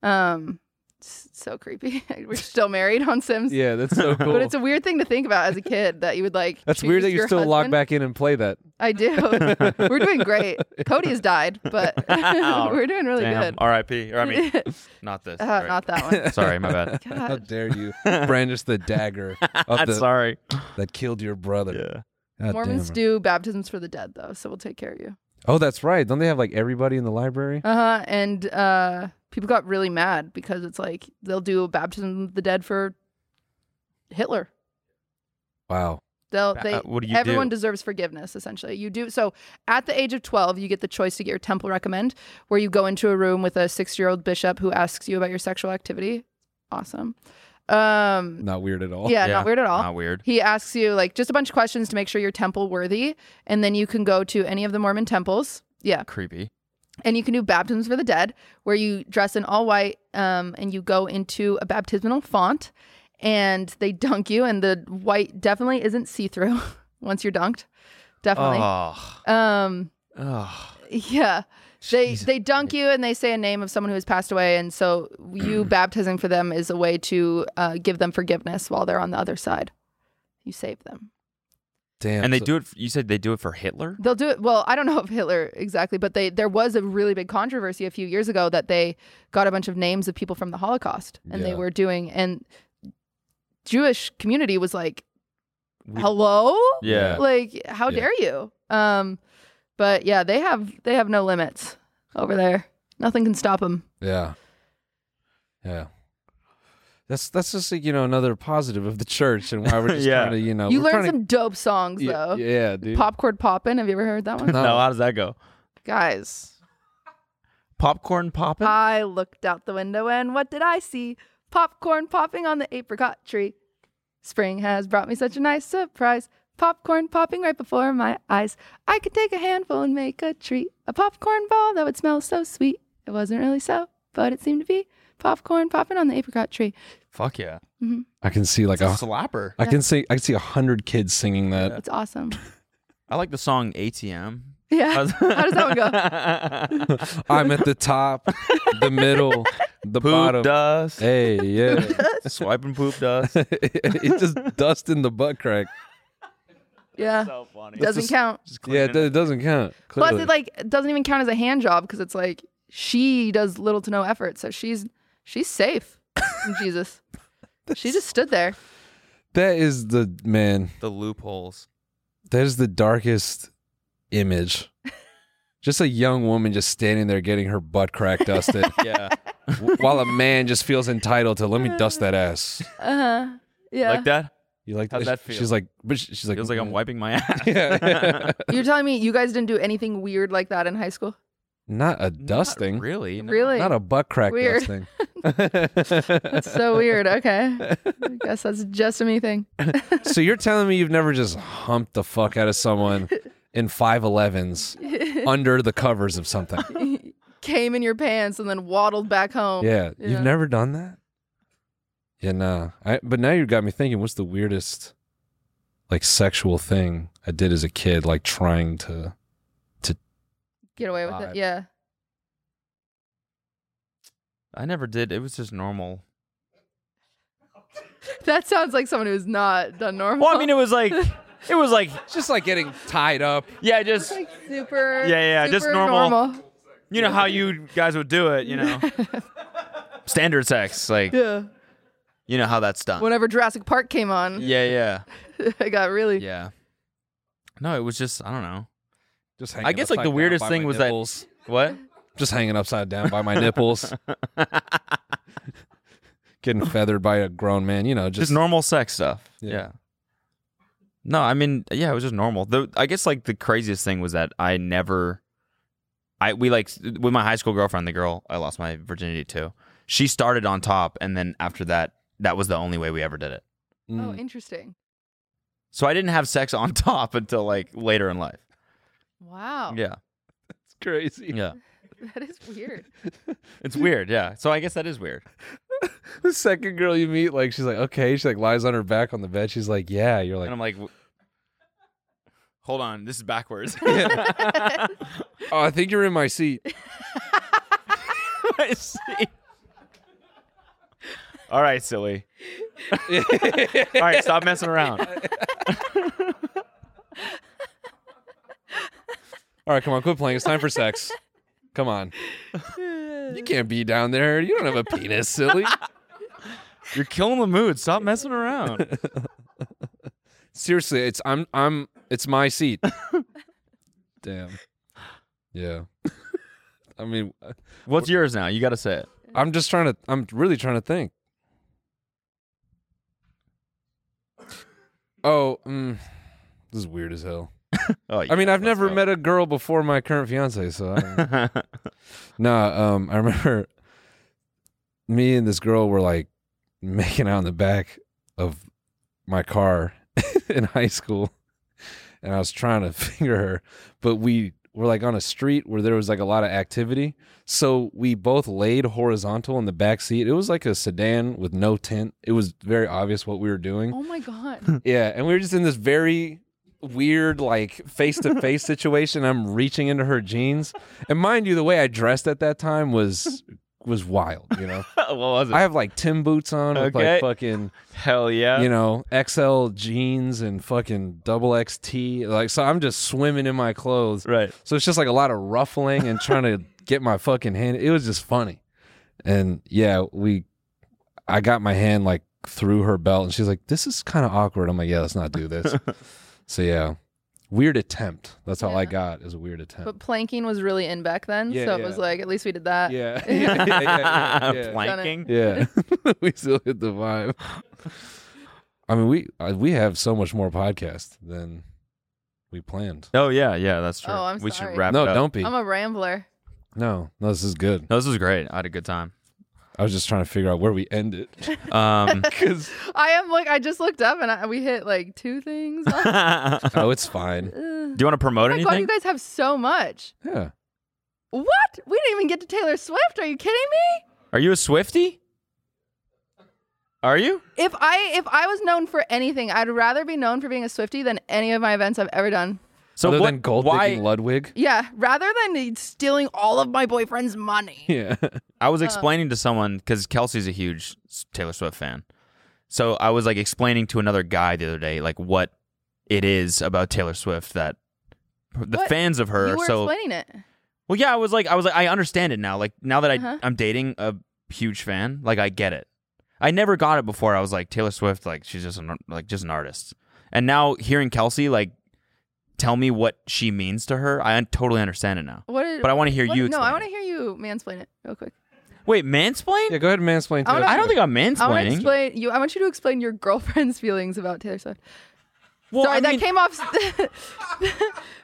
Speaker 9: Um, s- so creepy. We're still married on Sims.
Speaker 1: yeah that's so cool
Speaker 9: But it's a weird thing to think about as a kid that you would like.
Speaker 1: that's weird
Speaker 9: choose
Speaker 1: that you
Speaker 9: your
Speaker 1: still log
Speaker 9: husband.
Speaker 1: back in and play that
Speaker 9: I do. we're doing great. Cody has died, but we're doing really
Speaker 2: Damn.
Speaker 9: good.
Speaker 2: R.I.P. Or I mean, not this.
Speaker 9: Uh,
Speaker 2: Right.
Speaker 9: Not that one.
Speaker 2: Sorry, my bad.
Speaker 1: how
Speaker 9: God.
Speaker 1: dare you brandish the dagger of the,
Speaker 2: Sorry.
Speaker 1: that killed your brother
Speaker 2: Yeah.
Speaker 1: God
Speaker 9: Mormons
Speaker 1: damn it.
Speaker 9: do baptisms for the dead, though, so we'll take care of you.
Speaker 1: oh that's right don't they have like everybody in the library
Speaker 9: Uh huh. And uh, people got really mad because it's like they'll do a baptism of the dead for Hitler.
Speaker 1: wow
Speaker 9: They'll,
Speaker 2: Uh,
Speaker 9: they,
Speaker 2: what do you
Speaker 9: everyone
Speaker 2: do?
Speaker 9: deserves forgiveness essentially you do so at the age of 12 you get the choice to get your temple recommend where you go into a room with a six year old bishop who asks you about your sexual activity awesome um
Speaker 1: not weird at all
Speaker 9: yeah,
Speaker 2: Yeah,
Speaker 9: not weird at all
Speaker 2: Not weird.
Speaker 9: he asks you like just a bunch of questions to make sure you're temple worthy and then you can go to any of the mormon temples yeah
Speaker 2: Creepy.
Speaker 9: and you can do baptisms for the dead where you dress in all white um, and you go into a baptismal font and they dunk you and the white definitely isn't see-through once you're dunked definitely
Speaker 2: Oh.
Speaker 9: um
Speaker 2: Oh.
Speaker 9: yeah they they dunk you and they say a name of someone who has passed away and so you baptizing for them is a way to uh, give them forgiveness while they're on the other side you save them
Speaker 1: Damn.
Speaker 2: and they
Speaker 1: so-
Speaker 2: do it. f- You said they do it for Hitler.
Speaker 9: They'll do it. Well, I don't know if Hitler exactly, but they there was a really big controversy a few years ago that they got a bunch of names of people from the Holocaust and they
Speaker 2: Yeah.
Speaker 9: were doing and Jewish community was like, "Hello,
Speaker 2: Yeah.
Speaker 9: like how
Speaker 2: Yeah.
Speaker 9: dare you?" Um, but yeah, they have they have no limits over there. Nothing can stop them.
Speaker 1: Yeah. Yeah. That's that's just like, you know another positive of the church and why we're just
Speaker 2: Yeah.
Speaker 1: trying to you know
Speaker 9: you
Speaker 1: Uh, we're
Speaker 9: learn
Speaker 1: trying
Speaker 9: some dope songs
Speaker 1: to, Yeah,
Speaker 9: though.
Speaker 1: yeah dude
Speaker 9: Popcorn poppin'. Have you ever heard that one?
Speaker 2: No, how does that go?
Speaker 9: Guys,
Speaker 2: Popcorn popping.
Speaker 9: I looked out the window and what did I see? Popcorn popping on the apricot tree. Spring has brought me such a nice surprise. Popcorn popping right before my eyes. I could take a handful and make a treat. A popcorn ball that would smell so sweet. It wasn't really so, but it seemed to be. Popcorn popping on the apricot tree.
Speaker 2: Fuck yeah.
Speaker 9: Mhm.
Speaker 1: I can see like a,
Speaker 2: It's a slapper.
Speaker 1: I
Speaker 9: Yeah.
Speaker 1: can see I can see a hundred kids singing that.
Speaker 9: It's awesome.
Speaker 2: I like the song ATM.
Speaker 9: Yeah.
Speaker 2: How's-
Speaker 9: How does that one go?
Speaker 1: I'm at the top, the middle, the
Speaker 2: Poop
Speaker 1: bottom.
Speaker 2: dust.
Speaker 1: Hey, yeah.
Speaker 2: Swiping poop dust.
Speaker 1: it's just dust in the butt crack.
Speaker 9: Yeah. Doesn't
Speaker 1: Just-
Speaker 9: count.
Speaker 1: yeah, it, do- it doesn't count. Clearly.
Speaker 9: Plus, it like it doesn't even count as a hand job because it's like she does little to no effort, so she's she's safe. in Jesus, she just stood there.
Speaker 1: that is the man.
Speaker 2: The loopholes.
Speaker 1: That is the darkest image. just a young woman just standing there getting her butt crack dusted,
Speaker 2: Yeah.
Speaker 1: w- while a man just feels entitled to let me dust that ass.
Speaker 9: Uh huh. Yeah.
Speaker 2: Like that?
Speaker 1: You like
Speaker 2: How'd that feel?
Speaker 1: She's like, but she- she's like,
Speaker 2: Feels like I'm wiping my ass.
Speaker 1: Yeah.
Speaker 9: You're telling me you guys didn't do anything weird like that in high school?
Speaker 1: not a dusting,
Speaker 2: really?
Speaker 9: Really?
Speaker 1: not a butt crack
Speaker 9: Weird.
Speaker 1: dusting.
Speaker 9: That's so weird. Okay. I guess that's just a me thing.
Speaker 1: So you're telling me you've never just humped the fuck out of someone in 511s under the covers of something?
Speaker 9: Came in your pants and then waddled back home.
Speaker 1: yeah,
Speaker 9: Yeah.
Speaker 1: you've never done that? Yeah, nah. I, but now you got me thinking what's the weirdest like sexual thing I did as a kid like trying to
Speaker 9: Get away with
Speaker 1: Vibe.
Speaker 9: it. Yeah.
Speaker 2: I never did. It was just normal.
Speaker 9: That sounds like someone who's not done normal.
Speaker 2: Well, I mean, it was like, it was like,
Speaker 1: just like getting tied up.
Speaker 2: yeah, just,
Speaker 9: like super.
Speaker 2: Yeah, yeah, just
Speaker 9: super
Speaker 2: normal.
Speaker 9: normal.
Speaker 2: you know how you guys would do it, you know? Standard sex. Like,
Speaker 9: Yeah.
Speaker 2: you know how that's done.
Speaker 9: Whenever Jurassic Park came on,
Speaker 2: Yeah, yeah.
Speaker 9: I got really.
Speaker 2: Yeah. No, it was just, I don't know.
Speaker 1: Just
Speaker 2: I guess like the weirdest thing was that, what?
Speaker 1: that just hanging upside down by my nipples. getting feathered by a grown man, you know, just,
Speaker 2: just, normal sex stuff.
Speaker 1: Yeah.
Speaker 2: Yeah. No, I mean, yeah, it was just normal. The I guess like the craziest thing was that I never, I we like with my high school girlfriend, the girl I lost my virginity to. She started on top, and then after that, that was the only way we ever did it.
Speaker 9: Oh,
Speaker 1: Mm.
Speaker 9: interesting.
Speaker 2: So I didn't have sex on top until like later in life.
Speaker 9: Wow.
Speaker 2: Yeah,
Speaker 1: It's crazy.
Speaker 2: yeah,
Speaker 9: That is weird.
Speaker 2: it's weird. Yeah, so I guess that is weird.
Speaker 1: the second girl you meet, like she's like, okay, she like lies on her back on the bed. She's like, yeah. You're
Speaker 2: And I'm
Speaker 1: like,
Speaker 2: like, w- hold on, this is backwards.
Speaker 1: oh, I think you're in my seat.
Speaker 2: I see. All right, silly. All right, stop messing around.
Speaker 1: All right, come on, quit playing. It's time for sex. Come on. You can't be down there. You don't have a penis, silly.
Speaker 2: You're killing the mood. Stop messing around.
Speaker 1: Seriously, it's I'm I'm it's my seat. Damn. Yeah. I mean,
Speaker 2: What's yours now? You got to say it.
Speaker 1: I'm just trying to. I'm really trying to think. Oh, mm, this is weird as hell.
Speaker 2: Oh,
Speaker 1: I mean, I've never met a girl before my current fiance, so I don't-
Speaker 2: met.
Speaker 1: nah. Um, I remember me and this girl were like making out in the back of my car in high school, and I was trying to finger her, but we were like on a street where there was like a lot of activity, so we both laid horizontal in the back seat. It was like a sedan with no tint. It was very obvious what we were doing.
Speaker 9: Oh my god.
Speaker 1: Yeah, and we were just in this very weird, like face to face situation. I'm reaching into her jeans, and mind you, the way I dressed at that time was was wild, you know.
Speaker 2: what was it?
Speaker 1: I have like Tim boots on with
Speaker 2: Okay.
Speaker 1: like fucking
Speaker 2: Hell yeah.
Speaker 1: you know, XL jeans and fucking double XT. Like, so I'm just swimming in my clothes.
Speaker 2: Right.
Speaker 1: So it's just like a lot of ruffling and trying to get my fucking hand. It was just funny. And yeah, we, I got my hand like through her belt and she's like, this is kind of awkward. I'm like, yeah, let's not do this. so yeah, weird attempt. That's all I got is a weird attempt.
Speaker 9: But planking was really in back then,
Speaker 1: Yeah,
Speaker 9: so it
Speaker 1: yeah.
Speaker 9: was like at least we did that.
Speaker 1: Yeah. Yeah, yeah, yeah, yeah.
Speaker 2: Planking?
Speaker 1: Yeah, we still hit the vibe. I mean, we uh, we have so much more podcast than we planned.
Speaker 2: Oh yeah, yeah, that's true.
Speaker 9: Oh, I'm
Speaker 2: we
Speaker 9: sorry.
Speaker 2: should wrap
Speaker 1: No,
Speaker 2: it up.
Speaker 1: don't be.
Speaker 9: I'm a rambler.
Speaker 1: No, no, this is good.
Speaker 2: No, this was great. I had a good time.
Speaker 1: I was just trying to figure out where we end it.
Speaker 2: Um,
Speaker 1: Because
Speaker 9: I am like I just looked up and I, we hit like two things. oh
Speaker 1: oh, it's fine.
Speaker 2: Do you want to promote
Speaker 9: my god, you
Speaker 2: anything?
Speaker 9: guys have so much.
Speaker 1: Yeah.
Speaker 9: What? We didn't even get to Taylor Swift. Are you kidding me?
Speaker 2: Are you a Swifty? Are you?
Speaker 9: If I if I was known for anything, I'd rather be known for being a Swifty than any of my events I've ever done.
Speaker 2: So
Speaker 1: Other
Speaker 2: what-
Speaker 1: than gold
Speaker 2: why-
Speaker 1: digging Ludwig.
Speaker 9: Yeah, rather than stealing all of my boyfriend's money.
Speaker 1: Yeah.
Speaker 2: I
Speaker 9: Uh.
Speaker 2: was explaining to someone because Kelsey's a huge s- Taylor Swift fan. So I was like explaining to another guy the other day, like what it is about Taylor Swift that the
Speaker 9: What?
Speaker 2: fans of her
Speaker 9: you were
Speaker 2: are so.
Speaker 9: explaining it.
Speaker 2: Well, yeah, I was like, I was like, I understand it now. Like now that I
Speaker 9: Uh-huh.
Speaker 2: I'm dating a huge fan, like I get it. I never got it before. I was like Taylor Swift, like she's just an, like just an artist. And now hearing Kelsey like tell me what she means to her, I un- totally understand it now.
Speaker 9: What did,
Speaker 2: But I wanna hear
Speaker 9: what-
Speaker 2: you
Speaker 9: No,
Speaker 2: explain
Speaker 9: I
Speaker 2: it.
Speaker 9: want to hear you mansplain it real quick.
Speaker 2: Wait, mansplain?
Speaker 1: Yeah, go ahead and mansplain.
Speaker 9: I wanna-
Speaker 1: Taylor
Speaker 2: I don't
Speaker 1: Swift.
Speaker 2: think I'm
Speaker 9: I want to
Speaker 2: mansplaining.
Speaker 9: explain you. I want you to explain your girlfriend's feelings about Taylor Swift.
Speaker 2: well,
Speaker 9: Sorry,
Speaker 2: I
Speaker 9: that
Speaker 2: mean-
Speaker 9: came off.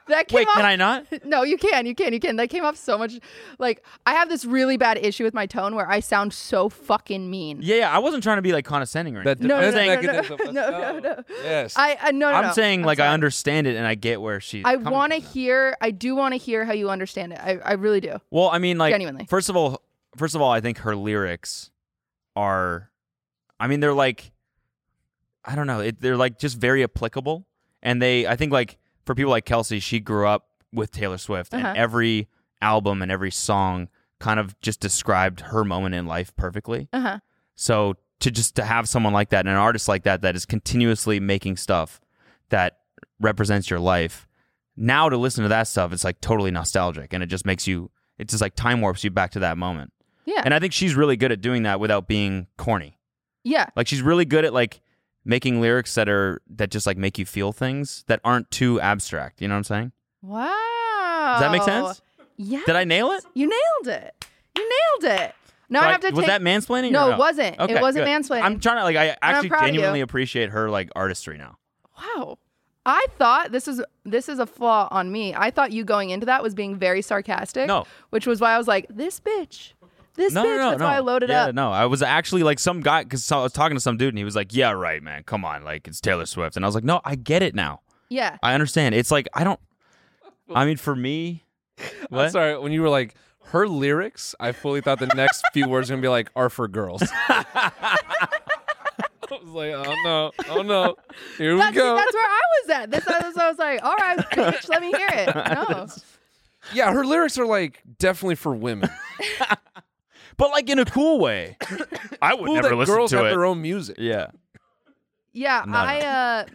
Speaker 9: that came
Speaker 2: Wait,
Speaker 9: off.
Speaker 2: can I not?
Speaker 9: No, you can, you can, you can. That came off so much. Like I have this really bad issue with my tone where I sound so fucking mean.
Speaker 2: Yeah, yeah. I wasn't trying to be like condescending or
Speaker 1: That
Speaker 2: anything.
Speaker 9: No,
Speaker 1: defense
Speaker 9: no, no, no, no,
Speaker 1: mechanism.
Speaker 9: no,
Speaker 1: Let's go.
Speaker 9: no, no.
Speaker 1: Yes.
Speaker 9: I uh, no, no.
Speaker 2: I'm
Speaker 9: no.
Speaker 2: saying like I
Speaker 9: sorry.
Speaker 2: understand it and I get where she's.
Speaker 9: I
Speaker 2: coming
Speaker 9: want to
Speaker 2: from.
Speaker 9: hear. I do want to hear how you understand it. I, I really do.
Speaker 2: Well, I mean, like,
Speaker 9: Genuinely.
Speaker 2: first of all, first of all, I think her lyrics are, I mean, they're like, I don't know, it, they're like just very applicable, and they, I think, like for people like Kelsey, she grew up with Taylor Swift,
Speaker 9: Uh-huh.
Speaker 2: and every album and every song kind of just described her moment in life perfectly.
Speaker 9: Uh huh.
Speaker 2: So to just to have someone like that and an artist like that that is continuously making stuff that represents your life. Now to listen to that stuff, it's like totally nostalgic and it just makes you it just like time warps you back to that moment.
Speaker 9: Yeah.
Speaker 2: And I think she's really good at doing that without being corny.
Speaker 9: yeah.
Speaker 2: Like she's really good at like making lyrics that are that just like make you feel things that aren't too abstract. You know what I'm saying?
Speaker 9: Wow.
Speaker 2: Does
Speaker 9: Oh.
Speaker 2: that make sense?
Speaker 9: Yeah.
Speaker 2: Did I nail it?
Speaker 9: You nailed it. You nailed it. Now
Speaker 2: So
Speaker 9: I
Speaker 2: I-
Speaker 9: have to
Speaker 2: was
Speaker 9: take.
Speaker 2: that mansplaining? or
Speaker 9: No, it
Speaker 2: no?
Speaker 9: wasn't. It
Speaker 2: Okay,
Speaker 9: wasn't
Speaker 2: good.
Speaker 9: mansplaining.
Speaker 2: I'm trying to like I actually
Speaker 9: proud of you.
Speaker 2: genuinely appreciate her like artistry now.
Speaker 9: wow. I thought this is this is a flaw on me. I thought you going into that was being very sarcastic.
Speaker 2: No.
Speaker 9: Which was why I was like, this bitch. This
Speaker 2: no, no,
Speaker 9: bitch.
Speaker 2: no,
Speaker 9: That's
Speaker 2: no.
Speaker 9: why I loaded
Speaker 2: yeah,
Speaker 9: up.
Speaker 2: No, I was actually like some guy because I was talking to some dude and he was like, "Yeah, right, man. Come on, like it's Taylor Swift." And I was like, "No, I get it now.
Speaker 9: Yeah.
Speaker 2: I understand. It's like I don't. I mean, for me,
Speaker 1: I'm
Speaker 2: what?
Speaker 1: sorry, when you were like her lyrics, I fully thought the next few words were gonna be like are for girls. I was like, oh no, oh no, here we
Speaker 9: That's,
Speaker 1: go.
Speaker 9: that's where I was at. This I was, I was like, all right, bitch, let me hear it. No.
Speaker 1: Yeah, her lyrics are like definitely for women.
Speaker 2: But like in a cool way. I would
Speaker 1: Cool
Speaker 2: never
Speaker 1: that
Speaker 2: listen
Speaker 1: girls
Speaker 2: to
Speaker 1: have
Speaker 2: it.
Speaker 1: their own music.
Speaker 2: yeah.
Speaker 9: Yeah,
Speaker 2: No, no.
Speaker 9: I uh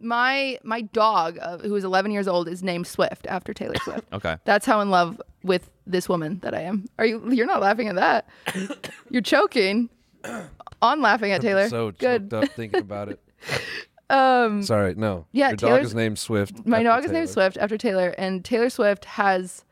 Speaker 9: my my dog uh, who is 11 years old is named Swift after Taylor Swift.
Speaker 2: Okay.
Speaker 9: That's how in love with this woman that I am. Are you? You're not laughing at that. You're choking on laughing at Taylor.
Speaker 1: So
Speaker 9: good.
Speaker 1: choked up thinking about it.
Speaker 9: Um,
Speaker 1: Sorry, no.
Speaker 9: Yeah,
Speaker 1: your dog
Speaker 9: Taylor's-
Speaker 1: is named Swift.
Speaker 9: my
Speaker 1: after
Speaker 9: dog is named
Speaker 1: Taylor.
Speaker 9: Swift after Taylor, and Taylor Swift has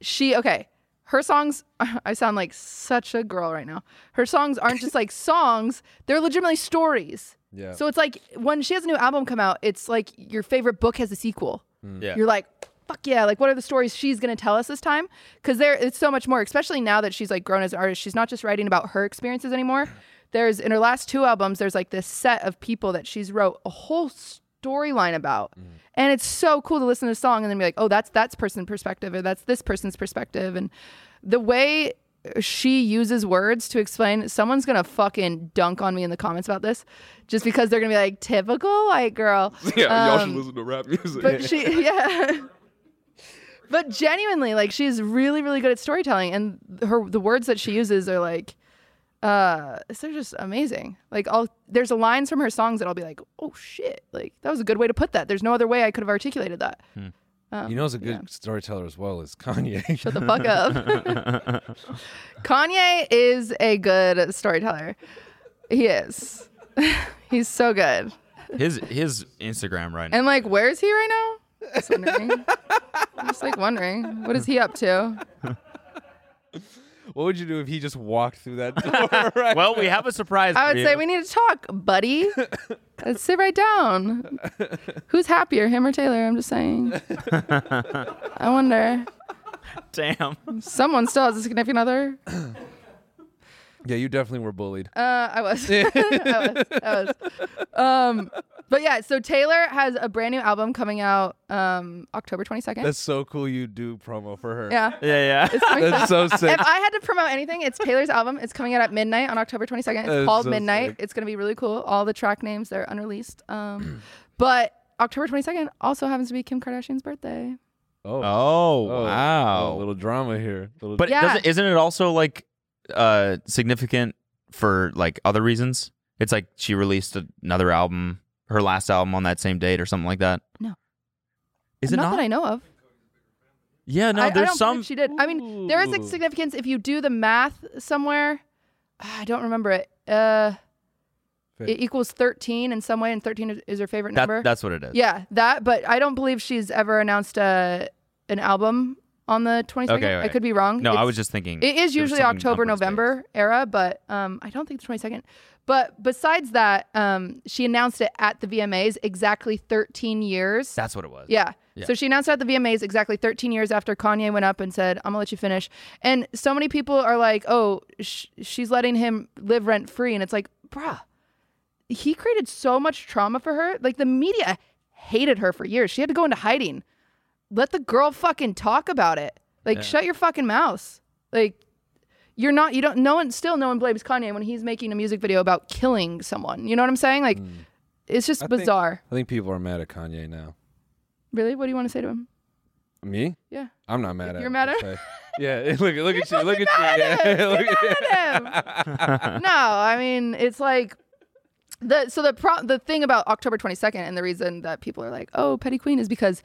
Speaker 9: she okay. Her songs, I sound like such a girl right now. Her songs aren't just like songs; they're legitimately stories.
Speaker 1: Yeah.
Speaker 9: So it's like when she has a new album come out, it's like your favorite book has a sequel.
Speaker 1: Mm.
Speaker 2: Yeah.
Speaker 9: You're like, fuck yeah! Like, what are the stories she's gonna tell us this time? Because there, it's so much more. Especially now that she's like grown as an artist, she's not just writing about her experiences anymore. There's in her last two albums, there's like this set of people that she's wrote a whole storyline about,
Speaker 12: Mm-hmm.
Speaker 9: and it's so cool to listen to a song and then be like, oh, that's that's person's perspective, or that's this person's perspective, and the way she uses words to explain someone's gonna fucking dunk on me in the comments about this just because they're gonna be like typical white girl
Speaker 12: Yeah, y'all should
Speaker 9: Um,
Speaker 12: listen to rap music.
Speaker 9: but she yeah but genuinely, like she's really, really good at storytelling, and her the words that she uses are like, uh, they're just amazing. Like, I'll there's lines from her songs that I'll be like, oh shit, like that was a good way to put that. There's no other way I could have articulated that. Um,
Speaker 1: you know, who's a good storyteller as well is Kanye.
Speaker 9: Shut the fuck up. Kanye is a good storyteller. He is. He's so good.
Speaker 2: His his Instagram right now.
Speaker 9: And like, where is he right now? Just wondering. I'm just like wondering, what is he up to?
Speaker 1: What would you do if he just walked through that door? right
Speaker 2: well, we have a surprise.
Speaker 9: I
Speaker 2: for
Speaker 9: would
Speaker 2: you.
Speaker 9: say we need to talk, buddy. Uh, sit right down. Who's happier, him or Taylor? I'm just saying. I wonder.
Speaker 2: Damn.
Speaker 9: Someone still has a significant other.
Speaker 1: Yeah, you definitely were bullied.
Speaker 9: Uh, I was. I was. I was. Um, but yeah, so Taylor has a brand new album coming out um, October 22nd.
Speaker 1: That's so cool. You do promo for her.
Speaker 9: Yeah.
Speaker 2: Yeah,
Speaker 9: It's coming
Speaker 1: That's so
Speaker 9: soon.
Speaker 1: sick.
Speaker 9: If I had to promote anything, it's Taylor's album. It's coming out at midnight on October 22nd. It's
Speaker 1: That is
Speaker 9: called
Speaker 1: so
Speaker 9: Midnight.
Speaker 1: sick.
Speaker 9: It's going to be really cool. All the track names, they're unreleased. Um, but October 22nd also happens to be Kim Kardashian's birthday.
Speaker 1: Oh.
Speaker 2: Oh,
Speaker 1: Oh,
Speaker 2: wow.
Speaker 1: A little drama here. Little-
Speaker 2: But
Speaker 9: Yeah.
Speaker 2: doesn't, isn't it also like uh significant for like other reasons? It's like she released another album, her last album on that same date or something like that.
Speaker 9: No.
Speaker 2: Is it
Speaker 9: not,
Speaker 2: not?
Speaker 9: that I know of.
Speaker 2: Yeah, no,
Speaker 9: I, I
Speaker 2: there's
Speaker 9: don't
Speaker 2: some
Speaker 9: believe she did. I mean, there is a
Speaker 1: Ooh.
Speaker 9: significance if you do the math somewhere. Ah, I don't remember it. Uh, it equals 13 in some way, and 13 is- is her favorite
Speaker 2: that,
Speaker 9: number.
Speaker 2: that's what it is.
Speaker 9: Yeah, that. But I don't believe she's ever announced uh, an album on the 22nd.
Speaker 2: Okay,
Speaker 9: I
Speaker 2: okay.
Speaker 9: could be wrong.
Speaker 2: No, I
Speaker 9: It's-
Speaker 2: was just thinking
Speaker 9: It is
Speaker 2: there was
Speaker 9: usually
Speaker 2: something
Speaker 9: October,
Speaker 2: numbers-based.
Speaker 9: November era, but um, I don't think the 22nd. But besides that, um, she announced it at the VMAs exactly 13 years.
Speaker 2: That's what it was.
Speaker 9: Yeah.
Speaker 2: Yeah.
Speaker 9: So she announced it at the VMAs exactly 13 years after Kanye went up and said, I'm going to let you finish. And so many people are like, oh, sh- she's letting him live rent free. And it's like, bruh, he created so much trauma for her. Like the media hated her for years. She had to go into hiding. Let the girl fucking talk about it. Like,
Speaker 2: Yeah.
Speaker 9: shut your fucking mouth. Like, you're not, you don't, no one, still no one blames Kanye when he's making a music video about killing someone. You know what I'm saying? Like,
Speaker 2: Mm.
Speaker 9: it's just
Speaker 1: I think-
Speaker 9: bizarre.
Speaker 1: I think people are mad at Kanye now.
Speaker 9: Really? What do you want to say to him?
Speaker 1: Me?
Speaker 9: Yeah.
Speaker 1: I'm not mad at.
Speaker 9: You're
Speaker 1: him,
Speaker 9: mad at-
Speaker 1: okay. Yeah. Look, look at you. Look at
Speaker 9: mad
Speaker 1: you.
Speaker 9: at
Speaker 1: Yeah.
Speaker 9: him. You're
Speaker 1: look at-
Speaker 9: him. no, I mean it's like the so the pro- the thing about October 22nd and the reason that people are like, "Oh, Petty Queen" is because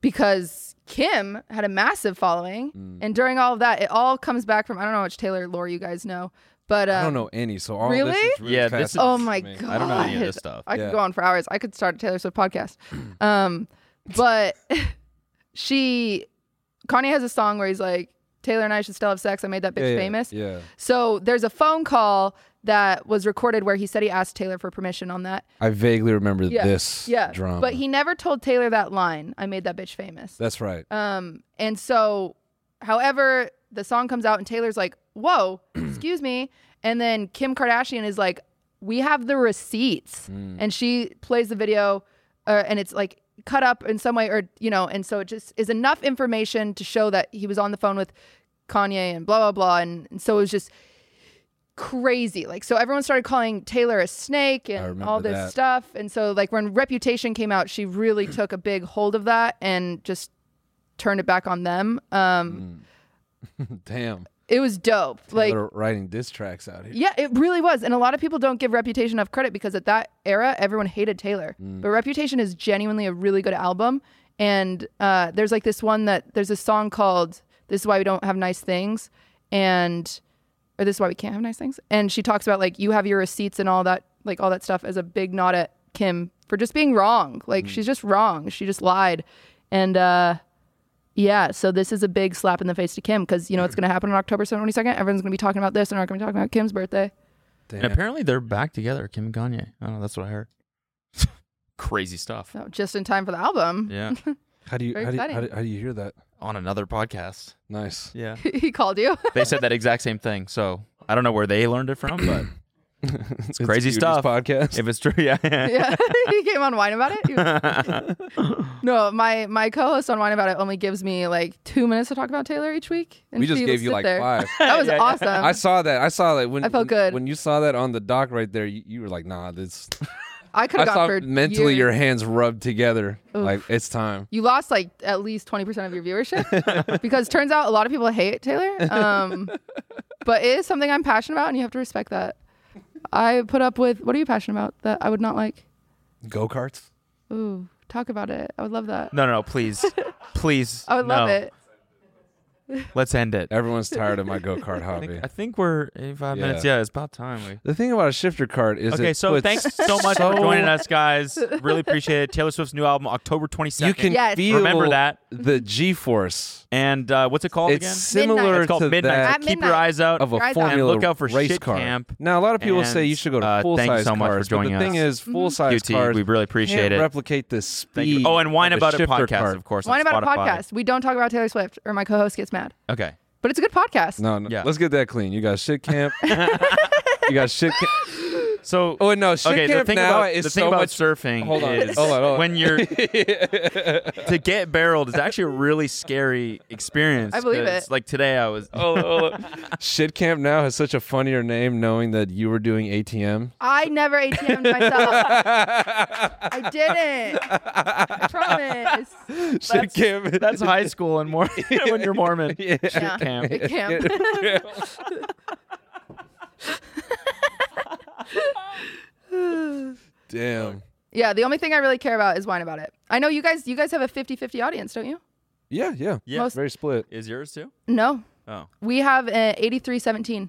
Speaker 9: because Kim had a massive following,
Speaker 2: Mm.
Speaker 9: and during all of that, it all comes back from I don't know which Taylor lore you guys know, but um,
Speaker 1: I don't know any. So all
Speaker 9: Really?
Speaker 1: this is really
Speaker 2: Yeah, this is-
Speaker 9: Oh
Speaker 1: fascinating to
Speaker 9: my
Speaker 1: me.
Speaker 9: god!
Speaker 2: I don't know any of this stuff.
Speaker 9: I could
Speaker 1: Yeah.
Speaker 9: go on for hours. I could start a Taylor Swift podcast. Um, but she, Kanye has a song where he's like, "Taylor and I should still have sex. I made that bitch
Speaker 1: Yeah, yeah,
Speaker 9: famous."
Speaker 1: Yeah.
Speaker 9: So there's a phone call that was recorded where he said he asked Taylor for permission on that.
Speaker 1: I vaguely remember
Speaker 9: Yeah.
Speaker 1: this
Speaker 9: yeah.
Speaker 1: drama.
Speaker 9: But he never told Taylor that line. I made that bitch famous.
Speaker 1: That's right.
Speaker 9: Um, and so, however, the song comes out and Taylor's like, "Whoa, excuse me," and then Kim Kardashian is like, "We have the receipts,"
Speaker 1: Hmm.
Speaker 9: and she plays the video, uh, and it's like cut up in some way, or you know, and so it just is enough information to show that he was on the phone with Kanye and blah blah blah, and, and so it was just crazy. Like, so everyone started calling Taylor a snake and
Speaker 1: remember
Speaker 9: all this
Speaker 1: that.
Speaker 9: stuff, and so like when Reputation came out, she really took a big hold of that and just turned it back on them.
Speaker 1: Hmm.
Speaker 9: Um,
Speaker 1: Damn.
Speaker 9: It was dope. Like,
Speaker 1: They're writing diss tracks out here.
Speaker 9: yeah, it really was. And a lot of people don't give Reputation enough credit because at that era, everyone hated Taylor. But Reputation is genuinely a really good album. And uh, there's like this one that there's a song called "This Is Why We Don't Have Nice Things," and or "This Is Why We Can't Have Nice Things." And she talks about like you have your receipts and all that, like all that stuff, as a big nod at Kim for just being wrong. Like she's just wrong. She just lied. And uh, yeah, so this is a big slap in the face to Kim because you know it's going to happen on October 22nd. Everyone's going to be talking about this, and we're going to be talking about Kim's birthday.
Speaker 2: And apparently they're back together, Kim and Kanye. I don't know, that's what I heard. Crazy stuff.
Speaker 9: So just in time for the album.
Speaker 2: Yeah.
Speaker 1: How do you
Speaker 9: Very
Speaker 1: how do you, how
Speaker 9: exciting.
Speaker 1: do how do you hear that?
Speaker 2: On another podcast.
Speaker 1: Nice.
Speaker 2: Yeah.
Speaker 9: he called you.
Speaker 2: they said that exact same thing. So I don't know where they learned it from, but
Speaker 1: It's
Speaker 2: crazy
Speaker 1: Cutie's
Speaker 2: stuff.
Speaker 1: Podcast.
Speaker 2: if it's true, yeah.
Speaker 9: yeah, he came on Wine About It. He was- no, my my co-host on Wine About It only gives me like two minutes to talk about Taylor each week. and
Speaker 1: We just
Speaker 9: she will
Speaker 1: gave you
Speaker 9: sit
Speaker 1: like
Speaker 9: there.
Speaker 1: five.
Speaker 9: That was awesome.
Speaker 1: I saw that. I saw that when
Speaker 9: I felt
Speaker 1: when-
Speaker 9: good.
Speaker 1: when you saw that on the dock right there. You, you were like, "Nah, this
Speaker 9: I could have
Speaker 1: thought
Speaker 9: gone for
Speaker 1: mentally
Speaker 9: years.
Speaker 1: your hands rubbed together.
Speaker 9: Oof.
Speaker 1: Like it's time.
Speaker 9: You lost like at least twenty percent of your viewership because turns out a lot of people hate Taylor. Um, but it is something I'm passionate about, and you have to respect that. I put up with what are you passionate about that I would not like?
Speaker 1: Go karts.
Speaker 9: Ooh, talk about it. I would love that.
Speaker 2: No, no, no, please, please.
Speaker 9: I would love
Speaker 2: no.
Speaker 9: it.
Speaker 2: Let's end it.
Speaker 1: Everyone's tired of my go kart
Speaker 2: I
Speaker 1: hobby.
Speaker 2: think, I think we're in five
Speaker 1: Yeah.
Speaker 2: minutes. Yeah, it's about time. We.
Speaker 1: The thing about a shifter cart is
Speaker 2: okay,
Speaker 1: it
Speaker 2: so
Speaker 1: puts
Speaker 2: thanks so much for
Speaker 1: so-
Speaker 2: joining us, guys. Really appreciate it. Taylor Swift's new album, October twenty second.
Speaker 1: You can feel
Speaker 2: remember that.
Speaker 1: the G force.
Speaker 2: And uh, what's it called
Speaker 1: it's
Speaker 2: again?
Speaker 1: Similar
Speaker 9: Midnight.
Speaker 2: It's called
Speaker 1: to
Speaker 2: Midnight.
Speaker 1: that
Speaker 9: At
Speaker 2: Keep your
Speaker 9: midnight.
Speaker 2: eyes out
Speaker 1: of a
Speaker 9: Right on.
Speaker 1: formula
Speaker 2: and look out for
Speaker 1: race
Speaker 2: shit
Speaker 1: car.
Speaker 2: camp.
Speaker 1: Now a lot of people
Speaker 2: And,
Speaker 1: say you should go to
Speaker 2: uh,
Speaker 1: full
Speaker 2: thank you
Speaker 1: size
Speaker 2: so much for
Speaker 1: cars,
Speaker 2: joining
Speaker 1: but
Speaker 2: us.
Speaker 1: the thing is, full size
Speaker 2: QT,
Speaker 1: cars.
Speaker 2: we really appreciate
Speaker 1: can't
Speaker 2: it.
Speaker 1: Replicate the
Speaker 2: Thank you.
Speaker 1: speed.
Speaker 2: Oh, and Wine
Speaker 1: of a
Speaker 2: About It
Speaker 1: shifter
Speaker 2: podcast,
Speaker 1: cart.
Speaker 2: of course.
Speaker 9: Wine
Speaker 2: on
Speaker 9: about a
Speaker 2: Spotify.
Speaker 9: podcast. We don't talk about Taylor Swift, or my co-host gets mad.
Speaker 2: Okay.
Speaker 9: But it's a good podcast.
Speaker 1: No, no.
Speaker 2: Yeah.
Speaker 1: Let's get that clean. You got shit camp. you got shit camp.
Speaker 2: So
Speaker 1: Oh, no, shit
Speaker 2: okay,
Speaker 1: camp
Speaker 2: the thing
Speaker 1: now
Speaker 2: about
Speaker 1: is
Speaker 2: the thing
Speaker 1: so
Speaker 2: about
Speaker 1: much-
Speaker 2: surfing
Speaker 1: Hold on.
Speaker 2: is
Speaker 1: Hold on, hold on.
Speaker 2: when you're to get barreled is actually a really scary experience.
Speaker 9: I believe
Speaker 2: 'cause,
Speaker 9: it.
Speaker 2: Like today, I was. Oh,
Speaker 1: Shit Camp now has such a funnier name knowing that you were doing ATM.
Speaker 9: I never ATM'd myself. I didn't. I promise.
Speaker 1: Shit Camp.
Speaker 2: that's high school and more when you're Mormon.
Speaker 9: Yeah.
Speaker 2: camp.
Speaker 9: Big camp.
Speaker 1: Damn.
Speaker 9: yeah, the only thing I really care about is wine about it. I know you guys you guys have a 50-50 audience, don't you?
Speaker 1: Yeah, yeah.
Speaker 2: Yeah.
Speaker 9: Most-
Speaker 1: Very split.
Speaker 2: Is yours too?
Speaker 9: No.
Speaker 2: Oh,
Speaker 9: We have an 83-17.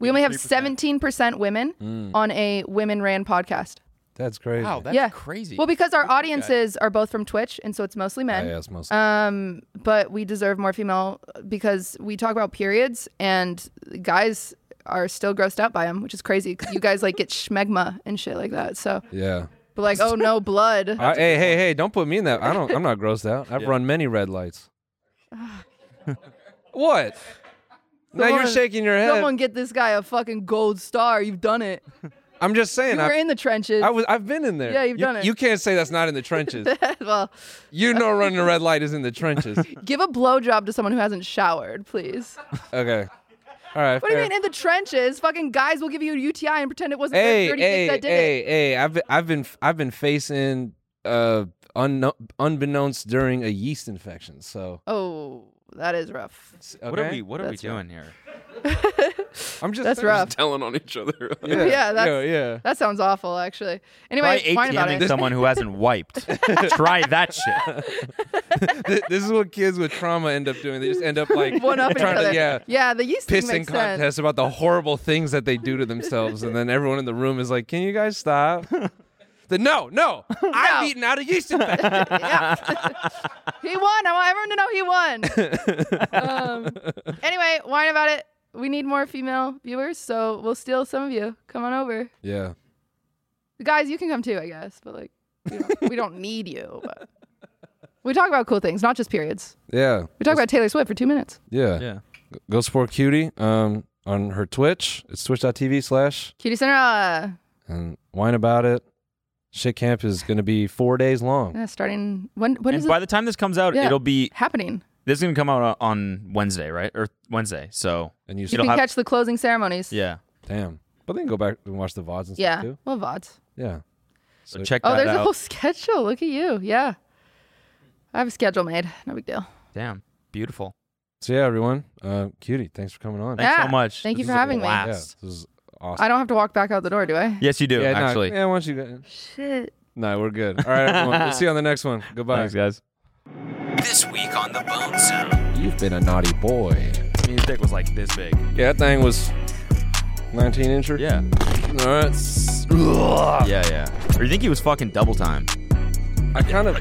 Speaker 9: We only have 17% women
Speaker 1: Mm.
Speaker 9: on a women ran podcast.
Speaker 1: That's crazy.
Speaker 2: wow, that's
Speaker 9: Yeah.
Speaker 2: crazy.
Speaker 9: Well, because our audiences are both from Twitch and so it's mostly men.
Speaker 1: Oh, yeah, it's mostly.
Speaker 9: Um, but we deserve more female because we talk about periods and guys are still grossed out by them, which is crazy 'cause you guys like get schmegma and shit like that. So,
Speaker 1: yeah.
Speaker 9: but like, oh no, blood.
Speaker 1: I, hey, hey, hey, don't put me in that. I don't I'm not grossed out. I've run many red lights. what? Now you're
Speaker 9: Someone-
Speaker 1: shaking your head.
Speaker 9: Someone get this guy a fucking gold star. You've done it.
Speaker 1: I'm just saying
Speaker 9: You were
Speaker 1: I,
Speaker 9: in the trenches.
Speaker 1: I was I've been in there.
Speaker 9: Yeah, you've
Speaker 1: You-
Speaker 9: done it.
Speaker 1: You can't say that's not in the trenches.
Speaker 9: well,
Speaker 1: you know running a red light is in the trenches.
Speaker 9: give a blowjob to someone who hasn't showered, please.
Speaker 1: Okay. All right.
Speaker 9: What do you
Speaker 1: fair.
Speaker 9: mean in the trenches? Fucking guys will give you a UTI and pretend it wasn't
Speaker 1: hey,
Speaker 9: their dirty
Speaker 1: hey,
Speaker 9: dick that did it.
Speaker 1: hey, hey! I've been- I've been I've been facing uh unknown, unbeknownst during a yeast infection. So
Speaker 9: Oh, that is rough.
Speaker 2: what are
Speaker 1: okay?
Speaker 2: we? What are we
Speaker 9: That's right.
Speaker 2: doing here?
Speaker 1: I'm just
Speaker 9: That's
Speaker 1: saying.
Speaker 9: rough.
Speaker 12: telling on each other.
Speaker 1: Yeah,
Speaker 9: Yeah, that's-
Speaker 1: yeah, yeah.
Speaker 9: That sounds awful, actually.
Speaker 2: Try
Speaker 9: Anyway, fine about
Speaker 2: ATMing
Speaker 9: it.
Speaker 2: someone who hasn't wiped. Try that shit.
Speaker 1: Th- this is what kids with trauma end up doing. They just end up like
Speaker 9: One up each
Speaker 1: trying
Speaker 9: other.
Speaker 1: to yeah.
Speaker 9: yeah, the yeast thing
Speaker 1: Pissing
Speaker 9: makes sense.
Speaker 1: contest about the horrible things that they do to themselves, and then everyone in the room is like, "Can you guys stop?" The no, no, I'm eating out of yeast infection.
Speaker 9: He won. I want everyone to know he won. um, anyway, whine about it. We need more female viewers, so we'll steal some of you. Come on over,
Speaker 1: yeah,
Speaker 9: guys. You can come too, I guess. But like, we don't, we don't need you. But we talk about cool things, not just periods.
Speaker 1: yeah,
Speaker 9: We talk about Taylor Swift for two minutes.
Speaker 1: yeah. Go support Cutie um, on her Twitch. It's twitch.tv slash
Speaker 9: Cutie Center. Uh,
Speaker 1: and whine about it. Shit camp is going to be four days long.
Speaker 9: uh, yeah, starting when? When is
Speaker 2: and by
Speaker 9: it
Speaker 2: the time this comes out,
Speaker 9: Yeah.
Speaker 2: it'll be
Speaker 9: happening?
Speaker 2: this is gonna come out on Wednesday, right? Or Wednesday. So
Speaker 1: And you
Speaker 9: You
Speaker 1: still
Speaker 2: It'll
Speaker 9: can
Speaker 2: have-
Speaker 9: catch the closing ceremonies.
Speaker 2: yeah.
Speaker 1: damn. But then go back and watch the VODs and
Speaker 9: yeah.
Speaker 1: stuff too.
Speaker 9: Well, vods.
Speaker 1: Yeah.
Speaker 2: So check
Speaker 9: Oh,
Speaker 2: that
Speaker 9: there's
Speaker 2: out.
Speaker 9: a whole schedule. Look at you. Yeah. I have a schedule made. No big deal.
Speaker 2: Damn, beautiful.
Speaker 1: So yeah, everyone. Uh, Cutie, thanks for coming on.
Speaker 2: Thanks
Speaker 9: Yeah.
Speaker 2: so much.
Speaker 9: Thank you
Speaker 2: This
Speaker 9: for
Speaker 2: is a
Speaker 9: having me.
Speaker 1: Yeah,
Speaker 2: blast.
Speaker 1: this is awesome.
Speaker 9: I don't have to walk back out the door, do I?
Speaker 2: Yes, you do
Speaker 1: yeah, no,
Speaker 2: actually.
Speaker 1: yeah, why don't you go?
Speaker 9: Shit.
Speaker 1: No, we're good. All right, everyone. we'll see you on the next one. Goodbye.
Speaker 2: Thanks, guys.
Speaker 3: This week on the Bone Zone.
Speaker 1: You've been a naughty boy.
Speaker 2: I mean, his dick was like this big.
Speaker 1: Yeah, that thing was 19 incher.
Speaker 2: Yeah.
Speaker 1: All right.
Speaker 2: Yeah, yeah. Or you think he was fucking double time?
Speaker 1: I kind of.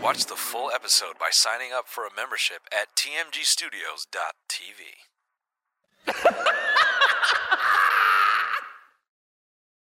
Speaker 12: Watch the full episode by signing up for a membership at tmgstudios.tv.